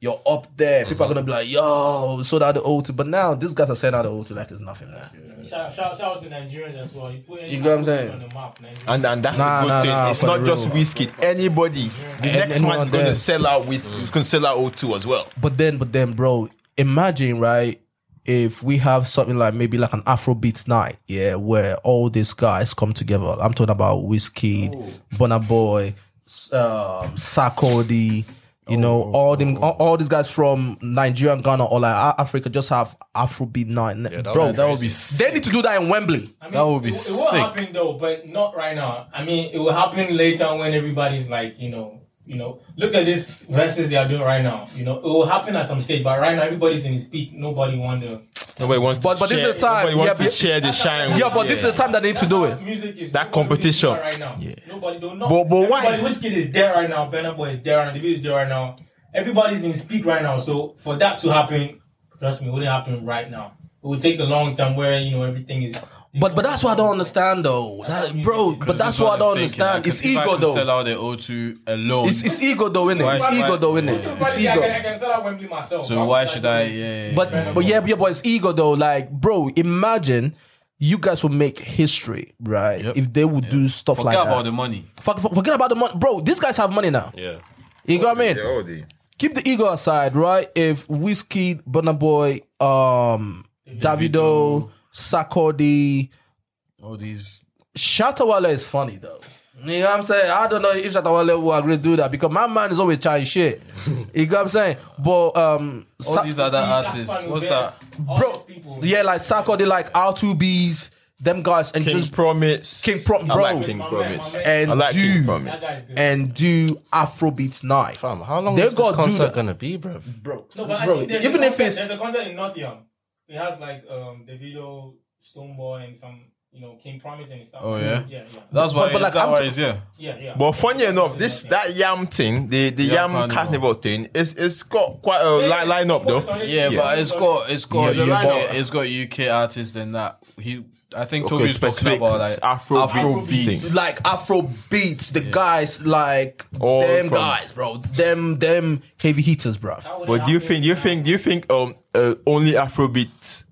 Speaker 1: you're up there. People are gonna be like, yo, sold out the O2. But now these guys are selling out the O2 like it's nothing, man.
Speaker 5: Shout, shout, shout out to Nigerians as well. You, put any
Speaker 1: You know what I'm saying?
Speaker 5: on the map, Nigeria.
Speaker 6: And and that's
Speaker 1: Nah,
Speaker 6: the good
Speaker 1: nah,
Speaker 6: thing.
Speaker 1: nah,
Speaker 6: it's
Speaker 1: for
Speaker 6: not
Speaker 1: the
Speaker 6: just
Speaker 1: real.
Speaker 6: whiskey. Anybody, the
Speaker 1: An-
Speaker 6: next one
Speaker 1: anyone
Speaker 6: is going
Speaker 1: there.
Speaker 6: to sell out with, is going to sell out O2 as well.
Speaker 1: But then, but then, bro, imagine, right? If we have something like maybe like an Afrobeats night, yeah, where all these guys come together. I'm talking about Whiskey,
Speaker 3: Oh.
Speaker 1: Bonaboy, Boy, s- um, Sarkodie, you know,
Speaker 3: Oh,
Speaker 1: all them, all, all these guys from Nigeria and Ghana or like Af- Africa just have Afrobeat night, bro.
Speaker 3: That would be sick.
Speaker 1: they need to do that in Wembley.
Speaker 5: I mean,
Speaker 3: That would be
Speaker 5: it, it will
Speaker 3: sick.
Speaker 5: happen though, but not right now. I mean, it will happen later when everybody's like, you know, you know, look at this verses they are doing right now. You know, it will happen at some stage, but right now everybody's in his peak. Nobody want to.
Speaker 6: Nobody wants
Speaker 1: But-
Speaker 6: to
Speaker 1: but this
Speaker 6: share.
Speaker 1: is the time.
Speaker 6: Nobody wants
Speaker 1: Yeah,
Speaker 6: to
Speaker 1: but-
Speaker 6: share the shine.
Speaker 1: Yeah, but this is the time that they need to do it.
Speaker 5: Music is
Speaker 6: That
Speaker 5: nobody really is
Speaker 6: competition.
Speaker 5: there right now. Nobody don't know.
Speaker 6: But- but why
Speaker 5: Everybody-
Speaker 6: is-
Speaker 5: Whiskey is there right now. Burna Boy is there right now. The is there right now. Everybody's in his peak right now. So for that to happen, trust me, it wouldn't happen right now. It would take a long time where you know everything is.
Speaker 1: But but that's what I don't understand though, that, bro. But that's what I don't understand. It's ego
Speaker 3: Sell
Speaker 1: though.
Speaker 3: out their O2 alone.
Speaker 1: It's, it's ego though, innit? It's
Speaker 3: Why-
Speaker 1: ego
Speaker 3: why-
Speaker 1: though, innit? It's
Speaker 5: Everybody, I, can, I
Speaker 1: ego.
Speaker 5: can sell out Wembley myself.
Speaker 3: so why should I? Yeah. yeah,
Speaker 1: But
Speaker 3: yeah.
Speaker 1: but yeah, but yeah, but it's ego though. Like, bro, imagine you guys will make history, right? If they would do stuff
Speaker 3: Forget
Speaker 1: like
Speaker 3: about
Speaker 1: that.
Speaker 3: the money.
Speaker 1: Fuck- fuck- forget about the money, bro. These guys have money now.
Speaker 4: Yeah.
Speaker 1: You know what I mean? Keep the ego aside, right? If Whiskey, Burna Boy, um, Davido, Sarkodie,
Speaker 3: All these.
Speaker 1: Shatawale is funny though. You know what I'm saying? I don't know if Shatawale will agree to do that because my man is always trying shit. you know what I'm saying? But um
Speaker 3: All
Speaker 1: Sa-
Speaker 3: these other artists. What's that?
Speaker 5: bro?
Speaker 1: yeah, like Sako they like R2Bs, them guys and
Speaker 6: King
Speaker 1: just
Speaker 6: Promise.
Speaker 1: King Prom-
Speaker 6: I like
Speaker 1: bro.
Speaker 6: King
Speaker 5: My man,
Speaker 6: Promise.
Speaker 5: my
Speaker 1: and
Speaker 6: I like King
Speaker 1: do
Speaker 6: Promise.
Speaker 1: and do Afrobeat night.
Speaker 4: Fam, how long
Speaker 1: They
Speaker 4: is this
Speaker 1: gotta do
Speaker 4: concert
Speaker 1: that.
Speaker 4: gonna be, bro?
Speaker 1: Bro,
Speaker 5: No, but I
Speaker 1: bro
Speaker 5: think there's
Speaker 1: even
Speaker 5: a
Speaker 1: if
Speaker 5: concert,
Speaker 1: it's
Speaker 5: there's a concert in Nottingham. It has like um Davido, Stoneboy, and some you know King Promise and stuff.
Speaker 3: Oh, yeah?
Speaker 5: yeah, yeah,
Speaker 3: That's why.
Speaker 1: But- but like,
Speaker 3: is that
Speaker 1: I'm
Speaker 3: why
Speaker 1: t-
Speaker 3: it's yeah.
Speaker 5: yeah, yeah.
Speaker 6: But funny enough, this
Speaker 5: Yeah.
Speaker 6: that yam thing, the, the
Speaker 3: Yam
Speaker 6: yam,
Speaker 3: carnival.
Speaker 6: carnival. thing, it's it's got quite a li- line up though.
Speaker 3: Yeah, but it's got it's got
Speaker 1: Yeah,
Speaker 3: UK,
Speaker 1: but-
Speaker 3: it's got UK artists and that he. I think
Speaker 6: Okay,
Speaker 3: Toby's talking
Speaker 6: specific
Speaker 3: about like
Speaker 6: Afro
Speaker 3: Afrobeats.
Speaker 6: things.
Speaker 1: like Afrobeats, the guys like
Speaker 6: All
Speaker 1: them
Speaker 6: from-
Speaker 1: guys, bro. Them them heavy hitters, bro.
Speaker 6: But do you think do you think do you think um uh, only Afrobeat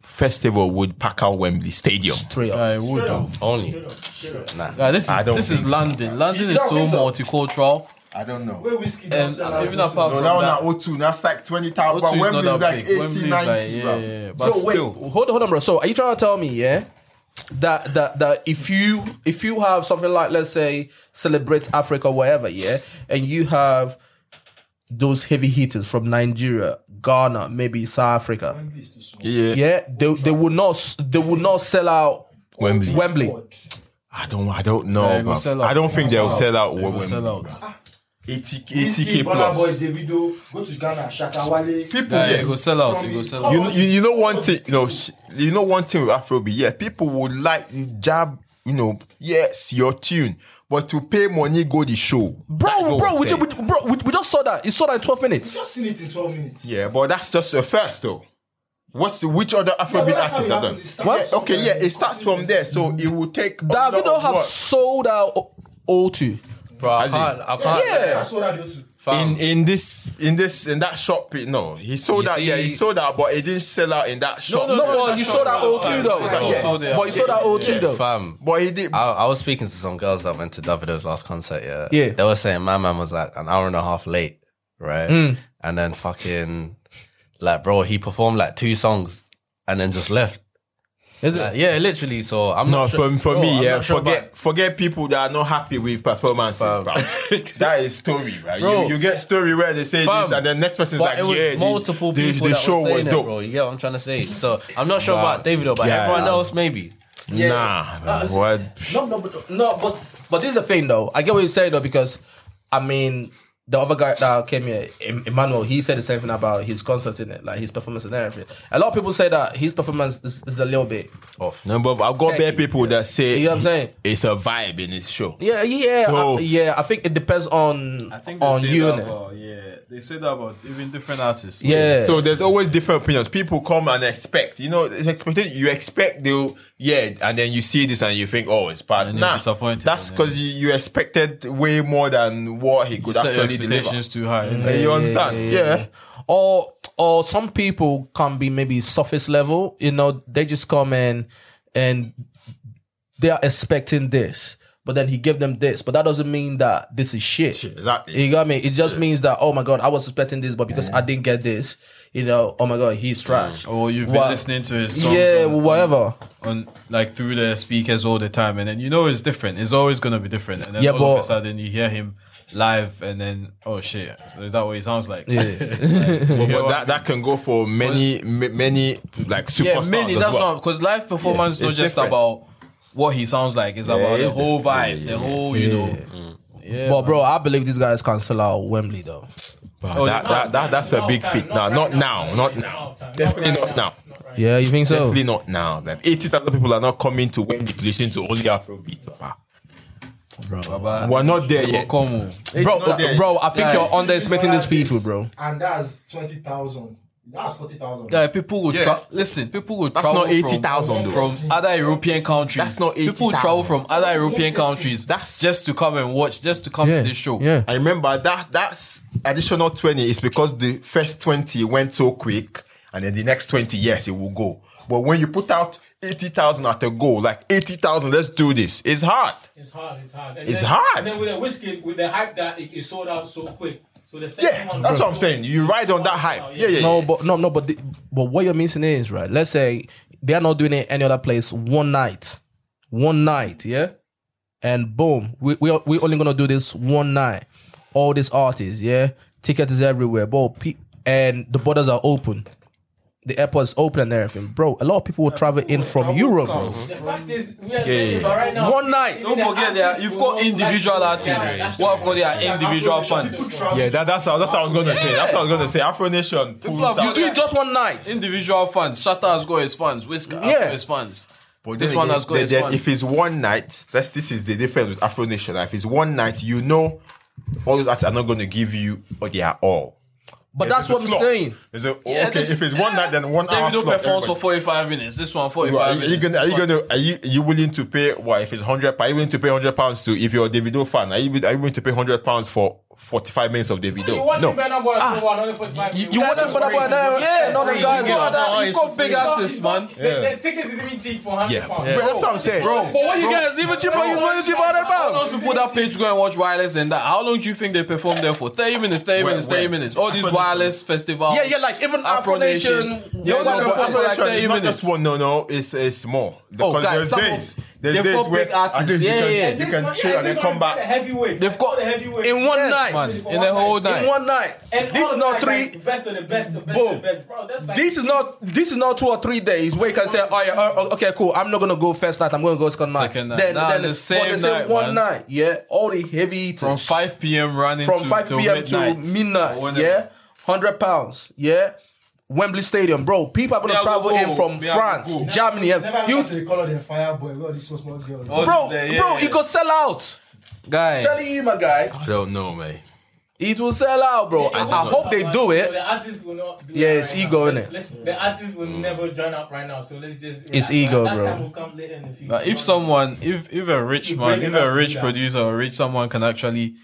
Speaker 6: festival would pack out Wembley Stadium?
Speaker 1: Straight up.
Speaker 3: Yeah, it would. though.
Speaker 4: Only.
Speaker 3: Yeah, this is
Speaker 6: I don't
Speaker 3: this is
Speaker 6: think
Speaker 3: London. London
Speaker 1: You
Speaker 3: is
Speaker 1: don't
Speaker 3: so
Speaker 1: think so?
Speaker 3: multicultural.
Speaker 6: I don't know.
Speaker 10: Where Whiskey
Speaker 3: And
Speaker 6: uh,
Speaker 10: does sell out.
Speaker 3: even apart
Speaker 6: No,
Speaker 3: from
Speaker 6: that one at
Speaker 3: that,
Speaker 6: O2, that's like 20,000,
Speaker 3: O2
Speaker 6: but
Speaker 3: is not
Speaker 6: Wembley is
Speaker 3: that
Speaker 6: like
Speaker 3: big.
Speaker 6: 80,
Speaker 3: Wembley is like,
Speaker 6: 90,
Speaker 3: yeah,
Speaker 6: bro.
Speaker 3: yeah, yeah.
Speaker 1: Yo,
Speaker 3: But still,
Speaker 1: wait, hold on, hold on, bro. So are you trying to tell me, yeah, that that that if you if you have something like let's say celebrate Africa, whatever, yeah, and you have those heavy hitters from Nigeria, Ghana, maybe South Africa,
Speaker 10: Wembley is too small.
Speaker 1: yeah, they they will not s- they will not sell out
Speaker 6: Wembley. Oh
Speaker 1: Wembley.
Speaker 6: I don't I don't know.
Speaker 3: Yeah, it will
Speaker 6: bruv.
Speaker 3: sell out.
Speaker 6: I don't think they'll sell out
Speaker 3: it
Speaker 6: Wembley.
Speaker 3: will sell out.
Speaker 6: bruv. 80,
Speaker 10: Whiskey,
Speaker 6: 80k
Speaker 10: Burna Boy,
Speaker 6: plus.
Speaker 10: Davido, go to Ghana, Shatawale.
Speaker 6: People,
Speaker 3: Yeah,
Speaker 6: yeah.
Speaker 3: it will sell out. It will sell out.
Speaker 6: You, you you know one thing you know sh- you know one thing with Afrobeat yeah people would like you jab you know yes your tune but to pay money go the show. That is
Speaker 1: Bro,
Speaker 6: what
Speaker 1: bro,
Speaker 6: we're
Speaker 1: we, ju-
Speaker 6: saying.
Speaker 1: we, bro we, we just saw that. You saw that in 12 minutes.
Speaker 10: Just seen it in 12 minutes.
Speaker 6: Yeah, but that's just the first though. What's the, which other Afrobeat
Speaker 10: that's how
Speaker 6: artists
Speaker 10: it
Speaker 6: have done?
Speaker 10: happens. It
Speaker 6: What?
Speaker 10: starts
Speaker 6: Okay,
Speaker 10: from-
Speaker 6: yeah, it starts from there, so it will take.
Speaker 1: Davido have sold out O- O2.
Speaker 4: Bro, I
Speaker 1: can't- I can't-
Speaker 10: I saw that video too.
Speaker 6: In in this in this in that shop, eh, no, he sold
Speaker 4: You
Speaker 6: out. Yeah, he
Speaker 4: see-
Speaker 6: sold out, but it didn't sell out in that shop.
Speaker 1: no, no, you sold out O2 though. Yeah. But you sold out O2 though.
Speaker 4: Fam.
Speaker 6: But he did.
Speaker 4: I, I was speaking to some girls that went to Davido's last concert, yeah.
Speaker 1: Yeah.
Speaker 4: They were saying my man was like an hour and a half late, right?
Speaker 6: Hmm.
Speaker 1: Mm.
Speaker 4: And then fucking, like, bro, he performed like two songs and then just left.
Speaker 1: Is
Speaker 4: it? yeah, literally. So I'm
Speaker 6: no,
Speaker 4: not sure.
Speaker 6: for, for
Speaker 4: bro,
Speaker 6: me,
Speaker 4: I'm
Speaker 6: yeah.
Speaker 4: not sure
Speaker 6: forget
Speaker 4: about-
Speaker 6: forget people that are not happy with performances. bro.
Speaker 4: *laughs*
Speaker 6: that is story, right?
Speaker 4: Bro.
Speaker 6: You, you get story where they say
Speaker 4: Fam.
Speaker 6: this, and then next person's
Speaker 4: But
Speaker 6: like,
Speaker 4: it was
Speaker 6: yeah, the-
Speaker 4: multiple
Speaker 6: the,
Speaker 4: people
Speaker 6: the
Speaker 4: that
Speaker 6: show
Speaker 4: were saying
Speaker 6: was dope.
Speaker 4: It, bro. You get what I'm trying to say? So I'm not sure
Speaker 6: Nah.
Speaker 4: about Davido, but
Speaker 6: Yeah,
Speaker 4: everyone
Speaker 6: nah.
Speaker 4: else maybe.
Speaker 1: Yeah.
Speaker 6: Nah,
Speaker 1: it's-
Speaker 6: what?
Speaker 1: No, no, but no, but but this is the thing though. I get what you're saying though because I mean the other guy that came here, Em- Emmanuel, he said the same thing about his concerts in it, like his performance and everything. A lot of people say that his performance is, is a little bit
Speaker 4: off.
Speaker 6: No, but I've got bare
Speaker 1: Techie,
Speaker 6: people that say
Speaker 1: You know what I'm saying?
Speaker 6: it's a vibe in this show.
Speaker 1: Yeah, yeah,
Speaker 6: So-
Speaker 1: I, yeah. I think it depends on
Speaker 3: I think they
Speaker 1: on
Speaker 3: say
Speaker 1: you.
Speaker 3: that
Speaker 1: innit?
Speaker 3: about, yeah, they say that about even different artists.
Speaker 6: So there's always different opinions. People come and expect, you know, it's expected. You expect they'll, yeah, and then you see this and you think, oh, it's bad.
Speaker 3: you're
Speaker 6: Nah,
Speaker 3: disappointed,
Speaker 6: that's
Speaker 3: and
Speaker 6: because you, you expected way more than what he
Speaker 3: you
Speaker 6: could
Speaker 3: set your
Speaker 6: actually deliver.
Speaker 3: expectations too high.
Speaker 6: Yeah, you understand? Yeah.
Speaker 1: Or or some people can be maybe surface level. You know, they just come in and they are expecting this. But then he gave them this, but that doesn't mean that this is shit.
Speaker 6: Exactly.
Speaker 1: You got me. It just means that oh my god, I was expecting this, but because I didn't get this, you know, oh my god, he's trash.
Speaker 3: Or you've been
Speaker 1: Wha-
Speaker 3: listening to his songs
Speaker 1: yeah,
Speaker 3: on-
Speaker 1: whatever.
Speaker 3: on like through the speakers all the time, and then you know it's different. It's always gonna be different, and then
Speaker 1: Yeah,
Speaker 3: all
Speaker 1: but-
Speaker 3: of a sudden you hear him live, and then oh shit, so is that what he sounds *laughs* like?
Speaker 1: Yeah.
Speaker 6: But,
Speaker 3: You know
Speaker 6: but
Speaker 3: what I
Speaker 6: that, that can go for many, ma- many like
Speaker 3: yeah,
Speaker 6: superstars
Speaker 3: many.
Speaker 6: as
Speaker 3: That's
Speaker 6: well.
Speaker 3: not because live performance
Speaker 6: Yeah,
Speaker 3: is not
Speaker 6: it's
Speaker 3: just
Speaker 6: different.
Speaker 3: about what he sounds like. It's about the whole vibe, the whole you know. Yeah,
Speaker 1: but bro, I believe these guys can sell out Wembley though.
Speaker 6: But that, that, that, that's a big feat. Nah, not now, not now. Definitely not now.
Speaker 1: Yeah, you think so?
Speaker 6: Definitely not now. man. 80,000 people are not coming to Wembley to listen to only Afrobeat. man.
Speaker 3: Baba,
Speaker 6: We're not there
Speaker 3: Baba
Speaker 6: yet.
Speaker 3: Komu.
Speaker 1: Bro,
Speaker 6: not there.
Speaker 1: bro, I think
Speaker 3: Guys,
Speaker 1: you're underestimating these people, bro.
Speaker 10: And that's 20,000. That's 40,000.
Speaker 3: Yeah, people would
Speaker 6: Yeah.
Speaker 3: tra- listen. People would
Speaker 6: That's
Speaker 3: travel
Speaker 6: not 80,000
Speaker 3: from,
Speaker 6: though.
Speaker 3: from other European countries.
Speaker 6: That's not
Speaker 3: people would
Speaker 6: 80,000.
Speaker 3: travel from other European countries
Speaker 6: That's-
Speaker 3: just to come and watch, just to come
Speaker 1: Yeah,
Speaker 3: to this show.
Speaker 1: yeah.
Speaker 6: I remember that that's additional 20 is because the first 20 went so quick and then the next 20 yes it will go. But when you put out 80,000 at a go, like 80,000 let's do this. It's hard.
Speaker 5: It's hard. It's hard. And
Speaker 6: It's
Speaker 5: then,
Speaker 6: hard.
Speaker 5: And then with the whiskey, with the hype that it, it sold out so quick. So the second
Speaker 6: Yeah,
Speaker 5: one
Speaker 6: that's
Speaker 5: was-
Speaker 6: what I'm saying. You ride on that hype. Yeah, yeah.
Speaker 1: No,
Speaker 6: yeah.
Speaker 1: but no, no, but the, but what you're missing is right. Let's say they are not doing it any other place. One night, one night, yeah, and boom, we we are- we only gonna do this one night. All these artists, yeah, tickets is everywhere, bro. Pe- and the borders are open, the airport's open and everything, bro. A lot of people will travel in from Europe, bro.
Speaker 5: The fact is, we are saying it, but right now,
Speaker 1: One night.
Speaker 5: even
Speaker 3: Don't
Speaker 5: the
Speaker 3: forget that
Speaker 5: artists
Speaker 3: you've
Speaker 5: will
Speaker 3: got
Speaker 5: not
Speaker 3: individual
Speaker 5: like-
Speaker 3: artists.
Speaker 5: Yeah, that's
Speaker 3: What I've
Speaker 5: true.
Speaker 3: got their individual fans.
Speaker 6: Yeah, that, that's how that's what I was gonna say. That's what I was gonna say. Afro Nation pulls
Speaker 3: have-
Speaker 1: You
Speaker 6: out.
Speaker 1: do it just one night.
Speaker 3: Individual fans. Shatta has got his fans. Whisker has
Speaker 1: Yeah.
Speaker 3: got his fans.
Speaker 6: But
Speaker 3: this
Speaker 6: then
Speaker 3: one
Speaker 6: again,
Speaker 3: has got
Speaker 6: then-
Speaker 3: his
Speaker 6: then
Speaker 3: fans.
Speaker 6: If it's one night, that's this is the difference with Afro Nation. Like, If it's one night, you know all those artists are not gonna give you what they are all.
Speaker 1: But
Speaker 6: There's
Speaker 1: that's
Speaker 6: a
Speaker 1: what I'm
Speaker 6: slot.
Speaker 1: saying.
Speaker 6: There's a-
Speaker 3: Yeah,
Speaker 6: okay,
Speaker 3: this-
Speaker 6: if it's one night, then one hour
Speaker 3: Davido
Speaker 6: slot.
Speaker 3: performs
Speaker 6: everybody.
Speaker 3: for 45 minutes. This one, 45
Speaker 6: Right, Are
Speaker 3: minutes.
Speaker 6: you gonna? Are
Speaker 3: this
Speaker 6: you
Speaker 3: one.
Speaker 6: gonna? Are you you willing to pay? What if it's hundred? Are you willing to pay hundred pounds to if you're a Davido fan? Are you are you willing to pay hundred pounds for forty five minutes of
Speaker 5: You
Speaker 6: Davido?
Speaker 5: watch
Speaker 6: No.
Speaker 5: Burna Boy for 145
Speaker 1: Ah. You,
Speaker 5: minutes.
Speaker 1: you want
Speaker 5: That's
Speaker 1: them for that
Speaker 5: free.
Speaker 1: boy now? Yeah, no, them guys.
Speaker 3: You got,
Speaker 1: got that.
Speaker 3: you've got big artists, man.
Speaker 5: The, the tickets is even cheap for 100
Speaker 6: Yeah,
Speaker 5: pounds.
Speaker 6: But that's what I'm saying. Bro,
Speaker 1: For what you guys, even cheaper, you want cheaper than
Speaker 3: All
Speaker 1: pounds.
Speaker 3: those people that pay to go and watch wireless and that. How long do you think they perform there for? 30 minutes, 30 minutes, 30 minutes. All these wireless festivals.
Speaker 1: Yeah, yeah, like even Afro Nation.
Speaker 3: They
Speaker 1: Yeah,
Speaker 3: all go
Speaker 1: no, but
Speaker 3: perform for like
Speaker 6: It's
Speaker 3: 30
Speaker 6: not
Speaker 3: minutes. Oh,
Speaker 6: just one, no, no, it's it's more. Because
Speaker 3: guys,
Speaker 6: there's
Speaker 3: some of-
Speaker 6: days, there's
Speaker 3: they've
Speaker 6: days
Speaker 3: got
Speaker 6: where
Speaker 3: big artists.
Speaker 6: at least
Speaker 3: Yeah,
Speaker 6: you can,
Speaker 3: yeah.
Speaker 6: you
Speaker 5: This
Speaker 6: can
Speaker 5: one-
Speaker 6: chill
Speaker 5: yeah,
Speaker 6: and
Speaker 5: this
Speaker 6: then come
Speaker 5: one
Speaker 6: back.
Speaker 5: got The heavyweight.
Speaker 3: They've got-
Speaker 5: the heavyweight.
Speaker 1: in one
Speaker 3: Yes,
Speaker 1: night.
Speaker 3: man.
Speaker 5: For
Speaker 3: In the
Speaker 5: one
Speaker 3: whole
Speaker 5: night.
Speaker 3: night.
Speaker 1: In one night.
Speaker 5: And
Speaker 1: this is
Speaker 5: all
Speaker 1: not
Speaker 5: of them,
Speaker 1: three.
Speaker 5: like, the best of the best, the best
Speaker 1: Boom.
Speaker 5: of the best, bro. That's like
Speaker 1: this is not this is not two or three days where you can say, oh yeah, oh, okay, cool. I'm not gonna go first night. I'm gonna go second night.
Speaker 3: Second night.
Speaker 1: Then,
Speaker 3: Nah,
Speaker 1: then
Speaker 3: the same
Speaker 1: but they say
Speaker 3: night, man.
Speaker 1: one night. Yeah, all the heavy eaters
Speaker 3: From 5 p.m. running
Speaker 1: from
Speaker 3: to,
Speaker 1: 5
Speaker 3: till
Speaker 1: p.m.
Speaker 3: midnight.
Speaker 1: to midnight.
Speaker 3: Or whenever.
Speaker 1: yeah, hundred pounds. Yeah. Wembley Stadium, bro. People are gonna
Speaker 3: Yeah,
Speaker 1: travel
Speaker 3: go,
Speaker 1: in from
Speaker 3: yeah,
Speaker 1: France,
Speaker 3: go.
Speaker 1: Germany.
Speaker 10: Never
Speaker 1: You,
Speaker 10: you the color of the fire boy. Well, this was small girl.
Speaker 3: Oh,
Speaker 1: bro,
Speaker 3: yeah, yeah,
Speaker 1: bro,
Speaker 3: yeah.
Speaker 1: you could sell out.
Speaker 3: Guy.
Speaker 1: Telling you, my guy.
Speaker 6: I don't know, man.
Speaker 1: It will sell out, bro. I, I hope they do
Speaker 5: So
Speaker 1: it.
Speaker 5: the artist will not. Do
Speaker 1: Yeah,
Speaker 5: that
Speaker 1: it's
Speaker 5: right
Speaker 1: ego,
Speaker 5: now.
Speaker 1: innit?
Speaker 5: Let's- let's- The artist will never join up right now, so let's just.
Speaker 3: It's
Speaker 5: relax.
Speaker 3: ego,
Speaker 5: that
Speaker 3: bro.
Speaker 5: Time will come later in the future.
Speaker 3: Like if someone, if if a rich
Speaker 5: You
Speaker 3: man,
Speaker 5: bring
Speaker 3: if
Speaker 5: it
Speaker 3: a
Speaker 5: up,
Speaker 3: rich
Speaker 5: yeah.
Speaker 3: producer or rich someone can actually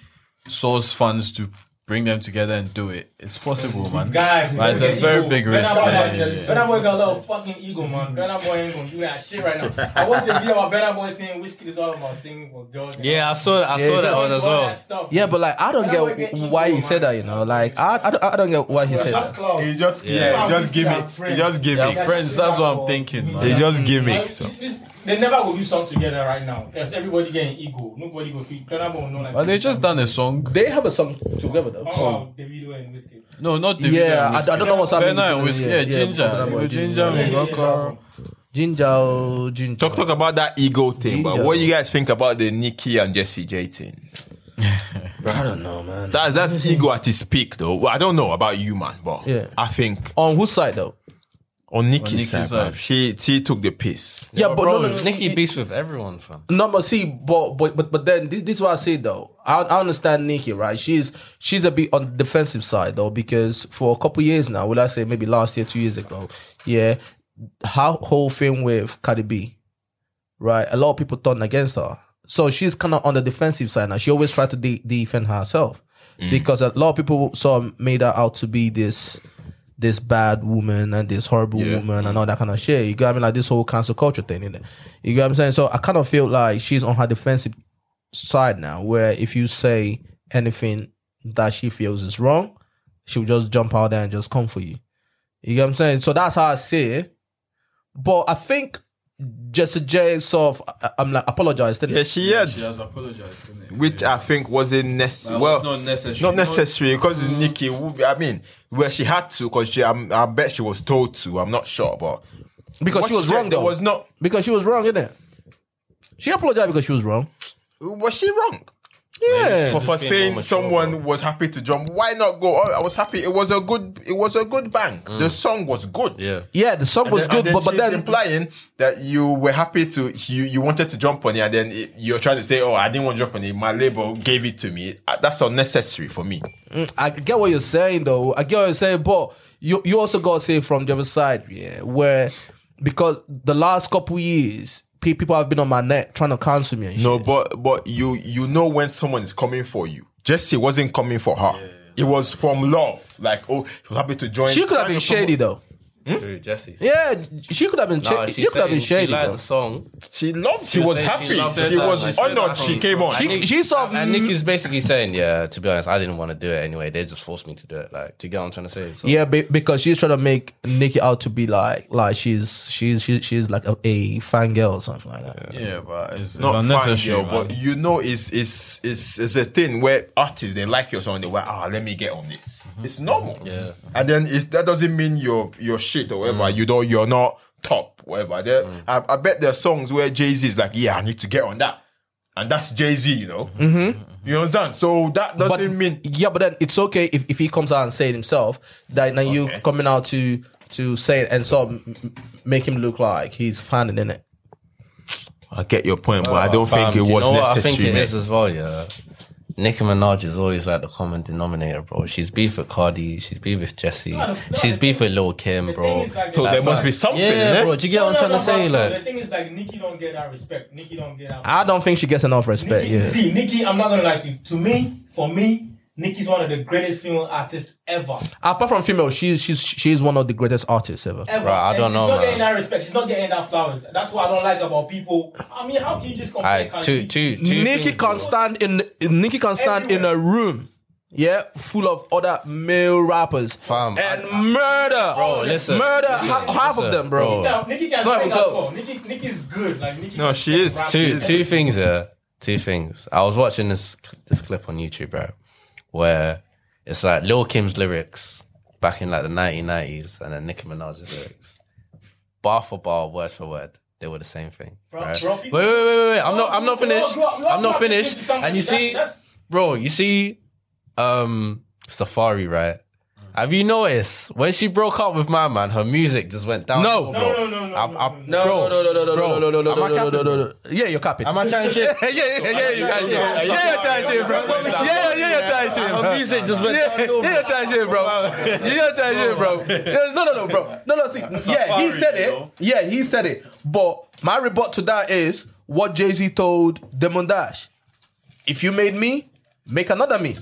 Speaker 3: source funds to bring them together and do it, it's possible, man.
Speaker 5: Guys,
Speaker 3: Like, it's a
Speaker 5: fucking
Speaker 3: very
Speaker 5: ego.
Speaker 3: big
Speaker 5: Burna
Speaker 3: risk.
Speaker 5: Boy
Speaker 3: yeah,
Speaker 5: got-
Speaker 3: yeah, yeah.
Speaker 5: Burna Boy got a lot of fucking ego, man. Burna Boy ain't gonna do that shit right now. I watched a video about Burna Boy saying whiskey is all about singing for girls. and all Yeah, he's all about that stuff.
Speaker 1: Yeah, but like I don't
Speaker 5: Burna Boy
Speaker 1: get why he said that. You know, like I I don't, I don't get why he said
Speaker 5: That's
Speaker 1: that.
Speaker 5: close.
Speaker 6: He just
Speaker 1: Yeah.
Speaker 6: yeah,
Speaker 1: Yeah,
Speaker 6: he just give
Speaker 1: we
Speaker 6: it.
Speaker 1: are
Speaker 6: He just give
Speaker 1: friends.
Speaker 6: it.
Speaker 1: Yeah, friends, that's
Speaker 3: what I'm thinking, man.
Speaker 6: He just gimmick.
Speaker 5: Like, this- They never will do song together right now. Because everybody getting ego. Nobody will feel. Burna Boy will know like.
Speaker 3: But they just done a song.
Speaker 1: They have a song together though.
Speaker 5: Oh, Davido and whiskey.
Speaker 3: No, not Davido
Speaker 1: Yeah,
Speaker 3: and
Speaker 1: I, I don't know what's
Speaker 3: Whiskey.
Speaker 1: happening.
Speaker 3: Burna and
Speaker 1: between
Speaker 3: Whiskey,
Speaker 1: them.
Speaker 3: yeah, Ginger.
Speaker 1: Burna Boy,
Speaker 3: Yo, Ginger, we rock on.
Speaker 1: Ginger, oh, Ginger.
Speaker 6: Talk talk about that ego thing, but
Speaker 1: Ginger.
Speaker 6: what you guys think about the Nikki and Jesse J thing?
Speaker 1: I don't know, man.
Speaker 6: That's that's ego at its peak, though. Well, I don't know about you, man, but
Speaker 1: Yeah.
Speaker 6: I think
Speaker 1: on whose side though?
Speaker 6: On Nikki's,
Speaker 1: Nikki's
Speaker 6: side,
Speaker 1: side.
Speaker 6: man. she she took the piss.
Speaker 1: Yeah, but no, no, no,
Speaker 4: Nikki beats with everyone, fam.
Speaker 1: No, but see, but but but, but then this this is what I say though. I, I understand Nikki, right? She's she's a bit on the defensive side though because for a couple years now, will I say maybe last year, two years ago, yeah, her whole thing with Cardi B, right? A lot of people turned against her, so she's kind of on the defensive side now. She always tried to de- defend herself because a lot of people sort of made her out to be this this bad woman and this horrible woman and all that kind of shit. You got what I mean? Like this whole cancel culture thing in it. You got what I'm saying? So I kind of feel like she's on her defensive side now, where if you say anything that she feels is wrong, she'll just jump out there and just come for you. You get what I'm saying? So that's how I see it. But I think Jesse J sort of I- I'm like apologized, didn't
Speaker 6: Yeah, she had,
Speaker 3: She has apologized.
Speaker 6: which I think wasn't necessary.
Speaker 3: That
Speaker 6: Well,
Speaker 3: was not necessary.
Speaker 6: Not necessary because
Speaker 3: Mm.
Speaker 6: it's Nikki. who- I mean, where she had to, because she, I'm, I bet she was told to. I'm not sure, but
Speaker 1: Because
Speaker 6: what
Speaker 1: she was
Speaker 6: said,
Speaker 1: wrong
Speaker 6: there
Speaker 1: though.
Speaker 6: Was not.
Speaker 1: Because she was wrong, isn't it? She apologized because she was wrong.
Speaker 6: Was she wrong?
Speaker 1: Yeah.
Speaker 6: for, for saying someone was happy to jump. Why not go? Oh, I was happy. It was a good. It was a good bang. The song was good.
Speaker 4: Yeah.
Speaker 1: Mm. Yeah, the song was good, but, but then
Speaker 6: implying that you were happy to you you wanted to jump on it, and then it, you're trying to say, "Oh, I didn't want to jump on it. My label gave it to me." Uh, That's unnecessary for me.
Speaker 1: Mm, I get what you're saying though. I get what you're saying, but you you also gotta say from the other side, yeah, where because the last couple years pe- people have been on my neck trying to cancel me and shit.
Speaker 6: No, but but you you know when someone is coming for you. Jesse wasn't coming for her. It was from love. Like, oh, she was happy to join.
Speaker 1: She could have been shady though.
Speaker 6: Hmm?
Speaker 4: Through Jesse.
Speaker 1: Yeah, she could have been.
Speaker 4: Nah,
Speaker 1: Cha-
Speaker 4: she
Speaker 1: you could have
Speaker 4: said
Speaker 1: been
Speaker 4: she
Speaker 1: shady
Speaker 4: liked
Speaker 1: though.
Speaker 4: the song.
Speaker 6: She loved. She
Speaker 4: was
Speaker 6: was
Speaker 4: saying
Speaker 6: happy.
Speaker 4: she loved
Speaker 6: She,
Speaker 4: it, like,
Speaker 6: was
Speaker 4: like,
Speaker 6: honored.
Speaker 4: from-
Speaker 6: She came on.
Speaker 4: And Nick-
Speaker 1: she saw.
Speaker 4: And
Speaker 6: Hmm?
Speaker 4: Nikki's basically saying, yeah, to be honest, I didn't want to do it anyway. They just forced me to do it. Like, do you get what I'm trying to say? So,
Speaker 1: Yeah, be- because she's trying to make Nikki out to be like like she's she's she's, she's like a, a fangirl or something like that.
Speaker 3: Yeah, but it's, it's
Speaker 6: not
Speaker 3: unnecessary.
Speaker 6: fine, girl, but you know, it's it's it's it's a thing where artists they like your song, they were ah, let me get on this.
Speaker 4: Mm-hmm.
Speaker 6: It's normal. Yeah, and then it's, that doesn't mean you're you're shit or whatever.
Speaker 4: Mm.
Speaker 6: You don't, you're not top, whatever. There, I, I bet there are songs where Jay Z is like, yeah, I need to get on that, and that's Jay Z, you know. Mm-hmm. You understand? So that doesn't
Speaker 1: But-
Speaker 6: mean
Speaker 1: Yeah, but then it's okay if, if he comes out and say it himself. That now you coming out to to say it and sort of m- m- make him look like he's fanning in it.
Speaker 6: I get your point, but I
Speaker 4: Uh,
Speaker 6: don't
Speaker 4: fam,
Speaker 6: think it
Speaker 4: do you
Speaker 6: was
Speaker 4: know what
Speaker 6: necessary.
Speaker 4: I think it
Speaker 6: mate.
Speaker 4: is as well, yeah. Nicki Minaj is always like the common denominator, bro. She's beef with Cardi, she's beef with Jesse,
Speaker 5: No, no,
Speaker 4: she's beef with Lil Kim, bro.
Speaker 5: is, like, So there
Speaker 4: fam-
Speaker 6: must be something,
Speaker 4: yeah,
Speaker 6: innit?
Speaker 4: bro. Do you get what I'm
Speaker 5: No,
Speaker 4: trying
Speaker 5: no,
Speaker 4: to
Speaker 5: no,
Speaker 4: say?
Speaker 5: no,
Speaker 4: Like,
Speaker 5: the thing is, like, Nikki don't get that respect. Nikki don't get that.
Speaker 1: I don't think she gets enough respect.
Speaker 5: Nikki,
Speaker 4: *laughs*
Speaker 1: Yeah.
Speaker 5: see, Nikki, I'm not gonna lie to you. To me, for me, Nikki's one of the greatest female artists ever.
Speaker 1: Apart from female, she's she's she's one of the greatest artists ever.
Speaker 5: Ever. And she's not getting that respect. She's not getting that flowers. That's what I don't like about people. I mean, how can you just compare? Cardi B?
Speaker 1: Nikki can't stand in Nikki can stand in a room, yeah, full of other male rappers, and murder,
Speaker 4: Bro, listen,
Speaker 1: murder
Speaker 4: listen,
Speaker 1: ha- half of
Speaker 4: listen,
Speaker 1: them, bro.
Speaker 5: Yeah, Nikki can
Speaker 1: It's not
Speaker 5: sing
Speaker 1: even
Speaker 5: as
Speaker 1: close.
Speaker 5: well. Nikki, Nikki's good. Like Nikki.
Speaker 4: No, she is.
Speaker 5: Rap
Speaker 4: Two
Speaker 5: shit.
Speaker 4: two things. Yeah, two things. I was watching this this clip on YouTube, bro, where it's like Lil Kim's lyrics back in like the nineteen nineties, and then Nicki Minaj's lyrics, bar for bar, word for word, they were the same thing.
Speaker 5: Bro,
Speaker 4: right?
Speaker 5: bro,
Speaker 4: wait,
Speaker 5: people-
Speaker 4: wait, wait, wait, wait. I'm not. I'm not
Speaker 5: Bro, bro,
Speaker 4: finished.
Speaker 5: bro, bro,
Speaker 4: I'm not
Speaker 5: bro,
Speaker 4: finished.
Speaker 5: this is something
Speaker 4: And you
Speaker 5: that's-
Speaker 4: see,
Speaker 5: that's-
Speaker 4: bro, you see, um, Safari, right? Have you noticed when she broke up with my man, her music just went down?
Speaker 1: No.
Speaker 4: bro.
Speaker 1: No, no, no,
Speaker 4: I, I,
Speaker 1: No,
Speaker 4: bro,
Speaker 1: no, no, no, no,
Speaker 4: bro,
Speaker 1: no, no, no, no,
Speaker 4: am I
Speaker 1: no, no,
Speaker 4: capping?
Speaker 1: no, no, no. Yeah, you're capping.
Speaker 4: Am I trying shit?
Speaker 1: *laughs* yeah, yeah, yeah, yeah, you're trying shit. Yeah, you're trying shit, bro. Yeah, yeah, you're trying shit.
Speaker 4: Her music just went
Speaker 1: Yeah,
Speaker 4: down, no,
Speaker 1: yeah,
Speaker 4: bro.
Speaker 1: you're trying shit, bro. Yeah, you're trying shit,
Speaker 4: *laughs*
Speaker 1: bro. Yeah, No, no, no, bro. No, no, see. Yeah, he
Speaker 12: Safari,
Speaker 1: said
Speaker 12: you
Speaker 1: it.
Speaker 12: know.
Speaker 1: Yeah, he said it. But my rebut to that is what Jay Z told Demon Dash. If you made me, make another me.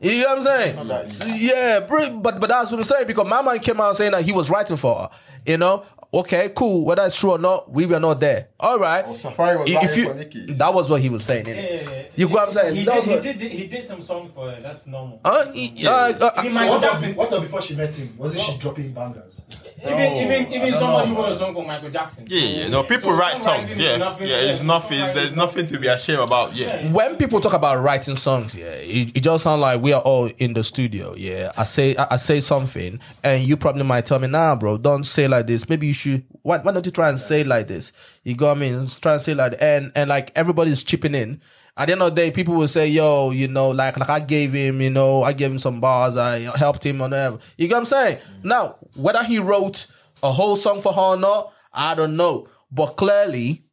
Speaker 1: You know what I'm saying? Yeah, br- but but that's what I'm saying because my man came out saying that he was writing for her. You know, okay, cool. Whether it's true or not, we were not there. All right.
Speaker 6: Oh, Safari was
Speaker 1: If
Speaker 6: writing
Speaker 1: you-
Speaker 6: for Nicki.
Speaker 1: That was what he was saying.
Speaker 5: Yeah,
Speaker 1: innit?
Speaker 5: yeah, yeah.
Speaker 1: You know what I'm saying?
Speaker 5: He
Speaker 1: That
Speaker 5: did,
Speaker 1: was
Speaker 5: he
Speaker 1: what-
Speaker 5: did, he did some songs for her. That's normal.
Speaker 1: Uh, he- uh, uh,
Speaker 5: Even
Speaker 1: uh,
Speaker 5: Michael
Speaker 10: What
Speaker 5: Jackson.
Speaker 10: up, what up before she met him? Wasn't she dropping bangers?
Speaker 5: Even even even somebody who wrote a song for Michael Jackson.
Speaker 6: Yeah, yeah. No, people
Speaker 5: So
Speaker 6: write
Speaker 5: songwriting
Speaker 6: songs.
Speaker 5: is
Speaker 6: Yeah,
Speaker 5: nothing-
Speaker 6: yeah. It's nothing. it's- There's nothing to be ashamed about. Yeah.
Speaker 1: when people talk about writing songs, yeah, it, it just sounds like we are all in the studio. Yeah, I say I, I say something, and you probably might tell me, "Nah, bro, don't say like this. Maybe you should. Why, why don't you try and say like this? You got me. Just Try and say like and and like everybody's chipping in. At the end of the day, people will say, "Yo, you know, like like I gave him, you know, I gave him some bars, I helped him, or whatever." You get what I'm saying? Now, whether he wrote a whole song for her or not, I don't know. But clearly,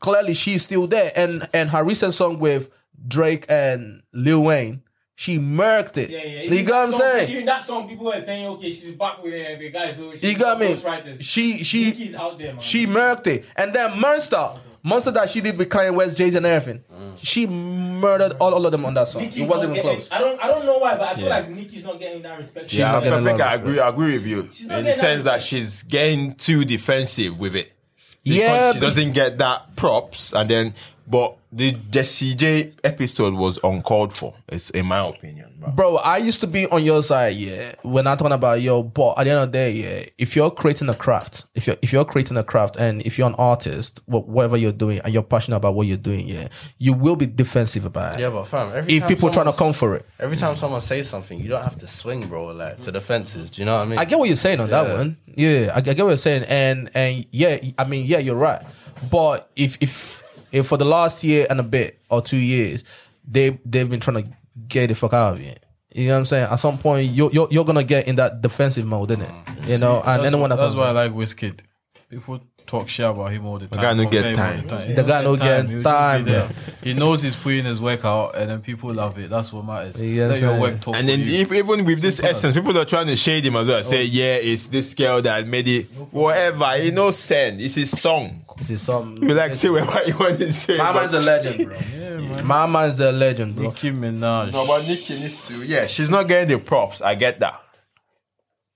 Speaker 1: clearly she's still there. And and her recent song with Drake and Lil Wayne, she murked it.
Speaker 5: Yeah, yeah.
Speaker 1: You
Speaker 5: Even
Speaker 1: got what I'm
Speaker 5: some-
Speaker 1: saying?
Speaker 5: Even that song, people were saying, okay, she's back with uh, the guys. So she's
Speaker 1: You got me.
Speaker 5: ghostwriters.
Speaker 1: She she
Speaker 5: Nicki's out there, man.
Speaker 1: she murked it. And then Monster. Monster that she did with Kanye West, Jay Z, and everything.
Speaker 6: Mm.
Speaker 1: She murdered all, all of them on that song.
Speaker 5: Nicki's
Speaker 1: it wasn't
Speaker 5: not
Speaker 1: even
Speaker 5: getting-
Speaker 1: close.
Speaker 5: I don't I don't know why, but I feel
Speaker 6: Yeah.
Speaker 5: like Nicki's not getting that respect.
Speaker 1: She's not
Speaker 6: yeah, I
Speaker 1: getting a lot
Speaker 6: think
Speaker 1: of
Speaker 6: I agree. I agree with you
Speaker 5: not
Speaker 6: in the
Speaker 5: getting
Speaker 6: sense
Speaker 5: a
Speaker 6: that she's getting too defensive with it. Because
Speaker 1: Yeah,
Speaker 6: she
Speaker 1: but-
Speaker 6: doesn't get that props, and then but the Jesse J episode was uncalled for. It's in my opinion. Bro.
Speaker 1: Bro, I used to be on your side, yeah. When I talking about yo, but at the end of the day, yeah, if you're creating a craft, if you're if you're creating a craft, and if you're an artist, wh- whatever you're doing, and you're passionate about what you're doing, yeah, you will be defensive about it.
Speaker 4: Yeah, but fam, every
Speaker 1: if
Speaker 4: time
Speaker 1: people trying to
Speaker 4: someone's-
Speaker 1: come for it,
Speaker 4: Every time someone says something, you don't have to swing, bro, like to the fences. Do you know what I mean?
Speaker 1: I get what you're saying on that
Speaker 4: Yeah.
Speaker 1: one. Yeah, I, I get what you're saying, and and yeah, I mean, yeah, you're right. But if if if for the last year and a bit or two years, they they've been trying to get the fuck out of you. You know what I'm saying? At some point, you're you're, you're gonna get in that defensive mode, isn't it? You know, Ah, and
Speaker 3: that's
Speaker 1: anyone
Speaker 3: why,
Speaker 1: that
Speaker 3: that's
Speaker 1: comes
Speaker 3: why I like Wizkid. People talk shit about him all the time.
Speaker 6: guy no
Speaker 3: compare
Speaker 6: get
Speaker 3: him all
Speaker 6: time.
Speaker 1: The guy no get
Speaker 3: He will just be
Speaker 1: time,
Speaker 3: there.
Speaker 1: bro.
Speaker 3: He knows he's putting his work out, and then people love it. That's what matters.
Speaker 1: Yeah,
Speaker 3: Let
Speaker 1: I'm
Speaker 3: your
Speaker 1: saying.
Speaker 3: work talk.
Speaker 6: And then
Speaker 3: for you.
Speaker 6: if, even with this
Speaker 3: Simple as-
Speaker 6: essence, people are trying to shade him as well.
Speaker 1: Oh.
Speaker 6: Say, yeah, it's this girl that made it. Whatever, you know, send. It's his song.
Speaker 1: This is some.
Speaker 6: You like say whatever you want to say.
Speaker 1: My
Speaker 6: but-
Speaker 1: man's a legend, bro. My man's a legend, *laughs* bro.
Speaker 3: Nicki Minaj.
Speaker 6: No, but Nicki needs to. Yeah, she's not getting the props. I get that.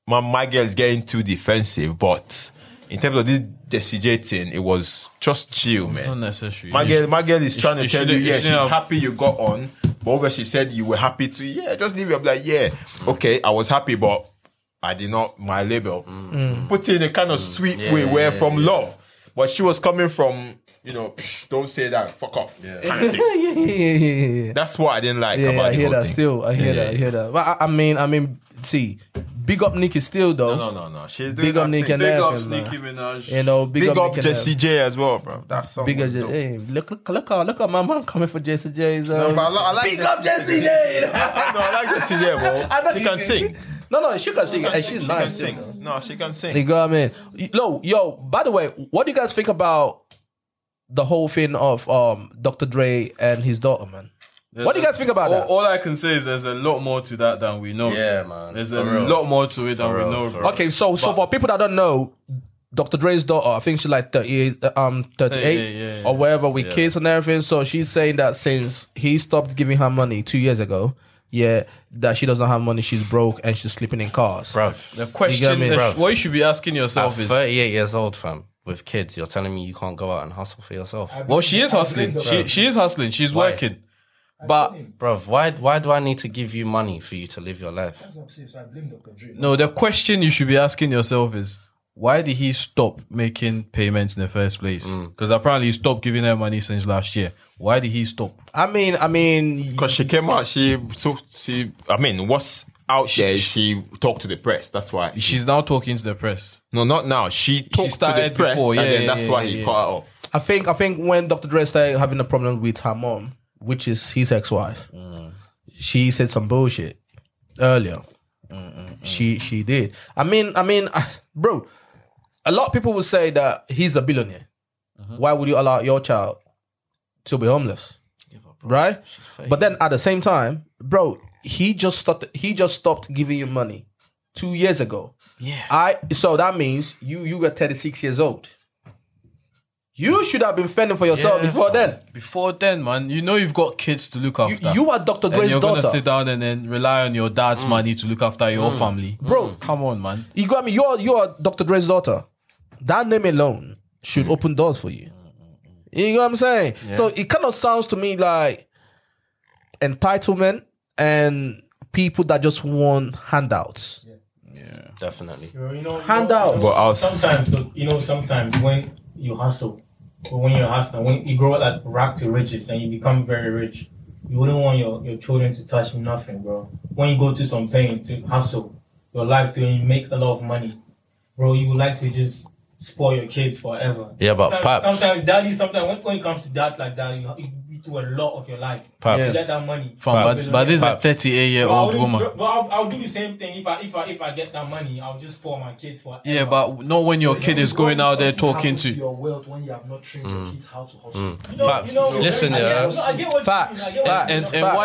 Speaker 6: My my girl is getting too defensive, but in terms of this Jesse J thing, it was just chill,
Speaker 3: It's not
Speaker 6: man.
Speaker 3: necessary.
Speaker 6: My girl, my girl is
Speaker 3: it
Speaker 6: trying to
Speaker 3: should-
Speaker 6: tell
Speaker 3: it
Speaker 6: you,
Speaker 3: should- it
Speaker 6: yeah, she's
Speaker 3: shouldn't have-
Speaker 6: happy you got on. But over she said you were happy to, yeah, just leave it. I'm like, yeah, okay, I was happy, but I did not my label. Put it in a kind of sweet way where from love. But she was coming from, you know, "Psh, don't say that, fuck off. kind of
Speaker 1: *laughs*
Speaker 6: thing.
Speaker 1: yeah, yeah, yeah, yeah, yeah.
Speaker 6: That's what I didn't like
Speaker 1: Yeah,
Speaker 6: about
Speaker 1: I
Speaker 6: the
Speaker 1: hear
Speaker 6: whole
Speaker 1: that.
Speaker 6: thing.
Speaker 1: Still, I hear that. I hear that. But I, I mean, I mean, see, big up Nicki still though.
Speaker 6: No, no, no, no. She's doing
Speaker 1: Big up
Speaker 6: that
Speaker 1: Nick
Speaker 6: thing.
Speaker 1: and
Speaker 6: big
Speaker 1: F,
Speaker 6: up,
Speaker 1: man.
Speaker 3: Nicki Minaj.
Speaker 1: You know, big,
Speaker 6: big up,
Speaker 1: Nick and
Speaker 6: Jesse
Speaker 1: F.
Speaker 6: J as well, bro. That song.
Speaker 1: Big up
Speaker 6: was
Speaker 1: Jesse.
Speaker 6: dope.
Speaker 1: Hey, look, look, look, how- look at my man coming for Jesse J's.
Speaker 6: No,
Speaker 1: Um,
Speaker 6: but I li- I like
Speaker 1: big up Jesse J.
Speaker 6: no, I like Jesse J,
Speaker 1: *laughs* I know
Speaker 6: bro. She
Speaker 1: you
Speaker 6: can sing.
Speaker 1: no, no, she can sing, and she's
Speaker 6: she
Speaker 1: nice.
Speaker 6: Can
Speaker 1: too.
Speaker 6: sing. No, she can
Speaker 1: You
Speaker 6: sing.
Speaker 1: got me. Yo, yo. By the way, what do you guys think about the whole thing of um Dr. Dre and his daughter, man? What do you guys think about
Speaker 3: all,
Speaker 1: that?
Speaker 3: All I can say is there's a lot more to that than we know.
Speaker 4: Yeah, man.
Speaker 3: There's
Speaker 4: For
Speaker 3: a
Speaker 4: real.
Speaker 3: lot more to it than
Speaker 4: real,
Speaker 3: we know.
Speaker 4: for
Speaker 3: bro.
Speaker 4: real.
Speaker 1: Okay, so so for people that don't know, Dr. Dre's daughter, I think she's like 38, uh, um, 38
Speaker 3: Yeah, yeah, yeah, yeah.
Speaker 1: or whatever, with kids and everything. So she's saying that since he stopped giving her money two years ago, yeah, that she doesn't have money, she's broke, and she's sleeping in cars.
Speaker 3: The
Speaker 4: Bruv,
Speaker 1: You get
Speaker 3: question,
Speaker 1: me?
Speaker 3: that
Speaker 4: Bruv.
Speaker 3: what you should be asking
Speaker 4: at
Speaker 3: yourself is,
Speaker 4: 38 years old, fam, with kids, you're telling me you can't go out and hustle for yourself,
Speaker 3: well, she is hustling. She she is hustling. She's
Speaker 4: Why?
Speaker 3: working, but
Speaker 4: bruv? Why? Why do I need to give you money for you to live your life?
Speaker 10: That's what I'm saying. So I blame Dr. Dre.
Speaker 3: no. The question you should be asking yourself is, why did he stop making payments in the first place?
Speaker 1: Mm.
Speaker 3: Because apparently he stopped giving her money since last year. Why did he stop?
Speaker 1: I mean, I mean,
Speaker 6: Because she came out, she so she. I mean, what's out there? She talked to the press. That's why.
Speaker 3: She's now talking to the press.
Speaker 6: No, not now. She talked to
Speaker 3: started
Speaker 6: the press,
Speaker 3: before, yeah,
Speaker 6: and then
Speaker 3: yeah,
Speaker 6: that's
Speaker 3: yeah,
Speaker 6: why
Speaker 3: yeah,
Speaker 6: he
Speaker 3: yeah.
Speaker 6: cut her off.
Speaker 1: I think I think when Dr. Dre started having a problem with her mom, which is his ex-wife, she said some bullshit earlier, She she did. I mean, I mean, bro, a lot of people would say that he's a billionaire. Why would you allow your child to be homeless? right? But then at the same time, bro, he just stopped he just stopped giving you money two years ago.
Speaker 3: Yeah.
Speaker 1: I so that means you you were 36 years old. You should have been fending for yourself
Speaker 3: Yeah,
Speaker 1: before then.
Speaker 3: Before then, man, you know you've got kids to look after.
Speaker 1: you are Dr. Dre's
Speaker 3: and you're
Speaker 1: daughter.
Speaker 3: gonna sit down and then rely on your dad's money to look after your
Speaker 1: Mm.
Speaker 3: family,
Speaker 1: Bro.
Speaker 3: Come on, man.
Speaker 1: You got me. You're you're Dr. Dre's daughter. That name alone should open doors for you. You know what I'm saying?
Speaker 3: Mm. Yeah.
Speaker 1: So it kind of sounds to me like entitlement and people that just want handouts.
Speaker 4: Definitely.
Speaker 5: You know,
Speaker 1: Hand
Speaker 5: you know,
Speaker 1: out. But I was-
Speaker 5: Sometimes, look, you know, sometimes when you hustle, or when you're hustling, when you grow like rock to riches and you become very rich, you wouldn't want your, your children to touch nothing, bro. When you go through some pain to hustle your life through and you make a lot of money, bro, you would like to just spoil your kids forever.
Speaker 4: Yeah, but
Speaker 5: sometimes,
Speaker 4: Paps-
Speaker 5: sometimes daddy, sometimes when, when it comes to dad like that, you, you, you do a lot of your life.
Speaker 3: Paps.
Speaker 5: You let that money.
Speaker 3: Fam, but, but this is a 38 year
Speaker 5: But I
Speaker 3: old
Speaker 5: wouldn't-
Speaker 3: woman.
Speaker 5: But I'll, I'll do the same thing if I if I if I get that money, I'll just pour my kids for.
Speaker 3: Yeah, but not when your kid is going out there talking to.
Speaker 10: your wealth when you have not trained
Speaker 5: Mm.
Speaker 10: your kids how to hustle.
Speaker 3: You know-
Speaker 10: you know-
Speaker 3: listen,
Speaker 10: I get-
Speaker 3: yeah.
Speaker 10: no, I get what you
Speaker 1: Facts.
Speaker 10: mean, I get what
Speaker 1: Facts.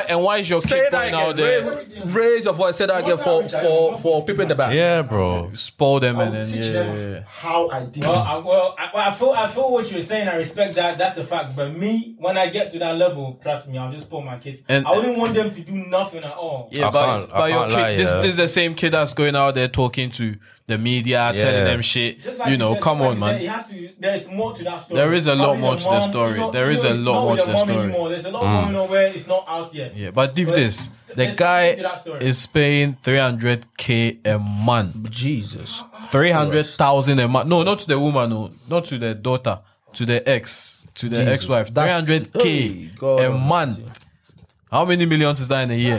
Speaker 10: you mean.
Speaker 1: Facts. Say that again. Raise, raise your voice. Say that again for for for people in the back.
Speaker 4: Yeah, bro.
Speaker 3: Spoil them
Speaker 1: and
Speaker 3: then-
Speaker 10: teach them how I did
Speaker 5: Well,
Speaker 10: it.
Speaker 5: I, well, I, well, I feel I feel what you're saying. I respect that. That's a fact. But me, when I get to that level, trust me, I'll just pour my kids.
Speaker 3: And-
Speaker 5: I wouldn't want them to do nothing at all.
Speaker 3: Yeah, but, but your kid,
Speaker 4: lie,
Speaker 3: this,
Speaker 4: yeah.
Speaker 3: this is the same kid that's going out there talking to the media, telling them shit.
Speaker 5: Just like
Speaker 3: you know,
Speaker 5: said,
Speaker 3: come
Speaker 5: like
Speaker 3: on,
Speaker 5: you
Speaker 3: man.
Speaker 5: Said, it has to. There is more to that story.
Speaker 3: There is a lot
Speaker 5: Probably
Speaker 3: more
Speaker 5: your
Speaker 3: to the
Speaker 5: mom,
Speaker 3: story.
Speaker 5: you know-
Speaker 3: There
Speaker 5: you
Speaker 3: is
Speaker 5: know
Speaker 3: a
Speaker 5: it's
Speaker 3: lot
Speaker 5: not
Speaker 3: more
Speaker 5: with
Speaker 3: to
Speaker 5: your
Speaker 3: the
Speaker 5: mom
Speaker 3: story.
Speaker 5: Anymore. There's a lot
Speaker 3: Mm.
Speaker 5: going on where it's not out yet.
Speaker 3: Yeah, but deep
Speaker 5: But
Speaker 3: this. The
Speaker 5: there's
Speaker 3: guy
Speaker 5: something to that story.
Speaker 3: is paying 300k a month.
Speaker 1: Jesus.
Speaker 3: 300,000 a month. No, not to the woman, no. Not to the daughter. To the ex. To the
Speaker 1: Jesus.
Speaker 3: ex wife.
Speaker 1: That's-
Speaker 3: 300k
Speaker 1: Hey, God
Speaker 3: a month. How many millions is that in a year?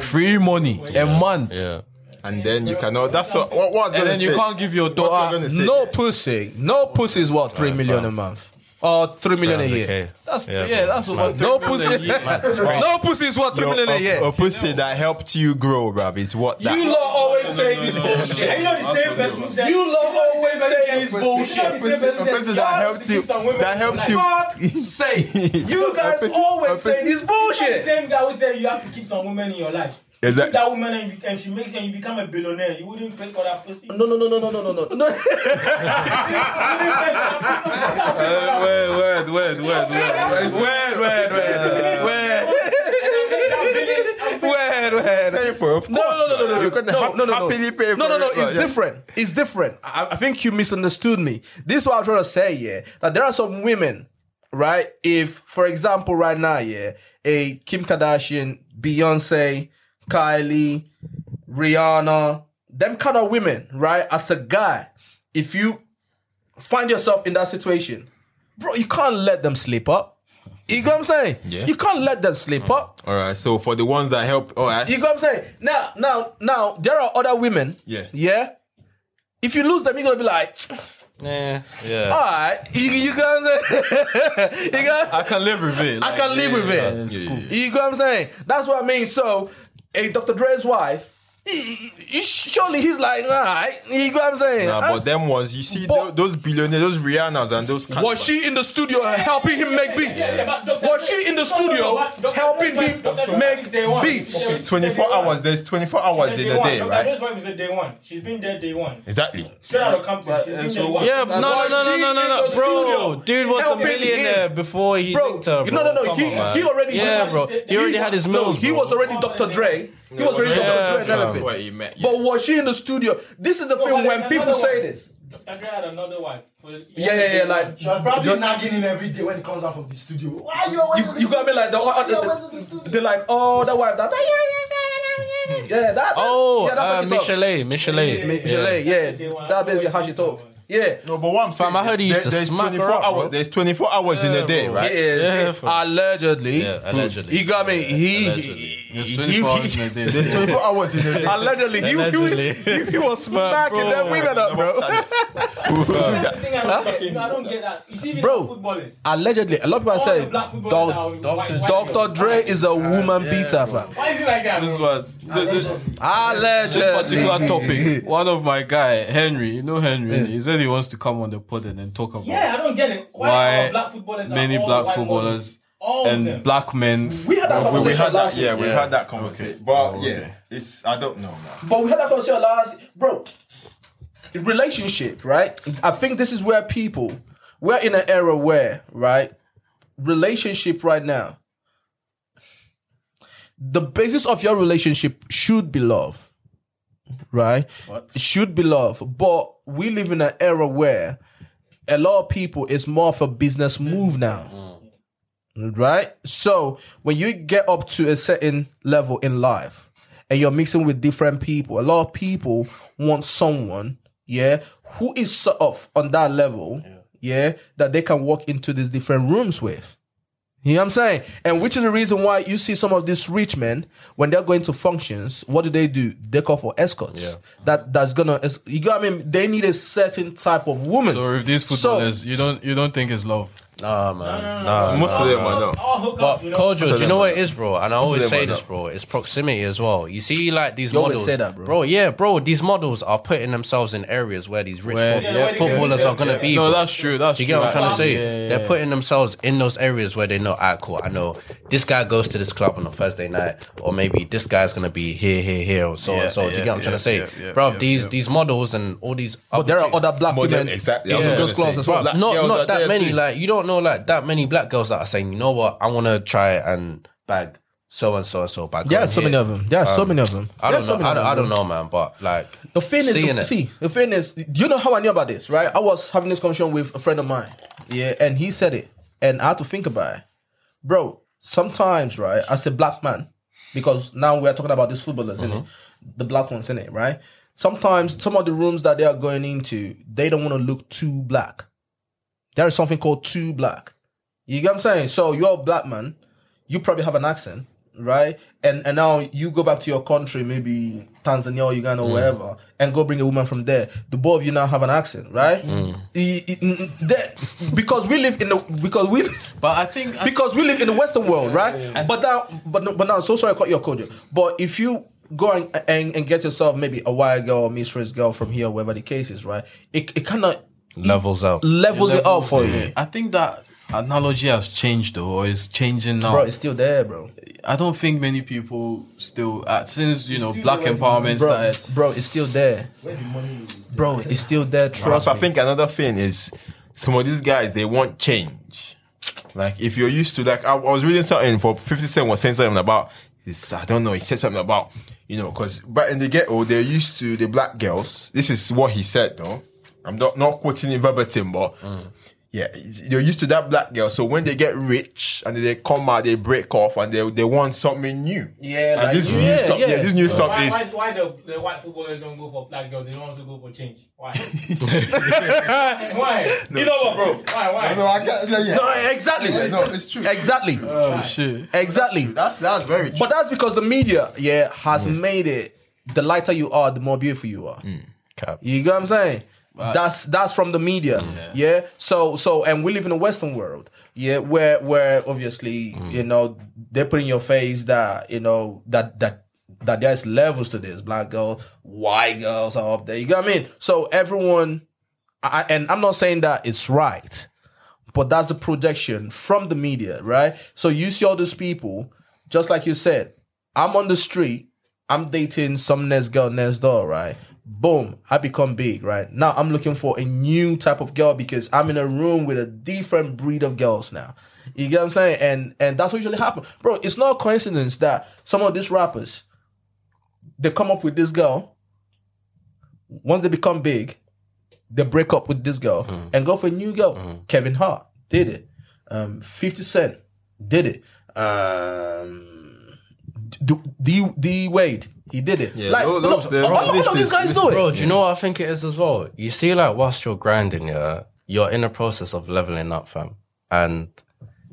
Speaker 3: Free money a month.
Speaker 4: Yeah.
Speaker 6: And then you cannot. That's what. What, what I was
Speaker 3: And
Speaker 6: gonna
Speaker 3: then you
Speaker 6: say.
Speaker 3: can't give your
Speaker 6: What's I
Speaker 3: daughter
Speaker 6: gonna say?
Speaker 1: No pussy. No pussy is what three million a month or three million a year.
Speaker 4: 300K.
Speaker 3: That's
Speaker 4: Yeah,
Speaker 3: yeah,
Speaker 4: bro.
Speaker 3: that's what
Speaker 4: Mad.
Speaker 1: No
Speaker 3: three million
Speaker 1: pussy.
Speaker 3: a year. *laughs*
Speaker 1: No pussy is what three
Speaker 6: Yo,
Speaker 1: million a
Speaker 6: a,
Speaker 1: year.
Speaker 6: a pussy that helped you grow, bruv. It's what that.
Speaker 1: You lot always say this
Speaker 5: And you
Speaker 1: bullshit.
Speaker 5: know the same person who said
Speaker 1: You lot always say this
Speaker 5: You know
Speaker 1: bullshit.
Speaker 5: the same person
Speaker 6: A
Speaker 5: who
Speaker 6: person
Speaker 5: said,
Speaker 6: that
Speaker 5: "Yes,
Speaker 6: helped
Speaker 5: to
Speaker 6: you-
Speaker 5: keep some women
Speaker 6: that
Speaker 5: alive."
Speaker 6: helped you.
Speaker 1: Say you guys
Speaker 6: pussy- a
Speaker 1: always say
Speaker 6: pussy-
Speaker 1: this
Speaker 5: It's
Speaker 1: bullshit.
Speaker 5: the same guy who said you have to keep some women in your life.
Speaker 6: Is
Speaker 5: you
Speaker 6: that-
Speaker 5: keep that woman and, you, and she makes and you become a billionaire. You wouldn't pay for that pussy.
Speaker 1: No no no no no no no no.
Speaker 2: Word, word, word, word, word.
Speaker 6: Where, where, where, where? Where, where? Pay for, of
Speaker 1: No,
Speaker 6: course,
Speaker 1: no, no, no,
Speaker 6: bruv.
Speaker 1: no,
Speaker 6: You
Speaker 1: no,
Speaker 6: couldn't
Speaker 1: no,
Speaker 6: ha-
Speaker 1: no, no, no,
Speaker 6: happily pay
Speaker 1: no, no,
Speaker 6: for
Speaker 1: no, no.
Speaker 6: it,
Speaker 1: It's
Speaker 6: bruv. Yeah.
Speaker 1: different. It's different. I, I think you misunderstood me. This is what I'm trying to say. Yeah, that there are some women, right? If, for example, right now, yeah, a Kim Kardashian, Beyonce, Kylie, Rihanna, them kind of women, right? As a guy, if you find yourself in that situation, bro, you can't let them slip up. You know what I'm saying?
Speaker 6: Yeah.
Speaker 1: You can't let them slip up.
Speaker 6: All right. So for the ones that help, oh, all right.
Speaker 1: You know what I'm saying? Now, now, now, there are other women.
Speaker 6: Yeah.
Speaker 1: Yeah. If you lose them, you're gonna be like,
Speaker 4: Yeah. Yeah.
Speaker 1: all right, you, you know what I'm saying? *laughs* you got,
Speaker 3: I can live with it.
Speaker 1: I can live with it. You know what I'm saying? That's what I mean. So, a Dr. Dre's wife, he- he- he- surely he's like, all right, you know what I'm saying?
Speaker 6: Nah,
Speaker 1: I-
Speaker 6: but them ones, you see,
Speaker 1: But-
Speaker 6: tho- those billionaires, those Rihannas, and those.
Speaker 1: was she in the studio helping him make beats? Was she in the studio helping him make beats?
Speaker 6: Okay, 24 hours. There's 24 hours in a day, right?
Speaker 5: His wife is a day one. She's been there day one.
Speaker 6: Exactly.
Speaker 5: Straight out of Compton. She's been there one.
Speaker 4: Yeah, no, no,
Speaker 1: Was
Speaker 4: no, no,
Speaker 1: she
Speaker 4: no, no,
Speaker 1: in
Speaker 4: no,
Speaker 1: the
Speaker 4: bro.
Speaker 1: studio
Speaker 4: Dude was a
Speaker 1: helping
Speaker 4: millionaire
Speaker 1: him?
Speaker 4: bro, before he
Speaker 1: Bro,
Speaker 4: linked her,
Speaker 1: you-
Speaker 4: bro.
Speaker 1: no, no, no,
Speaker 4: Come
Speaker 1: he-
Speaker 4: on, man.
Speaker 1: he already-
Speaker 4: yeah, bro. He already had his
Speaker 1: No,
Speaker 4: meals.
Speaker 1: he
Speaker 4: bro.
Speaker 1: was already Dr. Dre. He was already
Speaker 4: Yeah,
Speaker 1: Dr. Dre and
Speaker 4: fam.
Speaker 1: everything.
Speaker 6: Before he met- yeah.
Speaker 1: But was she in the studio? This is the
Speaker 5: No,
Speaker 1: thing
Speaker 5: but
Speaker 1: when
Speaker 5: there's
Speaker 1: people
Speaker 5: another
Speaker 1: say
Speaker 5: one.
Speaker 1: this.
Speaker 5: That guy had another wife. For-
Speaker 1: Yeah, yeah, yeah. Like
Speaker 10: She was probably
Speaker 1: you're-
Speaker 10: nagging him every day when he comes out from the studio. Why are you always in
Speaker 1: you,
Speaker 10: the
Speaker 1: you got me like the, uh,
Speaker 10: Why you
Speaker 1: the,
Speaker 10: always in the studio?
Speaker 1: they're like oh that wife that yeah that, that
Speaker 4: Oh,
Speaker 1: yeah, that's how
Speaker 4: uh,
Speaker 3: Oh,
Speaker 1: she talk.
Speaker 4: Michelet, Michelet.
Speaker 1: Michelet yeah,
Speaker 5: Yeah,
Speaker 1: that basically how she talk. Yeah.
Speaker 6: No, but what I'm saying
Speaker 4: Fam, I heard he
Speaker 6: is
Speaker 4: used to
Speaker 6: there's
Speaker 4: smack
Speaker 6: 24
Speaker 4: her up,
Speaker 6: hours.
Speaker 4: bro.
Speaker 6: There's 24 hours in a day, right?
Speaker 1: He is. allegedly.
Speaker 4: Yeah, allegedly.
Speaker 1: You got me? He.
Speaker 4: There's
Speaker 1: he-
Speaker 4: 24
Speaker 1: he-
Speaker 4: hours in a
Speaker 1: *laughs*
Speaker 4: day.
Speaker 6: There's 24 hours in a day.
Speaker 1: Allegedly, he,
Speaker 4: Allegedly.
Speaker 1: He, he, he was
Speaker 4: *laughs* But,
Speaker 1: smacking
Speaker 4: bro.
Speaker 1: them women up, bro.
Speaker 5: I think I don't, get, you know, I don't get that. You see, even
Speaker 1: Bro.
Speaker 5: the footballers.
Speaker 1: Allegedly, a lot of people
Speaker 5: All
Speaker 1: say
Speaker 5: the black footballers now,
Speaker 1: Doc,
Speaker 5: white-
Speaker 1: Dr.
Speaker 5: white
Speaker 1: Dr.
Speaker 5: girls.
Speaker 1: Dre is a woman beater, fam.
Speaker 5: Why is it like that?
Speaker 3: This
Speaker 5: bro?
Speaker 3: one, this, this,
Speaker 1: Allegedly.
Speaker 3: this particular topic. One of my guy, Henry, you know Henry, innit? he said he wants to come on the pod and then talk about
Speaker 5: Yeah, I don't get it. Why,
Speaker 3: Why
Speaker 5: are black footballers?
Speaker 3: many
Speaker 5: are all
Speaker 3: black
Speaker 5: white
Speaker 3: footballers
Speaker 5: All of them.
Speaker 3: and black men.
Speaker 1: We had that
Speaker 6: We, we
Speaker 1: conversation
Speaker 6: had that,
Speaker 1: last
Speaker 6: yeah,
Speaker 1: week.
Speaker 6: we
Speaker 3: Yeah.
Speaker 6: had that conversation. But yeah, it's I don't know, man.
Speaker 1: *laughs* But we had that conversation last, bro. Relationship, right? I think this is where people we're in an era where, right? Relationship right now. The basis of your relationship should be love, right? It should be love, but we live in an era where a lot of people it's more of a business move now right? So when you get up to a certain level in life and you're mixing with different people, a lot of people want someone, yeah, who is sort of on that level, yeah, that they can walk into these different rooms with. You know what I'm saying? And which is the reason why you see some of these rich men when they're going to functions, what do they do? They call for escorts. That that's gonna you got I mean? They need a certain type of woman.
Speaker 3: So with these
Speaker 1: So-
Speaker 3: footballers, you don't you don't think it's love.
Speaker 4: Nah, man. Nah,
Speaker 6: Most of
Speaker 4: nah,
Speaker 6: them
Speaker 4: nah.
Speaker 6: are not.
Speaker 5: All hookups,
Speaker 4: But
Speaker 5: you know?
Speaker 4: Kojo, do you know
Speaker 6: them
Speaker 4: what it is, bro? And I always
Speaker 6: them
Speaker 4: say
Speaker 6: are
Speaker 4: this,
Speaker 6: not.
Speaker 4: bro. It's proximity as well. You see, like these
Speaker 1: You always
Speaker 4: models,
Speaker 1: say that, bro.
Speaker 4: Yeah, bro. These models are putting themselves in areas where these rich
Speaker 3: Where-
Speaker 4: foot-
Speaker 3: yeah, where they
Speaker 4: footballers
Speaker 5: can-
Speaker 4: are gonna
Speaker 5: yeah,
Speaker 4: be.
Speaker 3: No,
Speaker 4: bro.
Speaker 3: that's true. That's
Speaker 4: Do you
Speaker 3: true.
Speaker 4: get what I'm trying to say?
Speaker 3: Yeah, yeah,
Speaker 4: They're
Speaker 3: yeah.
Speaker 4: putting themselves in those areas where they know, ah, cool, I know this guy goes to this club on a Thursday night, or maybe this guy's gonna be here, here, here, or so
Speaker 3: Yeah,
Speaker 4: and so. Do you
Speaker 3: yeah,
Speaker 4: get what I'm trying to say,
Speaker 3: yeah, yeah,
Speaker 4: bro?
Speaker 3: yeah,
Speaker 4: these
Speaker 3: yeah.
Speaker 4: these models and all these,
Speaker 1: But there are
Speaker 4: chicks-
Speaker 1: other black
Speaker 6: Modern-
Speaker 1: women
Speaker 6: exactly. I
Speaker 1: in
Speaker 6: was
Speaker 1: those
Speaker 6: gonna
Speaker 1: clubs
Speaker 6: say.
Speaker 1: as well.
Speaker 6: Black
Speaker 4: not
Speaker 6: girls
Speaker 4: not
Speaker 6: are
Speaker 4: that
Speaker 6: there
Speaker 4: many.
Speaker 6: too.
Speaker 4: Like you don't know like that many black girls that are saying, you know what, I want to try and bag so and so and so bag.
Speaker 1: Yeah, so many of them. There are so many of them.
Speaker 4: Um, I
Speaker 1: There are
Speaker 4: don't
Speaker 1: so
Speaker 4: know.
Speaker 1: many
Speaker 4: I
Speaker 1: of
Speaker 4: don't,
Speaker 1: them,
Speaker 4: I
Speaker 1: bro.
Speaker 4: don't know, man. But like
Speaker 1: The thing is,
Speaker 4: seeing
Speaker 1: the,
Speaker 4: it.
Speaker 1: see, the thing is, do you know how I knew about this, right? I was having this conversation with a friend of mine, yeah, and he said it, and I had to think about it, bro. Sometimes, right, as a black man, because now we are talking about these footballers, in it,
Speaker 4: Mm-hmm.
Speaker 1: the black ones, in it, right? Sometimes some of the rooms that they are going into, they don't want to look too black. There is something called too black. You get what I'm saying? So you're a black man, you probably have an accent, right? And and now you go back to your country, maybe Tanzania or Uganda or wherever, and go bring a woman from there. The both of you now have an accent, right? E- e- n- n- there- because we live in the because we
Speaker 3: But I think I
Speaker 1: because we live in the Western world, right? But now, but no, but now, so sorry I cut your code. But if you go and, and and get yourself maybe a white girl or mistress girl from here, wherever the case is, right? It it kind of
Speaker 4: Levels up.
Speaker 1: levels it out Oh, for you.
Speaker 3: I think that analogy has changed though, or is changing now.
Speaker 1: Bro, it's still there, bro.
Speaker 3: I don't think many people still uh, since you know black empowerment
Speaker 1: Bro,
Speaker 3: started.
Speaker 1: it's- bro, it's still there. Bro, it's still there. Trust
Speaker 6: But I
Speaker 1: me.
Speaker 6: think another thing is some of these guys they want change. Like if you're used to like I, I was reading something for Fifty Cent was saying something about this I don't know he said something about you know because but in the ghetto they're used to the black girls. This is what he said though. I'm not not quoting it verbatim, but
Speaker 1: Mm.
Speaker 6: yeah, they're used to that black girl. So when they get rich and they come out, they break off and they they want something new.
Speaker 1: Yeah,
Speaker 6: and
Speaker 1: like-
Speaker 6: this new
Speaker 1: yeah,
Speaker 6: stuff. Yeah.
Speaker 1: yeah.
Speaker 6: this new stuff
Speaker 5: Why,
Speaker 6: is
Speaker 5: why, why the, the white footballers don't go for black girls? They don't want to go for change.
Speaker 4: *laughs*
Speaker 5: Why? *laughs* why? you know what, bro? Why? Why?
Speaker 6: no, I get, yeah, yeah.
Speaker 1: No, exactly.
Speaker 6: Yeah, no, it's true.
Speaker 1: Exactly.
Speaker 3: Oh shit!
Speaker 1: exactly.
Speaker 6: That's that's very true.
Speaker 1: But that's because the media, yeah, has made it. The lighter you are, the more beautiful you are.
Speaker 4: Cap.
Speaker 1: You get what I'm saying? That's that's from the media, yeah. So so, and we live in a Western world, yeah, where where obviously you know they put in your face that you know that that that there's levels to this. Black girls, white girls are up there. You get what I mean? So everyone, I, and I'm not saying that it's right, but that's the projection from the media, right? So you see all these people, just like you said, I'm on the street, I'm dating some next girl next door, right? Boom, I become big, right? Now I'm looking for a new type of girl because I'm in a room with a different breed of girls now. You get what I'm saying? And and that's what usually happens. Bro, it's not a coincidence that some of these rappers they come up with this girl. Once they become big, they break up with this girl and go for a new girl. Kevin Hart did it. Um, 50 Cent did it. Um, D, D, D Wade, he did it.
Speaker 4: Yeah,
Speaker 1: like,
Speaker 4: lo-
Speaker 1: look,
Speaker 4: lobster.
Speaker 1: all, all of these guys do it.
Speaker 4: Bro, do you know what I think it is as well? You see, like whilst you're grinding, yeah, you're in a process of leveling up, fam, and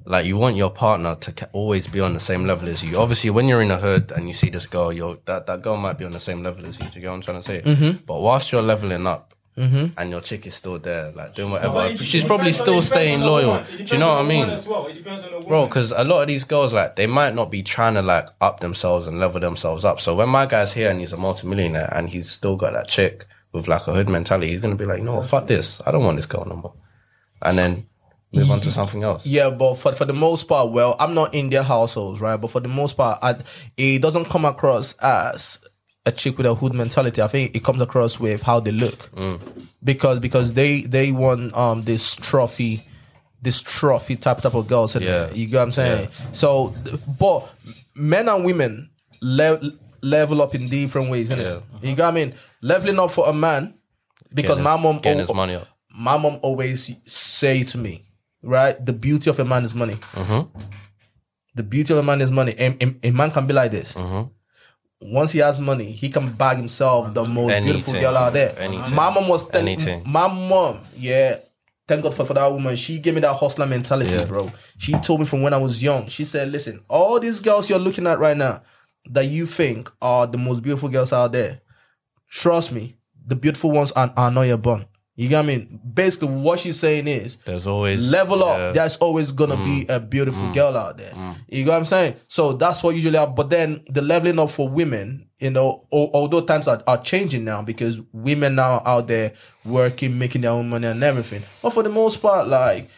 Speaker 4: like you want your partner to ca- always be on the same level as you. Obviously, when you're in a hood and you see this girl, you're that that girl might be on the same level as you. Do you get what I'm trying to say?
Speaker 3: Mhm.
Speaker 4: But whilst you're leveling up.
Speaker 3: Mhm.
Speaker 4: And your chick is still there, like doing
Speaker 5: not.
Speaker 4: whatever.
Speaker 5: It
Speaker 4: She's
Speaker 5: depends
Speaker 4: probably
Speaker 5: on- it
Speaker 4: still
Speaker 5: depends on
Speaker 4: staying
Speaker 5: the
Speaker 4: loyal.
Speaker 5: woman. It
Speaker 4: Do you
Speaker 5: depends on
Speaker 4: know what I
Speaker 5: the woman
Speaker 4: mean?
Speaker 5: as well. It depends on the
Speaker 4: Bro, because a lot of these girls, like, they might not be trying to, like, up themselves and level themselves up. So when my guy's here and he's a multimillionaire and he's still got that chick with, like, a hood mentality, he's going to be like, no, fuck this. I don't want this girl no more. And then move on to something else.
Speaker 1: Yeah, but for for the most part, well, I'm not in their households, right? But for the most part, I, it doesn't come across as a chick with a hood mentality. I think it comes across with how they look,
Speaker 4: Mm.
Speaker 1: because because they they won um this trophy, this trophy type type of girls. And
Speaker 4: Yeah.
Speaker 1: you get what I'm saying. So, th- but men and women le- level up in different ways, innit? You got what I mean? Leveling up for a man because
Speaker 4: Getting-
Speaker 1: my mom
Speaker 4: Getting
Speaker 1: al-
Speaker 4: his money up.
Speaker 1: my mom always say to me, right? The beauty of a man is money.
Speaker 4: Uh-huh.
Speaker 1: The beauty of a man is money. A, a- a man can be like this.
Speaker 4: Uh-huh.
Speaker 1: Once he has money, he can bag himself the most beautiful
Speaker 4: Anything.
Speaker 1: girl out there.
Speaker 4: Anything.
Speaker 1: My mom was telling
Speaker 4: Anything.
Speaker 1: my mom, yeah. Thank God for, for that woman. She gave me that hustler mentality, bro. She told me from when I was young. She said, listen, all these girls you're looking at right now that you think are the most beautiful girls out there, trust me, the beautiful ones are, are not your bun. You get what I mean? Basically, what she's saying is
Speaker 4: There's always.
Speaker 1: level up.
Speaker 4: yeah. Mm.
Speaker 1: There's always gonna be a beautiful girl out there. You know what I'm saying? So that's what usually. Happens. But then the leveling up for women, you know, al- although times are, are changing now because women now are out there working, making their own money and everything. But for the most part, like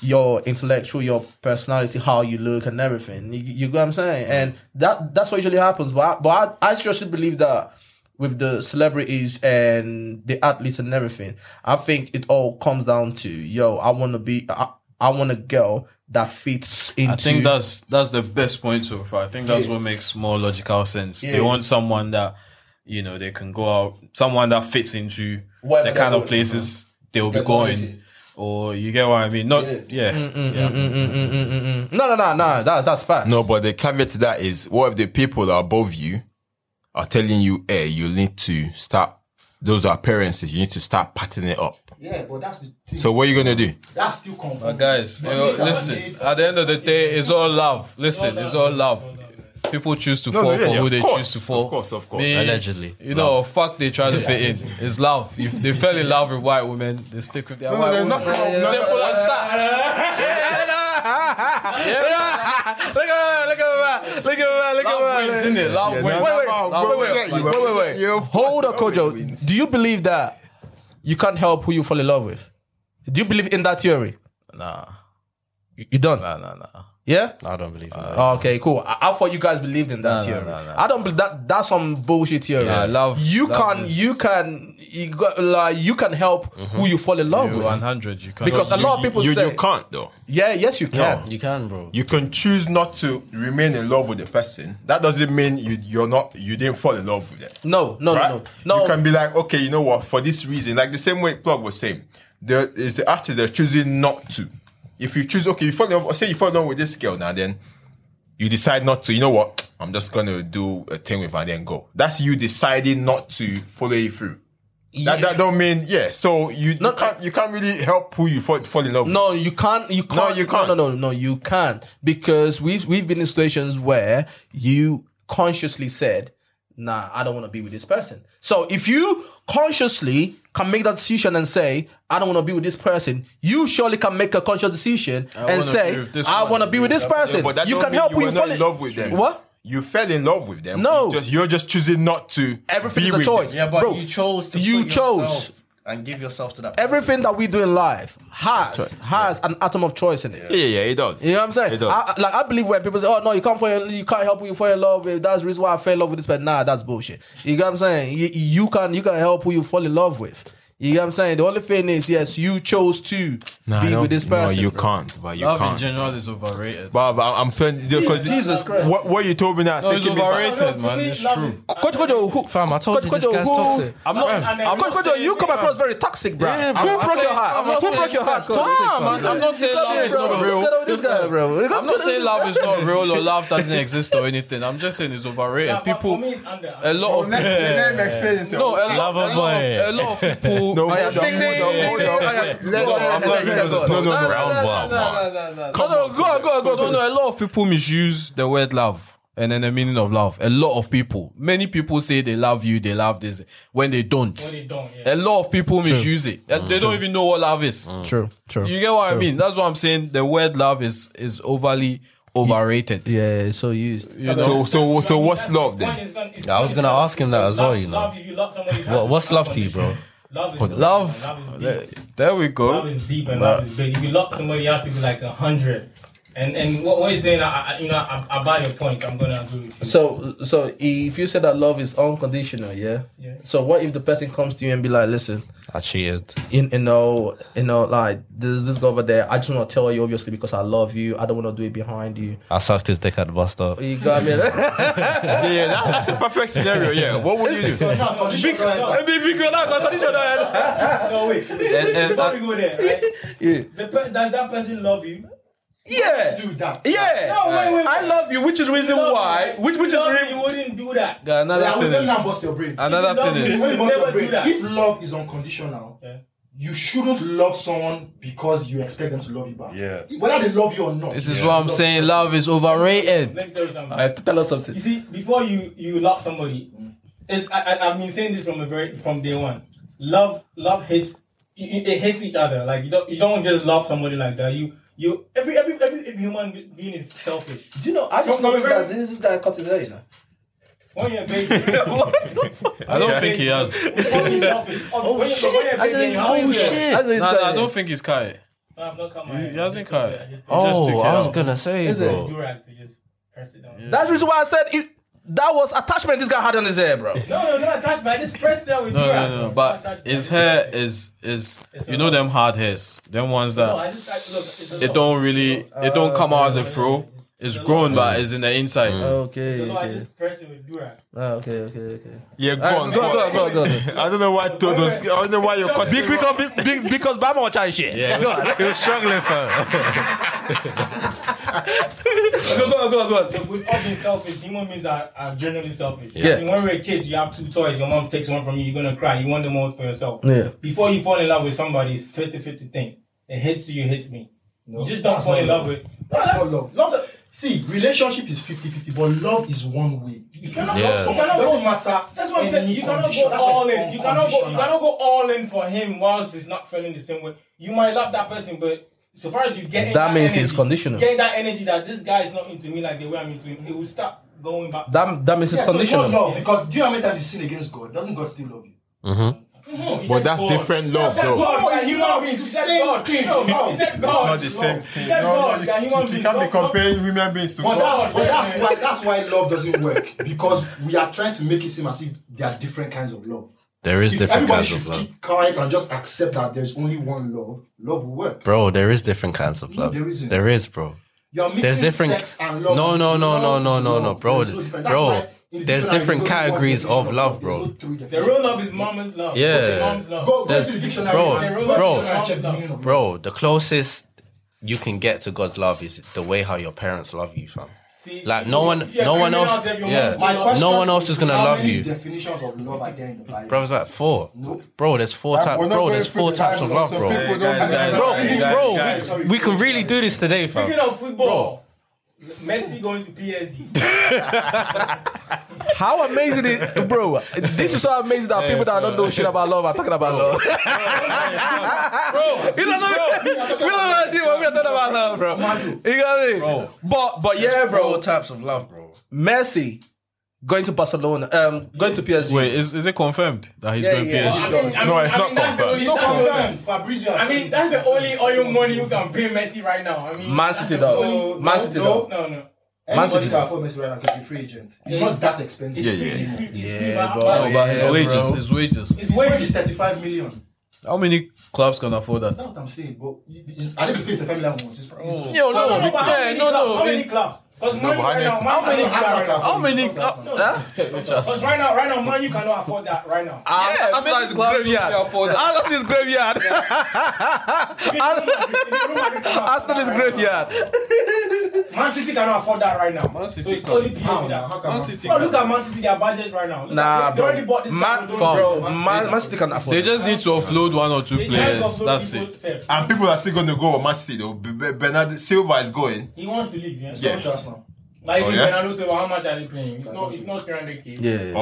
Speaker 1: your intellectual, your personality, how you look and everything. You, you know what I'm saying? And that that's what usually happens. But I, but I, I seriously believe that with the celebrities and the athletes and everything, I think it all comes down to yo. I want to be. I, I want a girl that fits into.
Speaker 3: I think that's that's the best point so far. I think that's what makes more logical sense.
Speaker 1: Yeah.
Speaker 3: They want someone that you know they can go out, someone that fits into
Speaker 1: Whatever
Speaker 3: the kind
Speaker 1: they're
Speaker 3: of places they'll be
Speaker 1: They're going
Speaker 3: going, or you get what I mean. Not yeah, yeah.
Speaker 1: Mm-mm-mm-mm-mm-mm-mm. No, no, no, no. That that's fact.
Speaker 6: No, but the caveat to that is what if the people that are above you are telling you, hey, you need to start those are appearances, you need to start patterning it up.
Speaker 10: Yeah, but that's the thing.
Speaker 6: So what are you gonna do?
Speaker 10: That's still confirmed.
Speaker 3: *laughs* But guys, you know, listen. At the end of the day, it's all love. Listen, it's all love. People choose to
Speaker 6: No, no,
Speaker 3: fall
Speaker 6: yeah,
Speaker 3: for
Speaker 6: yeah,
Speaker 3: who
Speaker 6: of
Speaker 3: they
Speaker 6: course,
Speaker 3: choose to fall.
Speaker 6: of course, of course.
Speaker 3: Me,
Speaker 6: Allegedly.
Speaker 3: you know, fuck. They try to fit in. It's love. If they fell in love with white women, they stick with their
Speaker 6: No, no,
Speaker 3: white
Speaker 6: there's
Speaker 3: women.
Speaker 6: nothing wrong with that.
Speaker 3: Simple as
Speaker 1: Look at look at look at look
Speaker 3: Love wins, innit? Love
Speaker 1: Wait,
Speaker 3: wins.
Speaker 1: wait, wait,
Speaker 3: Love
Speaker 1: wait,
Speaker 3: wins.
Speaker 1: wait, wait, wait, wait. Hold up, Kojo. Do you believe that you can't help who you fall in love with? Do you believe in that theory?
Speaker 4: Nah.
Speaker 1: You, you don't?
Speaker 4: Nah, nah, nah.
Speaker 1: Yeah?
Speaker 4: I don't believe in that.
Speaker 1: Oh, Okay, cool. I, I thought you guys believed in that
Speaker 4: No, no,
Speaker 1: theory.
Speaker 4: no, no.
Speaker 1: I don't. bel- That that's some bullshit theory.
Speaker 3: Yeah, love-
Speaker 1: You
Speaker 3: love
Speaker 1: can.
Speaker 3: is-
Speaker 1: You can. You got like. You can help who you fall in love
Speaker 3: You
Speaker 1: with.
Speaker 3: 100. You can't.
Speaker 1: Because a lot of people
Speaker 6: you,
Speaker 1: say-
Speaker 6: you can't though.
Speaker 1: Yeah. Yes, you can.
Speaker 4: You can, bro.
Speaker 6: You can choose not to remain in love with the person. That doesn't mean you you're not you didn't fall in love with them.
Speaker 1: No. No.
Speaker 6: right?
Speaker 1: No. No.
Speaker 6: You
Speaker 1: no.
Speaker 6: can be like, okay, you know what? For this reason, like the same way Plug was saying, there is the artist they're choosing not to. If you choose, okay, you fall in love, say you fall in love with this girl now, then you decide not to. You know what? I'm just gonna do a thing with her and then go. That's you deciding not to follow it through. That, that don't mean yeah. So you, you can't you can't really help who you fall, fall in love. with.
Speaker 1: No, you can't. You can't.
Speaker 6: you can't.
Speaker 1: No, no, no, no, you can't. Because we've we've been in situations where you consciously said, "Nah, I don't want to be with this person." So if you consciously can make that decision and say, "I don't want to be with this person," you surely can make a conscious decision
Speaker 3: I
Speaker 1: and
Speaker 3: wanna be
Speaker 1: say,
Speaker 3: with this
Speaker 1: "I
Speaker 3: one."
Speaker 1: want to be with this
Speaker 3: Yeah, but-
Speaker 1: person."
Speaker 6: Yeah, but that
Speaker 1: you
Speaker 6: don't
Speaker 1: can
Speaker 6: mean
Speaker 1: help
Speaker 6: you
Speaker 1: who
Speaker 6: were
Speaker 1: you
Speaker 6: not
Speaker 1: fall
Speaker 6: in love with them.
Speaker 1: What?
Speaker 6: You fell in love with them.
Speaker 1: No.
Speaker 6: You just, you're just choosing not to.
Speaker 1: Everything
Speaker 6: be
Speaker 1: is a
Speaker 6: with
Speaker 1: choice.
Speaker 6: them.
Speaker 4: Yeah, but
Speaker 1: Bro,
Speaker 4: you chose to
Speaker 1: you
Speaker 4: put yourself
Speaker 1: chose.
Speaker 4: and give yourself to that.
Speaker 1: Everything that we do in life has has an atom of choice in it.
Speaker 6: Yeah, yeah, it does.
Speaker 1: You know what I'm saying?
Speaker 6: It does.
Speaker 1: I, I- like I believe when people say, "Oh no, you can't fall in, you can't help who you fall in love with." That's the reason why I fell in love with this person. Nah, that's bullshit. You know what I'm saying? You, you can you can help who you fall in love with. You get what I'm saying? The only thing is, yes, you chose to
Speaker 6: Nah, I
Speaker 1: be
Speaker 6: don't-
Speaker 1: with this
Speaker 6: no,
Speaker 1: person.
Speaker 6: you
Speaker 1: bro.
Speaker 6: can't, but you
Speaker 3: Love in
Speaker 6: can't.
Speaker 3: general is overrated.
Speaker 6: But, but I'm playing because
Speaker 1: Jesus Christ.
Speaker 6: What, what you told me now?
Speaker 3: No, it's overrated, man. It's true.
Speaker 1: Coach Kojo, who?
Speaker 4: Fam, I told you this guy's toxic.
Speaker 3: I'm not-
Speaker 1: Coach
Speaker 3: I'm not
Speaker 1: Kojo,
Speaker 3: saying-
Speaker 1: you come across very toxic, bro.
Speaker 3: Yeah, bro.
Speaker 1: Who
Speaker 3: I'm
Speaker 1: broke your
Speaker 3: saying-
Speaker 1: heart?
Speaker 3: I'm not
Speaker 1: Who broke
Speaker 3: saying
Speaker 1: your heart?
Speaker 3: it's toxic,
Speaker 1: Nah,
Speaker 3: fam. I'm not saying love is not real.
Speaker 1: Look at this guy, bro. Look at-
Speaker 3: I'm not saying love is not real or love doesn't exist or anything. I'm just saying it's overrated.
Speaker 5: Nah, but
Speaker 3: people,
Speaker 5: for me, it's under.
Speaker 3: a lot of
Speaker 5: Well, let's- let him explain
Speaker 3: no, a
Speaker 5: himself.
Speaker 3: lot,
Speaker 5: Lover
Speaker 3: a lot,
Speaker 5: boy.
Speaker 3: a lot of people.
Speaker 6: No,
Speaker 1: I am-
Speaker 6: hold on,
Speaker 1: ding, ding,
Speaker 6: hold on,
Speaker 1: ding,
Speaker 6: hold
Speaker 1: ding,
Speaker 6: on.
Speaker 1: I am-
Speaker 6: Let-
Speaker 1: no,
Speaker 6: let-
Speaker 1: I'm
Speaker 6: let- let-
Speaker 1: not gonna
Speaker 6: No, no,
Speaker 1: do that.
Speaker 6: no.
Speaker 3: No, no, go, go, go, go. No, no, a lot of people misuse the word love and then the meaning of love. A lot of people. Many people say they love you, they love this when they don't.
Speaker 5: When they don't,
Speaker 3: A lot of people misuse it. They- They don't even know what love is.
Speaker 1: True, true.
Speaker 3: You get what I
Speaker 1: Mm. True.
Speaker 3: mean? That's what I'm saying. The word love is is overly overrated.
Speaker 1: Yeah, it's so used.
Speaker 3: You know?
Speaker 6: so so what's love
Speaker 5: One is gonna- it's
Speaker 4: I was gonna ask him that as well, you know.
Speaker 5: love if you love somebody. it has
Speaker 4: What,
Speaker 5: to
Speaker 4: what's
Speaker 5: be
Speaker 4: love to you, bro?
Speaker 5: Love is
Speaker 3: Love.
Speaker 5: Love is
Speaker 3: There,
Speaker 5: deep.
Speaker 3: there we go.
Speaker 5: Love is deep and
Speaker 3: But-
Speaker 5: love is big. If you love somebody, you have to be like a hundred. And and what, what you're saying, I, I you know, I, I buy your point. I'm gonna agree with you.
Speaker 1: So, so if you say that love is unconditional, yeah.
Speaker 5: Yeah.
Speaker 1: So what if the person comes to you and be like, "Listen,
Speaker 4: I cheated.
Speaker 1: you, you know, you know, like there's this guy over there. I just want to tell you, obviously, because I love you. I don't want to do it behind you.
Speaker 4: I sucked his dick at the bus stop.
Speaker 1: You got
Speaker 5: *laughs*
Speaker 1: me?
Speaker 6: Yeah, yeah, that, that's a perfect scenario. Yeah, what would you do?
Speaker 10: No, condition. right?
Speaker 5: *laughs*
Speaker 1: *laughs*
Speaker 5: no wait.
Speaker 3: And- and-
Speaker 5: Before we go there, right? The per- does that person love you?
Speaker 1: yeah,
Speaker 10: Do that.
Speaker 1: yeah.
Speaker 5: No, wait, wait. wait.
Speaker 1: I love you, which is reason
Speaker 5: Love you,
Speaker 1: why.
Speaker 5: right?
Speaker 1: Which, which is
Speaker 5: Love you,
Speaker 1: re-
Speaker 5: you wouldn't do that.
Speaker 3: Yeah,
Speaker 10: Yeah,
Speaker 3: another
Speaker 10: we
Speaker 3: thing
Speaker 10: don't
Speaker 3: is,
Speaker 10: now bust your brain.
Speaker 3: another
Speaker 5: Love
Speaker 3: thing
Speaker 5: you,
Speaker 3: is,
Speaker 5: you
Speaker 10: When you
Speaker 5: would
Speaker 10: bust your
Speaker 5: never do
Speaker 10: brain,
Speaker 5: that.
Speaker 10: if love is unconditional,
Speaker 5: Yeah.
Speaker 10: you shouldn't love someone because you expect them to love you back.
Speaker 4: Yeah.
Speaker 10: Whether they love you or not.
Speaker 3: this is
Speaker 10: you
Speaker 3: what I'm
Speaker 10: should
Speaker 3: saying.
Speaker 10: love
Speaker 3: Love is overrated.
Speaker 5: Let me tell you something.
Speaker 1: I tell us
Speaker 5: You
Speaker 1: something.
Speaker 5: see, before you you love somebody, it's I, I I've been saying this from a very from day one. Love love hates it, it hates each other. Like you don't you don't just love somebody like that. You you every every every human be- being is selfish.
Speaker 1: Do you know? I just
Speaker 5: From-
Speaker 1: noticed
Speaker 5: from
Speaker 1: that
Speaker 5: very-
Speaker 1: this, this guy cut his hair. You know.
Speaker 5: When you're a Oh, baby, *laughs*
Speaker 3: I don't think he has.
Speaker 10: *laughs*
Speaker 5: always selfish. Oh, when you're, when you're a
Speaker 1: I
Speaker 5: baby,
Speaker 1: didn't-
Speaker 5: you're
Speaker 10: Oh,
Speaker 5: always selfish.
Speaker 1: I didn't-
Speaker 3: Nah, nah, I don't think he's Kai.
Speaker 5: No, I've not cut my
Speaker 3: He-
Speaker 5: hair.
Speaker 3: he hasn't
Speaker 5: I just
Speaker 3: cut
Speaker 5: took it- I just-
Speaker 3: Oh,
Speaker 5: just took
Speaker 4: Oh,
Speaker 5: it
Speaker 4: I was
Speaker 5: out.
Speaker 4: gonna say,
Speaker 1: Is it?
Speaker 5: Just
Speaker 4: bro.
Speaker 5: durag to just press it down.
Speaker 1: That's the reason why I said it, that was attachment this guy had on his hair, bro.
Speaker 5: No, no, no attachment. I just pressed it down with
Speaker 3: No,
Speaker 5: durag.
Speaker 3: no, no, no.
Speaker 5: Not
Speaker 3: But
Speaker 5: attachment.
Speaker 3: his hair is is
Speaker 5: It's
Speaker 3: you
Speaker 5: a
Speaker 3: know
Speaker 5: lot.
Speaker 3: them hard hairs, them ones
Speaker 5: No,
Speaker 3: that
Speaker 5: I just I, look. It's a
Speaker 3: uh, it
Speaker 5: lot.
Speaker 3: don't really it don't come out as a fro. It's grown, but it's in the inside.
Speaker 4: Mm.
Speaker 1: *laughs* Okay,
Speaker 5: So, no, I just pressed it with durag.
Speaker 1: Ah, okay, okay, okay.
Speaker 6: Yeah, go
Speaker 1: Ah,
Speaker 6: on,
Speaker 1: go, go, go, go, go.
Speaker 6: *laughs* I don't know why I told those. I don't know why you're cutting.
Speaker 1: Be quick on, be, be, because Bama will try shit. Yeah. Go on,
Speaker 4: He was struggling, fam.
Speaker 1: go, go, go, go.
Speaker 5: Look, We've all been selfish. Human beings are, are generally selfish. I
Speaker 1: Yeah.
Speaker 5: mean, when we're kids, you have two toys. Your mom takes one from you, you're going to cry. You want them all for yourself.
Speaker 1: Yeah.
Speaker 5: Before you fall in love with somebody, it's 50 50 thing. It hits you, it hits me.
Speaker 10: No,
Speaker 5: you just don't
Speaker 10: that's
Speaker 5: fall
Speaker 10: not
Speaker 5: in love
Speaker 10: love.
Speaker 5: with. No,
Speaker 10: That's not love. Love. that- See, relationship is 50-50, but love is one way. If you cannot love
Speaker 4: Yeah.
Speaker 10: someone, it
Speaker 5: You
Speaker 10: doesn't
Speaker 5: cannot
Speaker 10: matter.
Speaker 5: That's what I'm saying.
Speaker 10: any
Speaker 5: You cannot
Speaker 10: condition.
Speaker 5: go
Speaker 10: That's why it's
Speaker 5: all in. You cannot go. You
Speaker 10: unconditional.
Speaker 5: cannot go all in for him whilst he's not feeling the same way. You might love that person, but so far as you get in
Speaker 1: That means
Speaker 5: energy,
Speaker 1: it's conditional.
Speaker 5: Getting that energy that this guy is not into me like the way I'm into him, it will start going back.
Speaker 1: That, that means it's
Speaker 10: Yeah, so it's not
Speaker 1: conditional.
Speaker 10: love because do you know how many times you sin against God? Doesn't God still love you?
Speaker 5: He
Speaker 6: But
Speaker 5: said
Speaker 6: that's
Speaker 5: God.
Speaker 6: different love,
Speaker 5: He said
Speaker 6: though.
Speaker 5: God,
Speaker 10: No,
Speaker 5: that
Speaker 10: it's
Speaker 5: human
Speaker 10: not.
Speaker 5: beings.
Speaker 10: It's the
Speaker 5: He said
Speaker 10: same
Speaker 5: God.
Speaker 10: thing.
Speaker 5: No, no, he said God.
Speaker 2: not the same
Speaker 5: He
Speaker 2: thing.
Speaker 5: said
Speaker 2: No,
Speaker 5: God,
Speaker 2: you-
Speaker 5: that human
Speaker 2: you
Speaker 5: beings.
Speaker 2: can't be
Speaker 5: God- God-
Speaker 2: comparing human beings to
Speaker 10: But
Speaker 2: God.
Speaker 10: that's, but that's why that's why love doesn't work because we are trying to make it seem as if there are different kinds of love.
Speaker 4: There is
Speaker 10: if
Speaker 4: different
Speaker 10: everybody
Speaker 4: kinds
Speaker 10: should
Speaker 4: of love.
Speaker 10: keep quiet and just accept that there's only one love, love will work.
Speaker 4: Bro, there is different kinds of
Speaker 10: No,
Speaker 4: love.
Speaker 10: there isn't.
Speaker 4: There is, bro.
Speaker 10: You are mixing
Speaker 4: There's different.
Speaker 10: sex and
Speaker 4: No,
Speaker 10: love.
Speaker 4: no, no,
Speaker 10: Love
Speaker 4: no,
Speaker 10: is
Speaker 4: no, no,
Speaker 10: love.
Speaker 4: no, bro.
Speaker 10: There's different- that's why
Speaker 4: Bro,
Speaker 10: in the
Speaker 4: there's
Speaker 10: dictionary,
Speaker 4: different
Speaker 10: there's only one
Speaker 4: categories
Speaker 10: definition
Speaker 4: of love,
Speaker 10: There's no
Speaker 4: bro.
Speaker 10: three
Speaker 5: The
Speaker 10: definitions.
Speaker 5: real love is mama's love.
Speaker 4: Yeah.
Speaker 5: Okay, Mom's love.
Speaker 10: Go, go
Speaker 4: There's-
Speaker 10: to the dictionary.
Speaker 4: bro,
Speaker 10: and go to
Speaker 5: bro,
Speaker 10: the dictionary and check the
Speaker 5: bro.
Speaker 10: meaning of love.
Speaker 4: Bro, the closest you can get to God's love is the way how your parents love you, fam.
Speaker 5: See,
Speaker 4: Like no one,
Speaker 5: if you're
Speaker 4: no one
Speaker 5: criminals,
Speaker 4: else.
Speaker 5: if your
Speaker 4: Yeah,
Speaker 5: mom's
Speaker 10: My question
Speaker 4: no one else is gonna
Speaker 10: how
Speaker 4: love
Speaker 10: many
Speaker 4: you,
Speaker 10: Definitions of love are there in the Bible.
Speaker 4: bro. It's like four,
Speaker 10: Nope.
Speaker 4: bro. There's four types,
Speaker 2: we're not
Speaker 4: bro.
Speaker 2: going
Speaker 4: There's
Speaker 2: through
Speaker 4: four
Speaker 2: the
Speaker 4: types of love,
Speaker 2: timelines, so
Speaker 4: bro.
Speaker 2: people
Speaker 4: Bro,
Speaker 2: don't
Speaker 3: guys,
Speaker 2: understand.
Speaker 3: guys, guys,
Speaker 4: bro,
Speaker 3: guys.
Speaker 4: we, we can really do this today,
Speaker 5: Speaking
Speaker 4: fam.
Speaker 5: of football, Messi going to
Speaker 6: *laughs*
Speaker 5: PSG.
Speaker 1: How amazing is, bro? This is so amazing that people that don't know shit about love are talking about love. bro, you don't know. We don't know what we're talking about love, bro. You know what I mean? But but yeah,
Speaker 4: Four
Speaker 1: bro.
Speaker 4: types of love, bro.
Speaker 1: Messi going to Barcelona. Um, going to PSG.
Speaker 3: Wait, is, is it confirmed that he's
Speaker 1: Yeah,
Speaker 3: going
Speaker 1: yeah.
Speaker 5: I
Speaker 3: PSG?
Speaker 5: mean, I mean,
Speaker 6: No, it's
Speaker 5: I
Speaker 6: not
Speaker 5: mean, that's the
Speaker 6: confirmed.
Speaker 5: only
Speaker 10: It's not
Speaker 5: sound-
Speaker 10: confirmed. Fabrizio has
Speaker 5: I
Speaker 10: said
Speaker 5: mean,
Speaker 10: it.
Speaker 5: that's the only oil money you can pay Messi right now. I mean,
Speaker 1: Man
Speaker 5: that's
Speaker 1: City
Speaker 5: the
Speaker 1: though.
Speaker 5: only-
Speaker 10: No,
Speaker 1: Man City
Speaker 10: no,
Speaker 1: though.
Speaker 5: No, no.
Speaker 1: Man City.
Speaker 10: Anybody can afford Messi right now because he's free agent. It's not that expensive.
Speaker 6: Yeah, yeah.
Speaker 5: It's free, it's free,
Speaker 1: Yeah,
Speaker 5: but-
Speaker 1: bro.
Speaker 5: but-
Speaker 1: Yeah,
Speaker 3: His wages,
Speaker 1: bro.
Speaker 3: his wages.
Speaker 5: It's
Speaker 10: His wage is
Speaker 5: wages.
Speaker 10: 35 million.
Speaker 3: How many clubs can afford that?
Speaker 10: That's what I'm saying, but you- you- I think it's paid the family once. It's, it's,
Speaker 3: Yo, no,
Speaker 10: How many
Speaker 3: yeah,
Speaker 10: clubs?
Speaker 3: no, no,
Speaker 10: How many
Speaker 3: in-
Speaker 10: clubs?
Speaker 5: Because
Speaker 3: No,
Speaker 5: money
Speaker 3: but
Speaker 5: right now, Man U
Speaker 3: how many-
Speaker 5: cannot afford that.
Speaker 3: how many-
Speaker 5: No,
Speaker 3: how
Speaker 5: no. Because right now, right now, man, you cannot afford that right now.
Speaker 6: Yeah, Arsenal maybe is clubs graveyard. can afford that. Arsenal is
Speaker 3: *laughs*
Speaker 6: graveyard.
Speaker 3: *laughs*
Speaker 5: Arsenal
Speaker 6: is graveyard.
Speaker 5: Man City cannot afford that right now. Man
Speaker 3: City
Speaker 5: so it's only
Speaker 3: can.
Speaker 5: PA to
Speaker 3: How
Speaker 5: that.
Speaker 3: can Man City
Speaker 5: Bro,
Speaker 3: can?
Speaker 5: look at Man City, their budget right now. Look
Speaker 3: Nah,
Speaker 5: at, they
Speaker 3: bro.
Speaker 5: already bought this
Speaker 1: Man,
Speaker 5: guy,
Speaker 1: bro,
Speaker 5: Man City.
Speaker 1: Man, Man City can afford.
Speaker 3: They just need to offload one or two
Speaker 5: They
Speaker 3: players.
Speaker 5: just offload
Speaker 3: That's
Speaker 5: people
Speaker 3: it. Ah.
Speaker 5: safe.
Speaker 6: And people are still going to go on Man City though. B- B- Bernard Silva is going.
Speaker 5: He wants to leave. Yeah.
Speaker 6: Yeah. Come to
Speaker 5: Like
Speaker 6: Oh,
Speaker 5: if
Speaker 6: yeah?
Speaker 5: Bernardo Silva, how much are they paying? It's not. It's not 300k.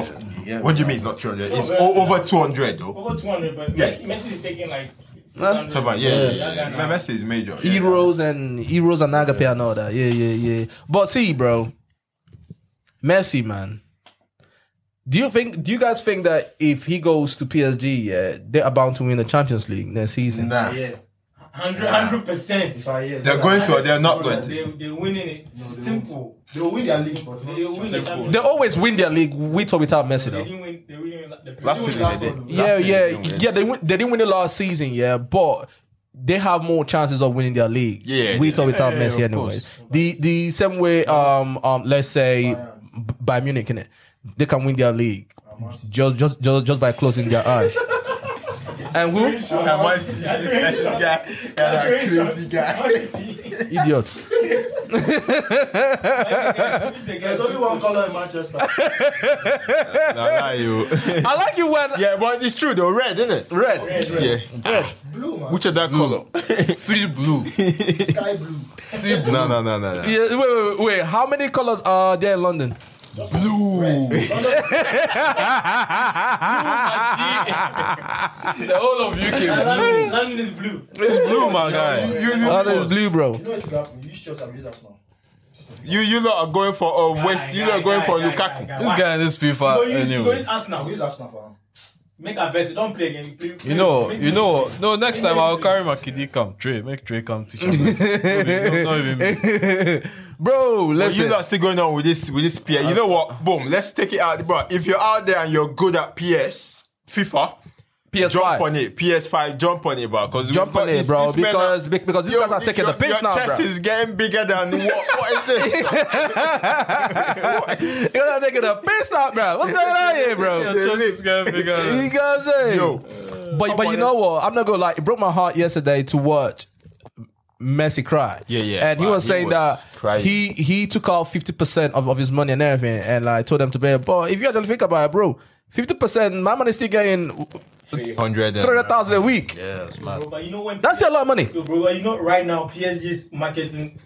Speaker 6: Of- what do you mean it's not 300? It's o- over 200 though.
Speaker 5: Over 200, but
Speaker 6: Yes.
Speaker 5: Messi, Messi is taking like.
Speaker 1: Huh?
Speaker 5: 600.
Speaker 6: Silva, yeah, yeah,
Speaker 5: That
Speaker 6: yeah.
Speaker 5: guy
Speaker 6: Man,
Speaker 5: now.
Speaker 6: Messi is major. yeah.
Speaker 1: Heroes and Heroes and Agape and all that. Yeah, yeah, yeah. But see, bro, Messi, man. Do you think? Do you guys think that if he goes to PSG, yeah, they are bound to win the Champions League next season?
Speaker 6: Nah.
Speaker 10: Yeah.
Speaker 5: 100 percent.
Speaker 6: They're going to or they're not going to?
Speaker 5: They, they're winning it. Simple.
Speaker 10: They'll win their league, but not
Speaker 5: They win the Champions
Speaker 1: They always win their league with or without Messi,
Speaker 5: They
Speaker 1: though.
Speaker 5: didn't win. They didn't win. the- *laughs*
Speaker 6: Last
Speaker 5: they didn't win
Speaker 6: season they
Speaker 5: one.
Speaker 6: did.
Speaker 1: Yeah,
Speaker 6: Last
Speaker 1: yeah,
Speaker 6: season they didn't win.
Speaker 1: yeah. They win, they didn't win it last season, yeah, but they have more chances of winning their league.
Speaker 6: Yeah,
Speaker 1: with or
Speaker 6: yeah.
Speaker 1: without
Speaker 6: Yeah,
Speaker 1: Messi,
Speaker 6: of
Speaker 1: anyway. The the same way, um, um, let's say by Munich, innit? They can win their league just just just just by closing
Speaker 6: *laughs*
Speaker 1: their eyes. And who?
Speaker 6: crazy guy.
Speaker 1: Idiots.
Speaker 10: There's only one color in Manchester.
Speaker 6: Nah, nah, you.
Speaker 1: I like you when
Speaker 6: *laughs* yeah, but it's true though. Red, Ah, isn't it?
Speaker 1: Red.
Speaker 6: Yeah.
Speaker 10: Blue, man.
Speaker 6: Which of that color? *laughs* Sea blue.
Speaker 10: Sky blue.
Speaker 6: *laughs* Sea blue. No, no, no, no. no.
Speaker 1: Yeah, wait, wait, wait, wait. How many colors are there in London?
Speaker 6: *laughs* Blue. *laughs*
Speaker 3: The whole of UK.
Speaker 5: London London is blue.
Speaker 3: It's blue, my guy.
Speaker 6: You, you,
Speaker 1: London is blue, bro.
Speaker 10: You know what's happening? You should just abuse us now.
Speaker 6: you, you lot are going for uh, West. You lot are going for
Speaker 5: Guy, guy,
Speaker 6: Lukaku.
Speaker 5: guy, guy.
Speaker 3: This guy and this
Speaker 5: Go
Speaker 3: FIFA,
Speaker 5: use, go use
Speaker 3: anyway.
Speaker 10: Now,
Speaker 5: Arsenal.
Speaker 10: we use Arsenal for him.
Speaker 5: Make a best. Don't play again. Play- play-
Speaker 3: You know,
Speaker 5: make
Speaker 3: you
Speaker 5: me-
Speaker 3: know. No, next
Speaker 5: *laughs*
Speaker 3: time I'll carry my kiddie come. Dre, make Dre come teach us.
Speaker 5: *laughs*
Speaker 3: Not even me.
Speaker 1: Bro,
Speaker 6: But you
Speaker 1: listen.
Speaker 6: lot are still going on with this with this PS. You know what? Boom. Let's take it out, bro. If you're out there and you're good at PS, FIFA,
Speaker 1: PS5.
Speaker 6: jump on it. PS5, jump on it, bro. Because
Speaker 1: Jump on it, bro, because- be- because these guys are taking the piss
Speaker 6: your
Speaker 1: now,
Speaker 6: chest
Speaker 1: bro.
Speaker 6: is getting bigger than what? What
Speaker 1: *laughs*
Speaker 6: is this?
Speaker 1: You gotta take it a piss out, bro. What's going on here, bro?
Speaker 3: Your chest is getting
Speaker 1: You
Speaker 3: bigger.
Speaker 1: guys say.
Speaker 6: Yo.
Speaker 1: But but you know what? I'm not gonna lie. It broke my heart yesterday to watch Messi cry.
Speaker 6: Yeah, yeah.
Speaker 1: And he
Speaker 6: Wow,
Speaker 1: was
Speaker 6: he
Speaker 1: saying
Speaker 6: was
Speaker 1: that
Speaker 6: crying.
Speaker 1: he he took out fifty percent of, of his money and everything, and like told them to pay. But if you actually think about it, bro, fifty percent, my money still getting
Speaker 6: Hundred.
Speaker 1: three hundred thousand a week.
Speaker 4: Yeah, it's mad.
Speaker 5: Bro, but you know when
Speaker 1: That's still a lot of money.
Speaker 5: Yo, bro, you know right now PSG's marketing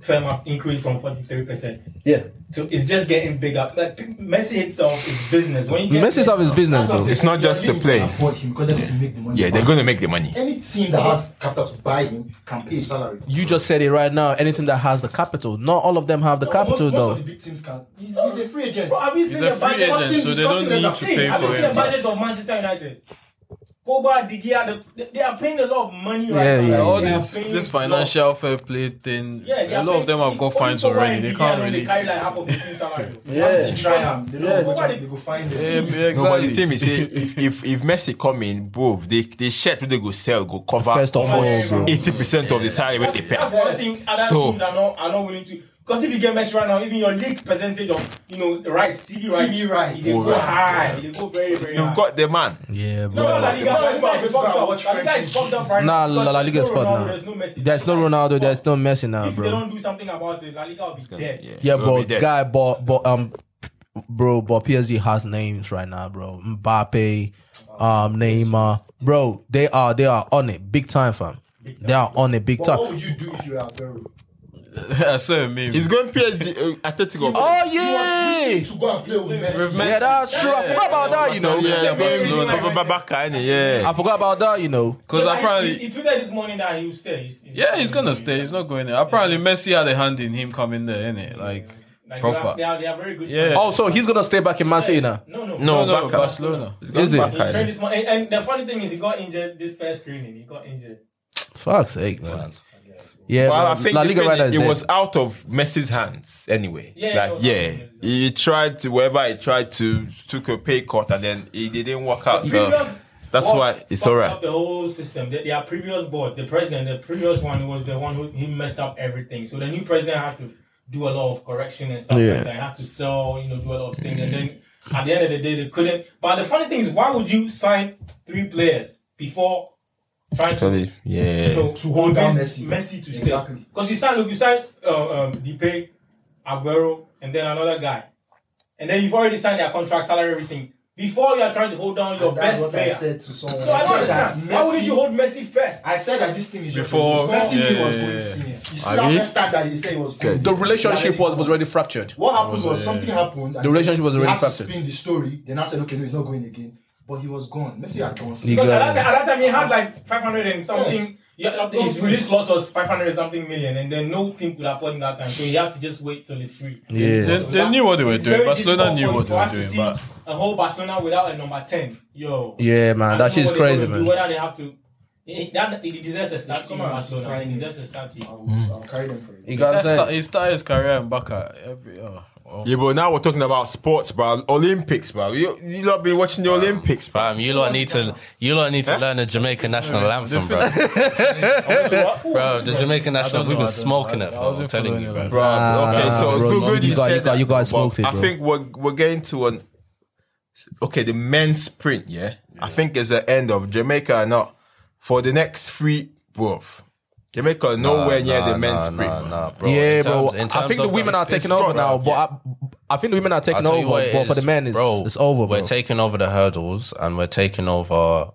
Speaker 5: firm have increased from 43%.
Speaker 1: Yeah.
Speaker 5: So it's just getting bigger. Like P- Messi itself is business. When you get
Speaker 1: Messi
Speaker 5: Messi
Speaker 1: of his business
Speaker 10: That's what I'm
Speaker 1: though.
Speaker 10: saying.
Speaker 6: It's not
Speaker 10: Your
Speaker 6: just the
Speaker 10: league
Speaker 6: play.
Speaker 10: can Afford him because they need to make the money.
Speaker 6: Yeah, they're
Speaker 10: back.
Speaker 6: going to make the money.
Speaker 10: Any team that has capital to buy him can pay his salary.
Speaker 1: You just said it right now. Anything that has the capital, not all of them have the
Speaker 10: No,
Speaker 1: capital
Speaker 10: most, most
Speaker 1: though.
Speaker 10: of the big teams can. He's, he's a free agent.
Speaker 5: Bro, have you
Speaker 3: He's
Speaker 5: seen
Speaker 3: a
Speaker 5: the
Speaker 3: free
Speaker 5: budget?
Speaker 3: agent, so they don't need to pay
Speaker 5: Have you
Speaker 3: for
Speaker 5: seen the
Speaker 3: him.
Speaker 5: budget of Manchester United? Pogba, De Gea, they, they are paying a lot of money right
Speaker 1: Yeah,
Speaker 5: now.
Speaker 1: yeah,
Speaker 3: All
Speaker 5: They are
Speaker 3: this
Speaker 5: paying
Speaker 3: this
Speaker 5: a lot.
Speaker 3: financial fair play thing.
Speaker 5: Yeah, they
Speaker 3: a
Speaker 5: are
Speaker 3: lot of them
Speaker 5: paying-
Speaker 3: have got
Speaker 5: only
Speaker 3: fines
Speaker 5: Pogba
Speaker 3: already.
Speaker 5: and
Speaker 3: They
Speaker 5: De Gea
Speaker 3: can't
Speaker 5: alone,
Speaker 3: really.
Speaker 5: They carry like half of the team salary.
Speaker 10: As the try am, they know how much
Speaker 5: Nobody-
Speaker 10: they go find
Speaker 3: Yeah,
Speaker 10: him.
Speaker 3: exactly.
Speaker 6: No, but the team
Speaker 3: *laughs*
Speaker 6: is say if, if if Messi come in, bro, they they shirt where they go sell go cover
Speaker 1: First of all,
Speaker 6: almost
Speaker 1: bro.
Speaker 6: eighty percent of the salary with the
Speaker 5: That's,
Speaker 6: pay.
Speaker 5: that's one thing other
Speaker 6: So-
Speaker 5: teams are not, are not willing to. Because if you get Messi right now, even your league percentage of you know rights, TV rights,
Speaker 10: TV rights.
Speaker 5: it will go
Speaker 6: Alright.
Speaker 5: high. It will go very very high.
Speaker 6: You've got the man.
Speaker 1: Yeah, bro.
Speaker 5: No, no, La Liga, La Liga is fucked up. La Liga is fucked up right
Speaker 1: Nah,
Speaker 5: now.
Speaker 1: La,
Speaker 5: because
Speaker 1: La Liga is
Speaker 5: there's no Ronaldo,
Speaker 1: fucked now.
Speaker 5: There's no Messi.
Speaker 1: There's no Ronaldo. There's no Messi now,
Speaker 5: If they
Speaker 1: bro.
Speaker 5: don't do something about it, La Liga will be dead.
Speaker 1: Yeah,
Speaker 6: We'll be
Speaker 1: but
Speaker 6: dead.
Speaker 1: guy, but but um, bro, but PSG has names right now, bro. Mbappe, um, Neymar, bro. They are they are on it big time, fam. They are on it big
Speaker 10: But what
Speaker 1: time.
Speaker 10: would you do if you were Aguero?
Speaker 3: I saw a meme.
Speaker 6: He's going PSG, uh, Atletico.
Speaker 1: Oh
Speaker 10: You
Speaker 1: yeah,
Speaker 10: want to go and play with Messi.
Speaker 1: yeah, that's true. I forgot about that, you know.
Speaker 6: yeah,
Speaker 5: Barcelona.
Speaker 6: Barcelona. Babaka, innit? yeah.
Speaker 1: I forgot about that, you know.
Speaker 3: Because
Speaker 5: Like,
Speaker 3: apparently.
Speaker 5: he, he tweeted this morning that he will stay. He's, he's
Speaker 3: Yeah, he's gonna stay. He's not going there. Apparently, Messi had a hand in him coming there, innit? Like,
Speaker 5: Like, They
Speaker 3: proper.
Speaker 5: are, they are, they are very good.
Speaker 3: Yeah. Oh,
Speaker 1: Oh, so he's gonna stay back in Man City now.
Speaker 5: No, no,
Speaker 3: no,
Speaker 6: No,
Speaker 3: no,
Speaker 6: Barca.
Speaker 3: Barcelona.
Speaker 1: Is
Speaker 5: He
Speaker 1: it?
Speaker 5: trained this morning, and, and the funny thing is, he got injured this first training. He got injured.
Speaker 1: Fuck's sake, man. Yeah,
Speaker 6: Well, I
Speaker 1: bro.
Speaker 6: think
Speaker 1: La Liga
Speaker 6: the
Speaker 1: right now is
Speaker 6: thing- it
Speaker 1: dead.
Speaker 6: was out of Messi's hands anyway.
Speaker 5: Yeah, it
Speaker 6: like,
Speaker 5: was out
Speaker 6: yeah.
Speaker 5: of Messi's
Speaker 6: He tried to wherever he tried to took a pay cut and then it didn't work out. So
Speaker 5: Previous,
Speaker 6: That's
Speaker 5: Well,
Speaker 6: why it's
Speaker 5: fucked
Speaker 6: alright.
Speaker 5: up The whole system. The, their previous board, the president, the previous one was the one who he messed up everything. So the new president has to do a lot of correction and stuff
Speaker 6: Yeah.
Speaker 5: like that. Have to sell, you know, do a lot of things. And then at the end of the day, they couldn't. But the funny thing is, why would you sign three players before trying to
Speaker 6: Totally. Yeah.
Speaker 5: you know,
Speaker 10: To hold down
Speaker 5: convince Messi to stay? Because you sign, look, you sign uh, um, Depay, Aguero, and then another guy, and then you've already signed their contract, salary, everything. Before you are trying to hold down your
Speaker 10: And that's
Speaker 5: best
Speaker 10: what
Speaker 5: player.
Speaker 10: I said to someone.
Speaker 5: So I
Speaker 10: I
Speaker 5: don't
Speaker 10: said that
Speaker 5: understand. Why would
Speaker 10: Messi-
Speaker 5: you hold Messi first?
Speaker 10: I said that this thing is
Speaker 1: Before-
Speaker 10: your Messi
Speaker 1: Yeah,
Speaker 10: thing was
Speaker 1: yeah, yeah.
Speaker 10: going senior. You see
Speaker 1: I
Speaker 10: that
Speaker 1: mean-
Speaker 10: next time that he said he was good.
Speaker 1: The relationship was, was already fractured.
Speaker 10: What happened was,
Speaker 1: uh,
Speaker 10: something happened. and
Speaker 1: The relationship was
Speaker 10: they
Speaker 1: already
Speaker 10: had to
Speaker 1: fractured.
Speaker 10: spin the story. Then I said, okay, no, he's not going again. But he was gone. Messi had gone.
Speaker 5: Because at that, at that time he had like 500 and something.
Speaker 10: Yes.
Speaker 5: Yeah, uh, his release clause was 500 and something million, and then no team could afford him that time. So you have to just wait till it's free.
Speaker 3: Yeah. They- they knew what they were
Speaker 5: It's
Speaker 3: doing.
Speaker 5: very
Speaker 3: Barcelona
Speaker 5: difficult
Speaker 3: knew
Speaker 5: for-
Speaker 3: what they
Speaker 5: for
Speaker 3: were
Speaker 5: us to
Speaker 3: doing,
Speaker 5: see
Speaker 3: but-
Speaker 5: a whole Barcelona without a number 10, yo.
Speaker 1: Yeah, man,
Speaker 5: I don't
Speaker 1: that
Speaker 5: know
Speaker 1: shit's
Speaker 5: what they're
Speaker 1: crazy,
Speaker 5: gonna
Speaker 1: man.
Speaker 5: Do, whether they have to, he, that, he deserves a statue.
Speaker 10: come
Speaker 5: in
Speaker 10: and
Speaker 5: Barcelona.
Speaker 10: sign
Speaker 5: He
Speaker 10: him.
Speaker 5: deserves a
Speaker 3: *laughs*
Speaker 5: statue.
Speaker 10: I'll carry them for you.
Speaker 1: You got what I'm saying?
Speaker 3: He started his career in Baka. Every, oh, oh.
Speaker 6: Yeah, but now we're talking about sports, bro. Olympics, bro. You you lot been watching the Olympics, bro.
Speaker 4: Fam, you lot need to you lot need to learn the Jamaican national anthem, bro.
Speaker 3: *laughs*
Speaker 4: bro, the Jamaican national we've been smoking it, fam. I'm telling you, bro.
Speaker 6: Bro, okay, so
Speaker 1: nah,
Speaker 6: it's
Speaker 1: Ah, bro,
Speaker 6: so good
Speaker 1: you
Speaker 6: you,
Speaker 1: got-
Speaker 6: said
Speaker 1: you got-
Speaker 6: that,
Speaker 1: you guys
Speaker 6: bro,
Speaker 1: smoked it,
Speaker 6: I
Speaker 1: bro.
Speaker 6: think we're we're getting to an okay the men's sprint. Yeah, I think it's the end of Jamaica are not for the next three, bro. Jamaica are nowhere near the men's sprint. bro.
Speaker 1: yeah,
Speaker 4: In
Speaker 1: bro.
Speaker 4: terms- in
Speaker 1: I think
Speaker 4: terms
Speaker 1: the
Speaker 4: of
Speaker 1: women
Speaker 4: the-
Speaker 1: are
Speaker 4: it's-
Speaker 1: taking
Speaker 4: it's
Speaker 1: over
Speaker 4: gone,
Speaker 1: now,
Speaker 4: bro.
Speaker 1: but I, I think the women are taking
Speaker 4: I'll tell you
Speaker 1: over.
Speaker 4: what it
Speaker 1: But for
Speaker 4: is,
Speaker 1: the men, it's,
Speaker 4: bro,
Speaker 1: it's over, bro.
Speaker 4: We're taking over the hurdles and we're taking over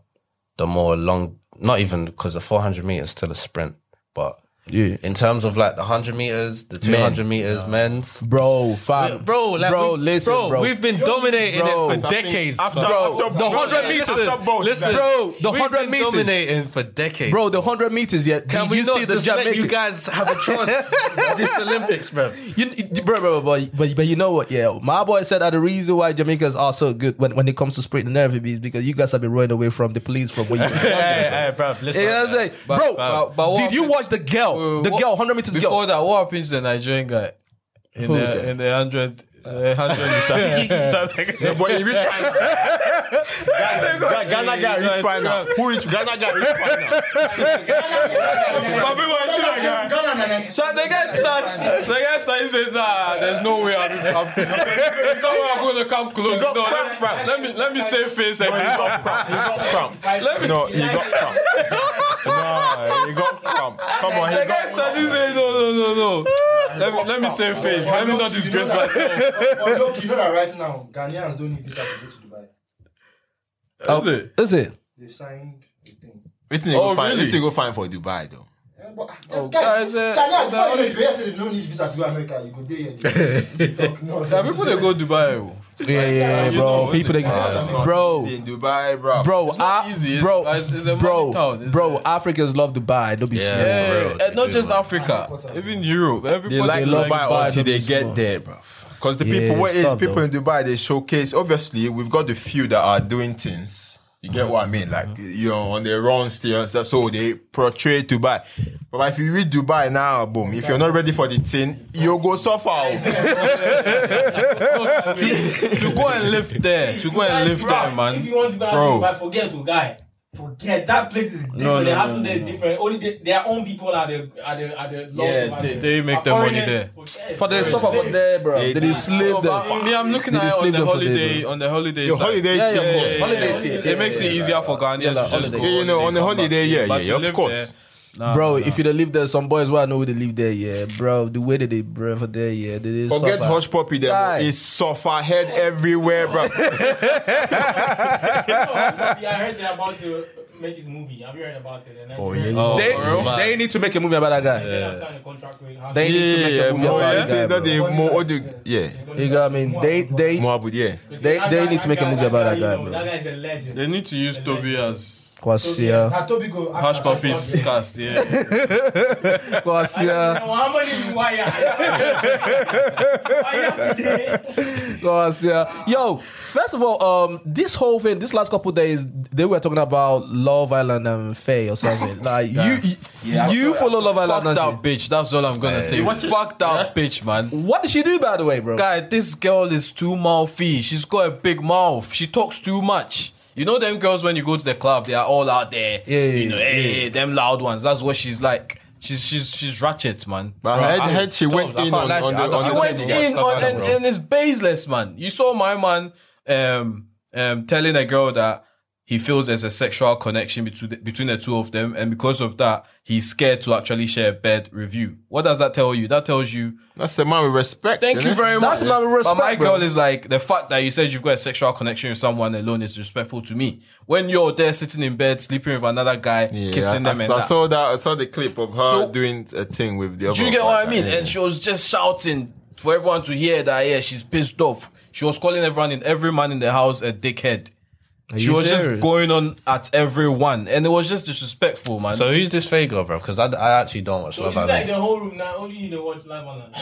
Speaker 4: the more long, not even because the 400 meters still a sprint, but
Speaker 1: Yeah.
Speaker 4: in terms of like the 100 meters, the 200 meters, men's.
Speaker 1: Bro, fam,
Speaker 4: Bro, like
Speaker 1: bro,
Speaker 4: we-
Speaker 1: listen, bro,
Speaker 4: We've been dominating
Speaker 1: Bro.
Speaker 4: it for decades.
Speaker 6: After,
Speaker 4: fam.
Speaker 1: Bro,
Speaker 6: after
Speaker 1: the 100 meters.
Speaker 6: after both,
Speaker 4: Listen,
Speaker 6: like-
Speaker 1: bro, the
Speaker 4: we've
Speaker 1: 100
Speaker 4: been
Speaker 1: meters.
Speaker 4: dominating for decades.
Speaker 1: bro, the hundred meters. Yeah,
Speaker 4: can
Speaker 1: did
Speaker 4: we
Speaker 1: you
Speaker 4: not
Speaker 1: see the
Speaker 4: just let
Speaker 1: Jamaican-
Speaker 4: you guys have a chance at this Olympics,
Speaker 1: *laughs*
Speaker 4: bro?
Speaker 1: You, you- bro, bro, bro, but, but but you know what? Yeah, my boy said that the reason why Jamaicans are so good when, when it comes to sprint and everything is because you guys have been running away from the police from
Speaker 4: *laughs*
Speaker 1: where *laughs* you.
Speaker 4: hey, hey, bro,
Speaker 1: You
Speaker 4: listen.
Speaker 1: know
Speaker 4: *laughs*
Speaker 1: what I'm saying, bro?
Speaker 3: but- but what
Speaker 1: did you
Speaker 3: happened-
Speaker 1: watch the girl?
Speaker 3: Wait, wait,
Speaker 1: the
Speaker 3: what-
Speaker 1: girl, hundred
Speaker 3: *laughs*
Speaker 1: meters
Speaker 3: Before
Speaker 1: girl.
Speaker 3: that, what happened to the Nigerian guy in
Speaker 1: Who's
Speaker 3: the
Speaker 1: that?
Speaker 3: in the hundred uh, *laughs*
Speaker 6: Yeah,
Speaker 3: hundred?
Speaker 6: but he reached final. Ghana Ghana guy reached final. Who reached Ghana guy reached final?
Speaker 10: Ghana, Ghana, Ghana,
Speaker 1: *laughs*
Speaker 3: So the guy starts, the guy starts saying, "Nah, there's no way I'm, I'm *laughs* there's no way I'm going to come close. No, let, let me let me save face and
Speaker 6: He got cramp. He got cramp.
Speaker 3: let me
Speaker 6: No, he got cramp. No, he got cramp. Come on,
Speaker 3: The
Speaker 6: he
Speaker 3: guy
Speaker 6: got cramp.
Speaker 3: started saying, no, no, no, no. Let me, let me save face. Let me not disgrace myself.
Speaker 10: But look, you know that right now, Ghanaians don't need visa to go to Dubai.
Speaker 3: That's it.
Speaker 1: Is it?
Speaker 10: They've signed a thing.
Speaker 6: Wait till they
Speaker 3: Oh,
Speaker 6: go find.
Speaker 3: really?
Speaker 6: Wait till they go find for Dubai though.
Speaker 10: Yeah, but
Speaker 3: Oh, guys,
Speaker 10: guys,
Speaker 1: uh,
Speaker 3: eh,
Speaker 10: Ghanaians,
Speaker 3: is
Speaker 10: before you know, if
Speaker 3: that only-
Speaker 10: you hear say they don't need visa to go America, you go there. yeah,
Speaker 1: *laughs*
Speaker 10: you talk
Speaker 3: Some
Speaker 10: nonsense.
Speaker 3: people they go Dubai. oh.
Speaker 1: Yeah, yeah,
Speaker 6: You
Speaker 1: bro.
Speaker 6: know,
Speaker 1: People, they,
Speaker 6: it's not
Speaker 1: bro.
Speaker 6: easy in Dubai, bro.
Speaker 1: Bro,
Speaker 3: not
Speaker 1: I-
Speaker 3: easy. It's-
Speaker 1: Ah, bro,
Speaker 3: it's- it's a money
Speaker 1: bro,
Speaker 3: town, isn't
Speaker 1: bro.
Speaker 3: it?
Speaker 1: Africans love Dubai. Don't be
Speaker 4: Yeah.
Speaker 1: small.
Speaker 4: ah. For real,
Speaker 3: Yeah, and
Speaker 4: they
Speaker 3: not
Speaker 4: do,
Speaker 3: just
Speaker 4: man.
Speaker 3: Africa, even Europe.
Speaker 6: They
Speaker 3: Everybody
Speaker 6: like
Speaker 1: love
Speaker 6: Dubai
Speaker 1: Dubai,
Speaker 6: until
Speaker 1: don't
Speaker 6: they
Speaker 1: be
Speaker 6: get
Speaker 1: small.
Speaker 6: there, bro. Because the
Speaker 1: Yeah,
Speaker 6: people, what is
Speaker 1: stop,
Speaker 6: people
Speaker 1: though.
Speaker 6: in Dubai? They showcase. Obviously, we've got the few that are doing things. You get what I mean? Like
Speaker 3: Mm-hmm.
Speaker 6: you know, on their wrong stairs. That's all they portray Dubai. But if you read Dubai now, boom. If you're not ready for the thing, you'll go suffer. oh.
Speaker 3: to go and live there, to go and live there,
Speaker 5: If
Speaker 3: man.
Speaker 5: you want to go out
Speaker 3: Bro.
Speaker 5: to Dubai, forget to guy. Forget that place is different.
Speaker 3: no,
Speaker 5: the
Speaker 3: no,
Speaker 5: hustle
Speaker 3: no,
Speaker 5: there is
Speaker 3: no.
Speaker 5: different. Only the, their own people are the are the are the lords
Speaker 3: Yeah,
Speaker 5: of
Speaker 3: they-
Speaker 5: Africa.
Speaker 3: they make
Speaker 5: But
Speaker 3: their money
Speaker 5: foreigners,
Speaker 3: there.
Speaker 5: forget
Speaker 1: For the
Speaker 5: foreigners.
Speaker 1: stuff up there, *laughs* bro.
Speaker 6: They-
Speaker 1: Did he
Speaker 3: So,
Speaker 1: slip
Speaker 3: but
Speaker 1: there?
Speaker 3: me, I'm looking
Speaker 1: Did they
Speaker 3: at it on
Speaker 1: sleep
Speaker 3: the
Speaker 1: there for day,
Speaker 3: holiday,
Speaker 1: bro?
Speaker 3: on the holiday.
Speaker 6: Your
Speaker 3: side.
Speaker 6: holiday,
Speaker 1: Yeah, yeah,
Speaker 6: team,
Speaker 1: yeah,
Speaker 6: bro.
Speaker 1: yeah, holiday
Speaker 3: Yeah,
Speaker 1: team.
Speaker 3: It
Speaker 1: Yeah,
Speaker 3: makes
Speaker 1: yeah,
Speaker 3: it
Speaker 1: yeah.
Speaker 3: easier for Ghanaians
Speaker 1: Yeah, like
Speaker 3: to just
Speaker 1: holiday.
Speaker 3: go.
Speaker 6: Yeah, you know, on the
Speaker 3: come
Speaker 6: holiday,
Speaker 3: back.
Speaker 6: yeah,
Speaker 3: But
Speaker 6: yeah,
Speaker 3: to
Speaker 6: yeah, of
Speaker 3: live
Speaker 6: course.
Speaker 3: there, nah,
Speaker 1: bro,
Speaker 3: nah.
Speaker 1: if you don't live there, some boys why know they live there, yeah, bro. The way that they breathe for there, yeah, they they
Speaker 6: Forget
Speaker 1: suffer.
Speaker 6: hush puppy there.
Speaker 1: Guy.
Speaker 6: bro. It's suffer head everywhere, bro.
Speaker 5: Yeah, I heard they're about to make his movie. Have you heard about it? And oh
Speaker 6: yeah.
Speaker 3: Oh,
Speaker 1: They,
Speaker 3: bro.
Speaker 1: they need to make a movie about that guy.
Speaker 5: They have signed a contract with.
Speaker 1: They need to make
Speaker 6: Yeah,
Speaker 1: a movie
Speaker 6: more. Yeah,
Speaker 1: about that guy,
Speaker 6: say
Speaker 1: bro.
Speaker 6: that they more. what do- Yeah,
Speaker 1: You got what I mean? They they
Speaker 6: more. but Yeah.
Speaker 1: they- they need to make a movie about that guy, bro.
Speaker 5: That guy is a legend.
Speaker 3: they need to use Toby as
Speaker 1: Kwasia,
Speaker 4: uh,
Speaker 10: Now, Toby go. act
Speaker 3: Hush
Speaker 10: as
Speaker 3: Puppies
Speaker 10: Hush Puppies.
Speaker 3: cast. *laughs* Yeah,
Speaker 1: *laughs* Kwasia,
Speaker 5: No, how many wire?
Speaker 1: *laughs*
Speaker 5: Wire
Speaker 3: *laughs*
Speaker 5: today.
Speaker 1: Kwasia. Yo, first of all, um, this whole thing, this last couple days, they were talking about Love Island and Faye or *laughs* something. Like you, you follow Love
Speaker 3: fuck
Speaker 1: Island.
Speaker 3: that
Speaker 1: don't you?
Speaker 3: bitch. That's all I'm gonna say. Fuck that bitch, man.
Speaker 1: What did she do, by the way, bro?
Speaker 3: Guy, this girl is too mouthy. She's got a big mouth. She talks too much. You know them girls when you go to the club, they are all out there. Yeah, you know, hey, them loud ones. That's what she's like. She's she's she's ratchet, man.
Speaker 6: But I heard- I heard she went in on- on the- on
Speaker 3: she
Speaker 6: the
Speaker 3: went
Speaker 6: table.
Speaker 3: in on, and,
Speaker 6: Bro.
Speaker 3: and it's baseless, man. You saw my man um um telling a girl that he feels there's a sexual connection between the, between the two of them, and because of that, he's scared to actually share a bed review. What does that tell you? That tells you
Speaker 6: that's the man with respect.
Speaker 3: Thank you
Speaker 6: innit?
Speaker 3: very
Speaker 6: That's
Speaker 3: much.
Speaker 6: the man with
Speaker 3: But my
Speaker 6: respect, bro.
Speaker 3: girl is like the fact that you said you've got a sexual connection with someone alone is disrespectful to me. When you're there sitting in bed sleeping with another guy, kissing
Speaker 6: I,
Speaker 3: them,
Speaker 6: I,
Speaker 3: and
Speaker 6: I
Speaker 3: that.
Speaker 6: saw that. I saw the clip of her
Speaker 3: So-
Speaker 6: doing a thing with the other.
Speaker 3: Do you get
Speaker 6: one.
Speaker 3: what I mean?
Speaker 6: Yeah.
Speaker 3: And she was just shouting for everyone to hear that yeah, she's pissed off. She was calling everyone in every man in the house a dickhead.
Speaker 4: Are
Speaker 3: she
Speaker 4: you
Speaker 3: was just
Speaker 4: serious?
Speaker 3: going on at everyone, and it was just disrespectful, man.
Speaker 4: So who's this Fago, bro? Because I, I actually don't watch
Speaker 5: So
Speaker 4: Love
Speaker 5: it's like
Speaker 4: Island.
Speaker 5: the whole room now. Only you to watch live online.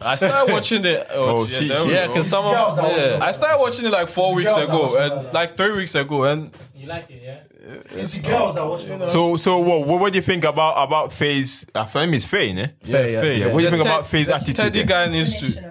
Speaker 3: I started watching it.
Speaker 4: Oh, she-
Speaker 3: there
Speaker 4: she-
Speaker 3: we
Speaker 4: yeah,
Speaker 3: go.
Speaker 4: 'cause some of- Girls that watch yeah. it.
Speaker 3: I started watching it like four weeks
Speaker 5: Girls that watch
Speaker 3: ago,
Speaker 5: it.
Speaker 3: and like three weeks ago, and
Speaker 5: You like it, yeah?
Speaker 10: It's the girls that watch it.
Speaker 6: So so what what, what do you think about about Faye's I think her name is Faye, ne?
Speaker 3: Faye, yeah.
Speaker 6: What do you think
Speaker 3: Yeah, Ted-
Speaker 6: about Faye's attitude?
Speaker 3: Teddy
Speaker 6: there?
Speaker 3: guy needs to.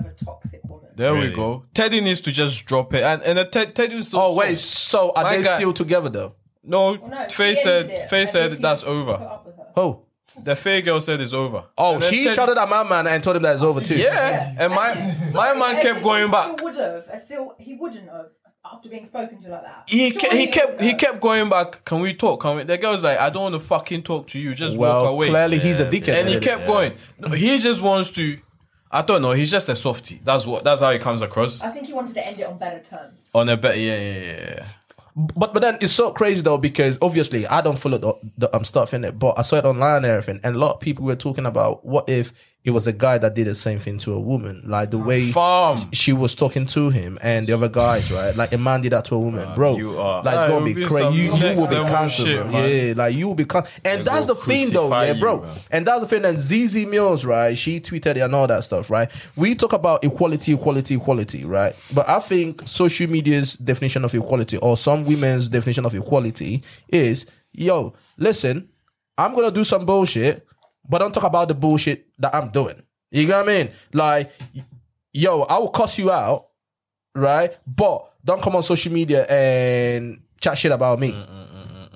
Speaker 3: There we
Speaker 6: Really?
Speaker 3: go. Teddy needs to just drop it, and and the Ted, Teddy was so. Oh wait,
Speaker 1: so are they still together though?
Speaker 3: No,
Speaker 1: no,
Speaker 3: Faye
Speaker 1: she ended
Speaker 3: said
Speaker 1: it.
Speaker 3: Faye
Speaker 1: I
Speaker 3: said
Speaker 1: refuse
Speaker 3: that's
Speaker 1: to put
Speaker 3: over.
Speaker 1: up Oh,
Speaker 3: the Faye girl said it's over.
Speaker 1: Oh,
Speaker 3: And then
Speaker 1: she
Speaker 3: Teddy-
Speaker 1: shouted at my man and told him that it's over too.
Speaker 3: Yeah, and my my man kept going back.
Speaker 13: Still would have. I Still, he wouldn't have after being spoken to like that. Surely
Speaker 3: He ke- he kept
Speaker 13: wouldn't
Speaker 3: he
Speaker 13: have.
Speaker 3: kept going back. Can we talk? Can we? The girl's like, I don't want to fucking talk to you. Just
Speaker 1: Well,
Speaker 3: walk away.
Speaker 1: clearly he's a Yeah, dickhead.
Speaker 3: And he
Speaker 1: yeah.
Speaker 3: kept going. No, he just wants to. I don't know. He's just a softie. That's what. That's how he comes across.
Speaker 13: I think he wanted to end it on better terms.
Speaker 3: On a better. Yeah, yeah, yeah, yeah.
Speaker 1: But but then it's so crazy though because obviously I don't follow the, the um stuff in it, but I saw it online and everything, and a lot of people were talking about what if it was a guy that did the same thing to a woman, like the way
Speaker 3: Farm.
Speaker 1: she was talking to him and the other guys, right? Like a man did that to a woman, bro.
Speaker 3: you are-
Speaker 1: like
Speaker 3: Nah,
Speaker 1: it's
Speaker 3: it would
Speaker 1: gonna be
Speaker 3: be
Speaker 1: crazy.
Speaker 3: some
Speaker 1: You, you
Speaker 3: next
Speaker 1: will be
Speaker 3: level
Speaker 1: cancelled,
Speaker 3: shit,
Speaker 1: bro.
Speaker 3: man.
Speaker 1: yeah. Like you will be cancelled, and that's the
Speaker 6: gonna
Speaker 1: thing though,
Speaker 6: crucify
Speaker 1: yeah,
Speaker 6: you,
Speaker 1: bro.
Speaker 6: bro.
Speaker 1: And that's the thing. And ZZ Mills, right? She tweeted and all that stuff, right? We talk about equality, equality, equality, right? But I think social media's definition of equality, or some women's definition of equality, is yo, listen, I'm gonna do some bullshit, but don't talk about the bullshit that I'm doing. You know what I mean? Like, yo, I will cuss you out, right? But don't come on social media and chat shit about me.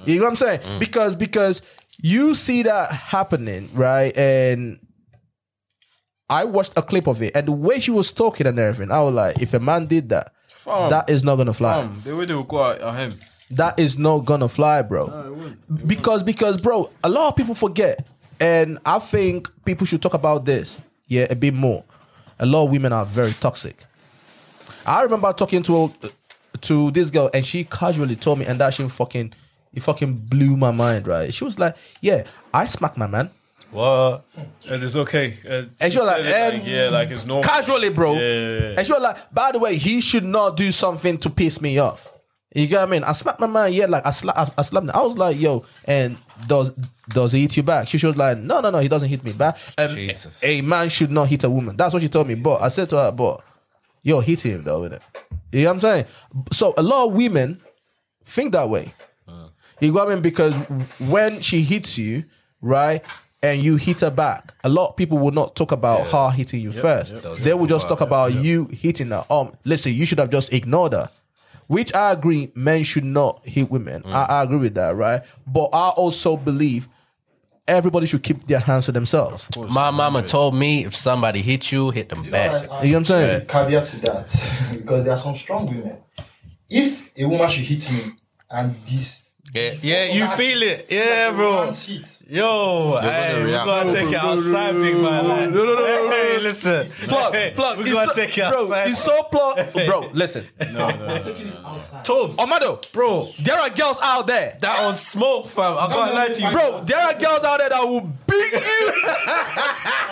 Speaker 1: You know what I'm saying?
Speaker 3: Mm.
Speaker 1: Because because you see that happening, right? And I watched a clip of it, and the way she was talking and everything, I was like, if a man did that,
Speaker 3: Fam.
Speaker 1: that is not gonna fly.
Speaker 3: Fam, the way they will go at, at him.
Speaker 1: That is not gonna fly, bro. because because bro, a lot of people forget, and I think people should talk about this, yeah, a bit more. A lot of women are very toxic. I remember talking to a, to this girl, and she casually told me, and that she fucking it fucking blew my mind, right? She was like, "Yeah, I smack my man."
Speaker 3: What? And it's okay. And,
Speaker 1: And she was
Speaker 3: said
Speaker 1: like,
Speaker 3: it
Speaker 1: um,
Speaker 3: yeah, like it's normal.
Speaker 1: casually, bro.
Speaker 3: Yeah, yeah, yeah.
Speaker 1: And she was like, by the way, he should not do something to piss me off. You get what I mean? I slapped my man, yeah, like I slapped, I, I slapped. him. I was like, yo, and does does he hit you back? She, she was like, no, no, no, he doesn't hit me back. Um, A man should not hit a woman. That's what she told me. But I said to her, but yo, hit him though, innit? You know what I'm saying? So a lot of women think that way. You know what I mean? Because when she hits you, right, and you hit her back, a lot of people will not talk about her hitting you
Speaker 3: Yep,
Speaker 1: first.
Speaker 3: yep.
Speaker 1: They will just talk about you hitting her. Um, listen, you should have just ignored her. Which I agree, men should not hit women. I, I agree with that, right? But I also believe everybody should keep their hands to themselves.
Speaker 4: My mama told me if somebody hit you, hit them back.
Speaker 1: You know what I'm saying?
Speaker 10: Caveat to that, because there are some strong women. If a woman should hit me and this,
Speaker 4: Yeah, yeah, you feel it. Yeah,
Speaker 10: bro.
Speaker 12: Yo, hey, we gotta take it outside, big man. Like, no, no, no, hey, hey, listen.
Speaker 1: Plug,
Speaker 12: hey,
Speaker 1: plug.
Speaker 12: We
Speaker 1: It's
Speaker 12: gotta
Speaker 1: so-
Speaker 12: take it
Speaker 1: bro,
Speaker 12: outside.
Speaker 1: It's so plug, bro. Listen,
Speaker 12: No, no, no.
Speaker 10: taking it outside.
Speaker 12: Tobes.
Speaker 1: Amado,
Speaker 12: bro,
Speaker 1: there are girls out there
Speaker 12: that on smoke, fam. I can't lie to you,
Speaker 1: bro. There are girls out there that will beat you.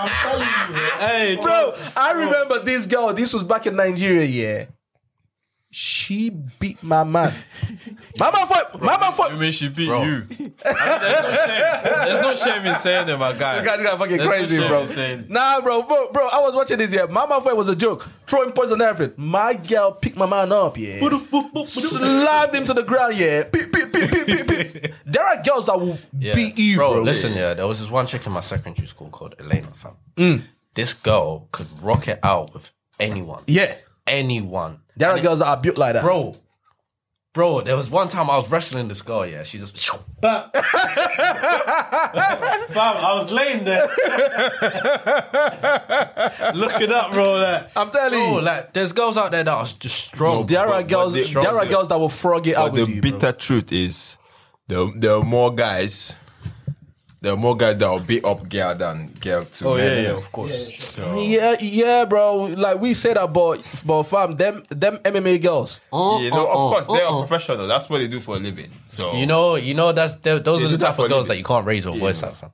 Speaker 10: I'm telling you.
Speaker 12: Hey,
Speaker 1: bro, I remember this girl. This was back in Nigeria, yeah. She beat my man. my man fought. My man fought.
Speaker 3: You mean she beat
Speaker 6: *laughs*
Speaker 3: you? There's no shame in saying that, my guy.
Speaker 1: This guy, this guy fucking
Speaker 3: There's no
Speaker 1: crazy,
Speaker 3: shame
Speaker 1: bro.
Speaker 3: in saying-
Speaker 1: Nah, bro, bro, bro. I was watching this. Yeah, my man fight was a joke, throwing points and everything. My girl picked my man up. Yeah, slammed him to the ground. Yeah, Beep, beep, beep, beep, beep, beep. There are girls that will
Speaker 4: Yeah.
Speaker 1: beat you, E, bro.
Speaker 4: bro, listen, yeah. There was this one chick in my secondary school called Elena, fam.
Speaker 1: Mm.
Speaker 4: This girl could rock it out with anyone.
Speaker 1: Yeah,
Speaker 4: Anyone.
Speaker 1: there are girls that are built like that,
Speaker 4: Bro, Bro, there was one time I was wrestling this girl, yeah. She just.
Speaker 12: Fam, I was laying there. *laughs* Look it up, bro. Like,
Speaker 1: I'm telling
Speaker 4: you. like, there's girls out there that are just strong.
Speaker 1: there are girls. there are girls that will frog it out
Speaker 6: But the
Speaker 1: with you.
Speaker 6: bitter truth is, there, there are more guys. There are more guys that will beat up girl than girl too.
Speaker 1: Oh, yeah,
Speaker 6: man.
Speaker 1: yeah, of course.
Speaker 6: So,
Speaker 1: Yeah, yeah, bro. Like we said about, but fam, them, them MMA girls.
Speaker 6: you know,
Speaker 1: oh,
Speaker 6: of course, they are professional. That's what they do for a living. So
Speaker 4: You know, you know that's tho- those
Speaker 6: They
Speaker 4: are the
Speaker 6: do that
Speaker 4: type
Speaker 6: for
Speaker 4: of
Speaker 6: a living.
Speaker 4: girls that you can't raise your voice at. Fam.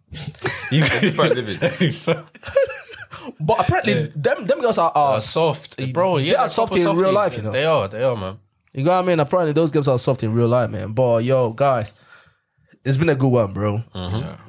Speaker 6: you for a living.
Speaker 1: But apparently, them, them girls are, are
Speaker 4: soft, bro. Yeah,
Speaker 1: they are
Speaker 4: they're
Speaker 1: soft in
Speaker 4: proper
Speaker 1: real life.
Speaker 4: softies.
Speaker 1: You know,
Speaker 4: They are. They are, man.
Speaker 1: You know what I mean? Apparently, those girls are soft in real life, man. But yo, guys, it's been a good one, bro.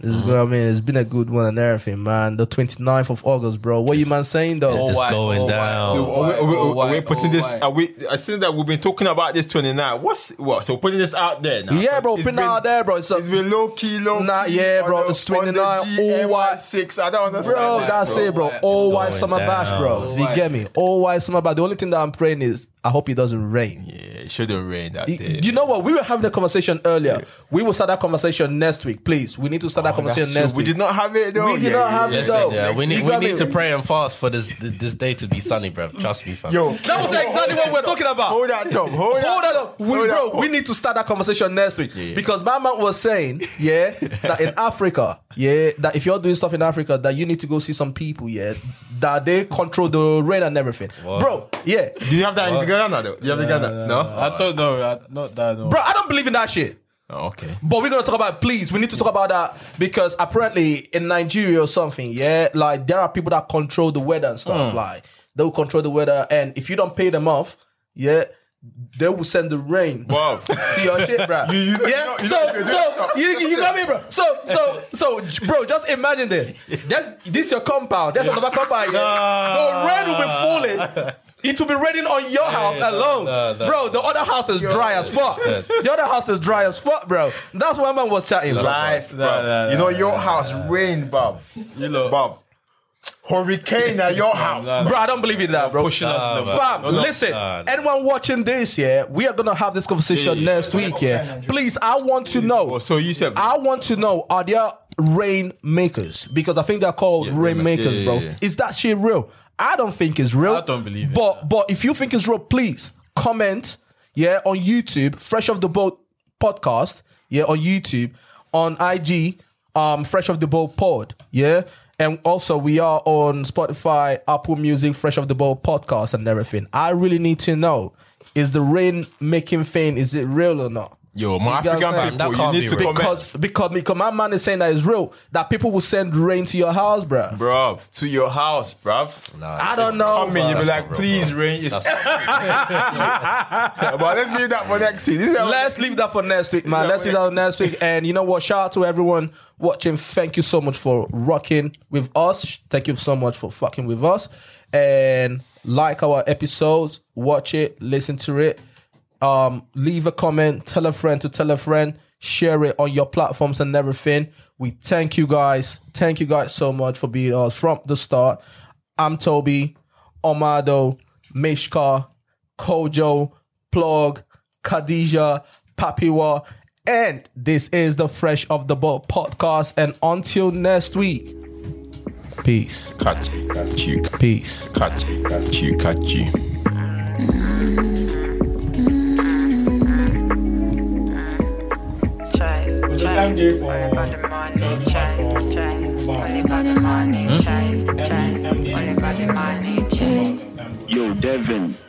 Speaker 1: This is what I mean. It's been a good one and everything, man. The 29th of August, bro. What you man saying though?
Speaker 4: It's going down.
Speaker 6: Dude, are we, are we- are we putting this? Are we? I think that we've been talking about this 29. What's what? So putting this out there now.
Speaker 1: Yeah, bro, putting it out there, bro. It's,
Speaker 6: it's been low key, low
Speaker 1: Nah,
Speaker 6: key
Speaker 1: yeah, bro.
Speaker 6: on the-
Speaker 1: It's
Speaker 6: on the
Speaker 1: 29. All white
Speaker 6: six. I don't understand.
Speaker 1: Bro,
Speaker 6: that,
Speaker 1: that's
Speaker 6: bro.
Speaker 1: it, bro. All white
Speaker 4: going
Speaker 1: summer bash,
Speaker 4: down.
Speaker 1: bro.
Speaker 4: All
Speaker 1: You
Speaker 4: white.
Speaker 1: get me? All white summer bash. The only thing that I'm praying is I hope it doesn't rain.
Speaker 6: Yeah, it shouldn't rain that
Speaker 1: You-
Speaker 6: day.
Speaker 1: You know what? We were having a conversation earlier. We will start that conversation next week, please. We need to start that conversation
Speaker 6: Oh, true.
Speaker 1: next
Speaker 6: We
Speaker 1: week.
Speaker 6: did not have it though.
Speaker 1: We did not have it
Speaker 4: Listen,
Speaker 1: though.
Speaker 4: yeah, we
Speaker 1: You
Speaker 4: need, we
Speaker 1: got
Speaker 4: need
Speaker 1: me?
Speaker 4: to pray and fast for this this day to be sunny, bro. Trust me, fam.
Speaker 6: Yo,
Speaker 1: That was exactly what we we're talking about.
Speaker 6: Hold that up. Hold that
Speaker 1: Hold on,
Speaker 6: up.
Speaker 1: We,
Speaker 6: Hold
Speaker 1: bro,
Speaker 6: that
Speaker 1: we need to start that conversation next week because my man was saying,
Speaker 6: *laughs*
Speaker 1: yeah, that in Africa, yeah, that if you're doing stuff in Africa, that you need to go see some people, yeah, that they control the rain and everything, bro. Yeah,
Speaker 6: Do you have that in Ghana though? Do you have it in Ghana? No.
Speaker 3: I don't know. I, not that. No.
Speaker 1: bro, I don't believe in that shit.
Speaker 6: Oh, okay.
Speaker 1: But we're gonna talk about please. We need to talk about that because apparently in Nigeria or something, yeah, like there are people that control the weather and stuff.
Speaker 6: Hmm.
Speaker 1: Like they'll control the weather, and if you don't pay them off, yeah, they will send the rain.
Speaker 6: Wow.
Speaker 1: *laughs* to your shit, bro. yeah.
Speaker 6: *laughs* you know-
Speaker 1: so,
Speaker 6: you know-
Speaker 1: so you, you got me, bro. So, so, so, j- bro. Just imagine this. That's, this your compound. That's another
Speaker 6: *laughs*
Speaker 1: compound. yeah. The rain will be falling. It will be raining on your house alone, bro. The other house is dry as fuck. The other house is dry as fuck, bro. That's why man was chatting. bro.
Speaker 6: Life, bruv. you know your house rain, Bob. You know, Bob. Hurricane at *laughs* your house,
Speaker 1: Bro, I don't believe in that, bro.
Speaker 3: pushing us in the
Speaker 1: Fam,
Speaker 3: No, no.
Speaker 1: listen,
Speaker 3: Nah, nah.
Speaker 1: anyone watching this, yeah, we are gonna have this conversation next week, yeah. Please, I want to know.
Speaker 6: Oh, so you said
Speaker 1: I want to know are there rainmakers? Because I think they're called rainmakers,
Speaker 6: yeah,
Speaker 1: bro.
Speaker 6: yeah, yeah.
Speaker 1: Is that shit real? I don't think it's real. I
Speaker 3: don't believe it.
Speaker 1: But but if you think it's real, please comment, yeah, on YouTube, Fresh Off the Boat podcast, yeah, on YouTube, on IG, um, Fresh Off the Boat pod, yeah. And also we are on Spotify, Apple Music, Fresh Off the Boat podcast and everything. I really need to know is the rain making thing is it real or not?
Speaker 6: Yo, my
Speaker 1: You get what I'm
Speaker 6: African
Speaker 1: saying?
Speaker 6: people, you need to comment.
Speaker 1: because because because my man is saying that it's real that people will send rain to your house, bro.
Speaker 6: bro, to your house, bruv.
Speaker 1: I don't know.
Speaker 6: Come in, you be
Speaker 1: bruh.
Speaker 6: like, please, rain. It's *laughs* but let's leave *laughs* that for next week. This is how-
Speaker 1: Let's leave that for next week, man.
Speaker 6: Yeah,
Speaker 1: Let's leave that for next week. And you know what? Shout out to everyone watching. Thank you so much for rocking with us. Thank you so much for fucking with us. And like our episodes, watch it, listen to it. Um, leave a comment, tell a friend to tell a friend, share it on your platforms and everything. We thank you guys. Thank you guys so much for being us from the start. I'm Toby, Omado, Mishka, Kojo, Plog, Khadija, Papiwa, and this is the Fresh of the Boat podcast. And until next week, peace.
Speaker 6: Catch you, catch you,
Speaker 1: Peace.
Speaker 6: catch you, catch you, catch you.
Speaker 14: Chase,
Speaker 5: Would
Speaker 14: chase,
Speaker 5: you come here for-
Speaker 14: worry about the money,
Speaker 5: Just
Speaker 14: chase,
Speaker 5: for- Hmm?
Speaker 14: chase, only about the money, chase, chase, only about the money, chase.
Speaker 15: Yo, Devin,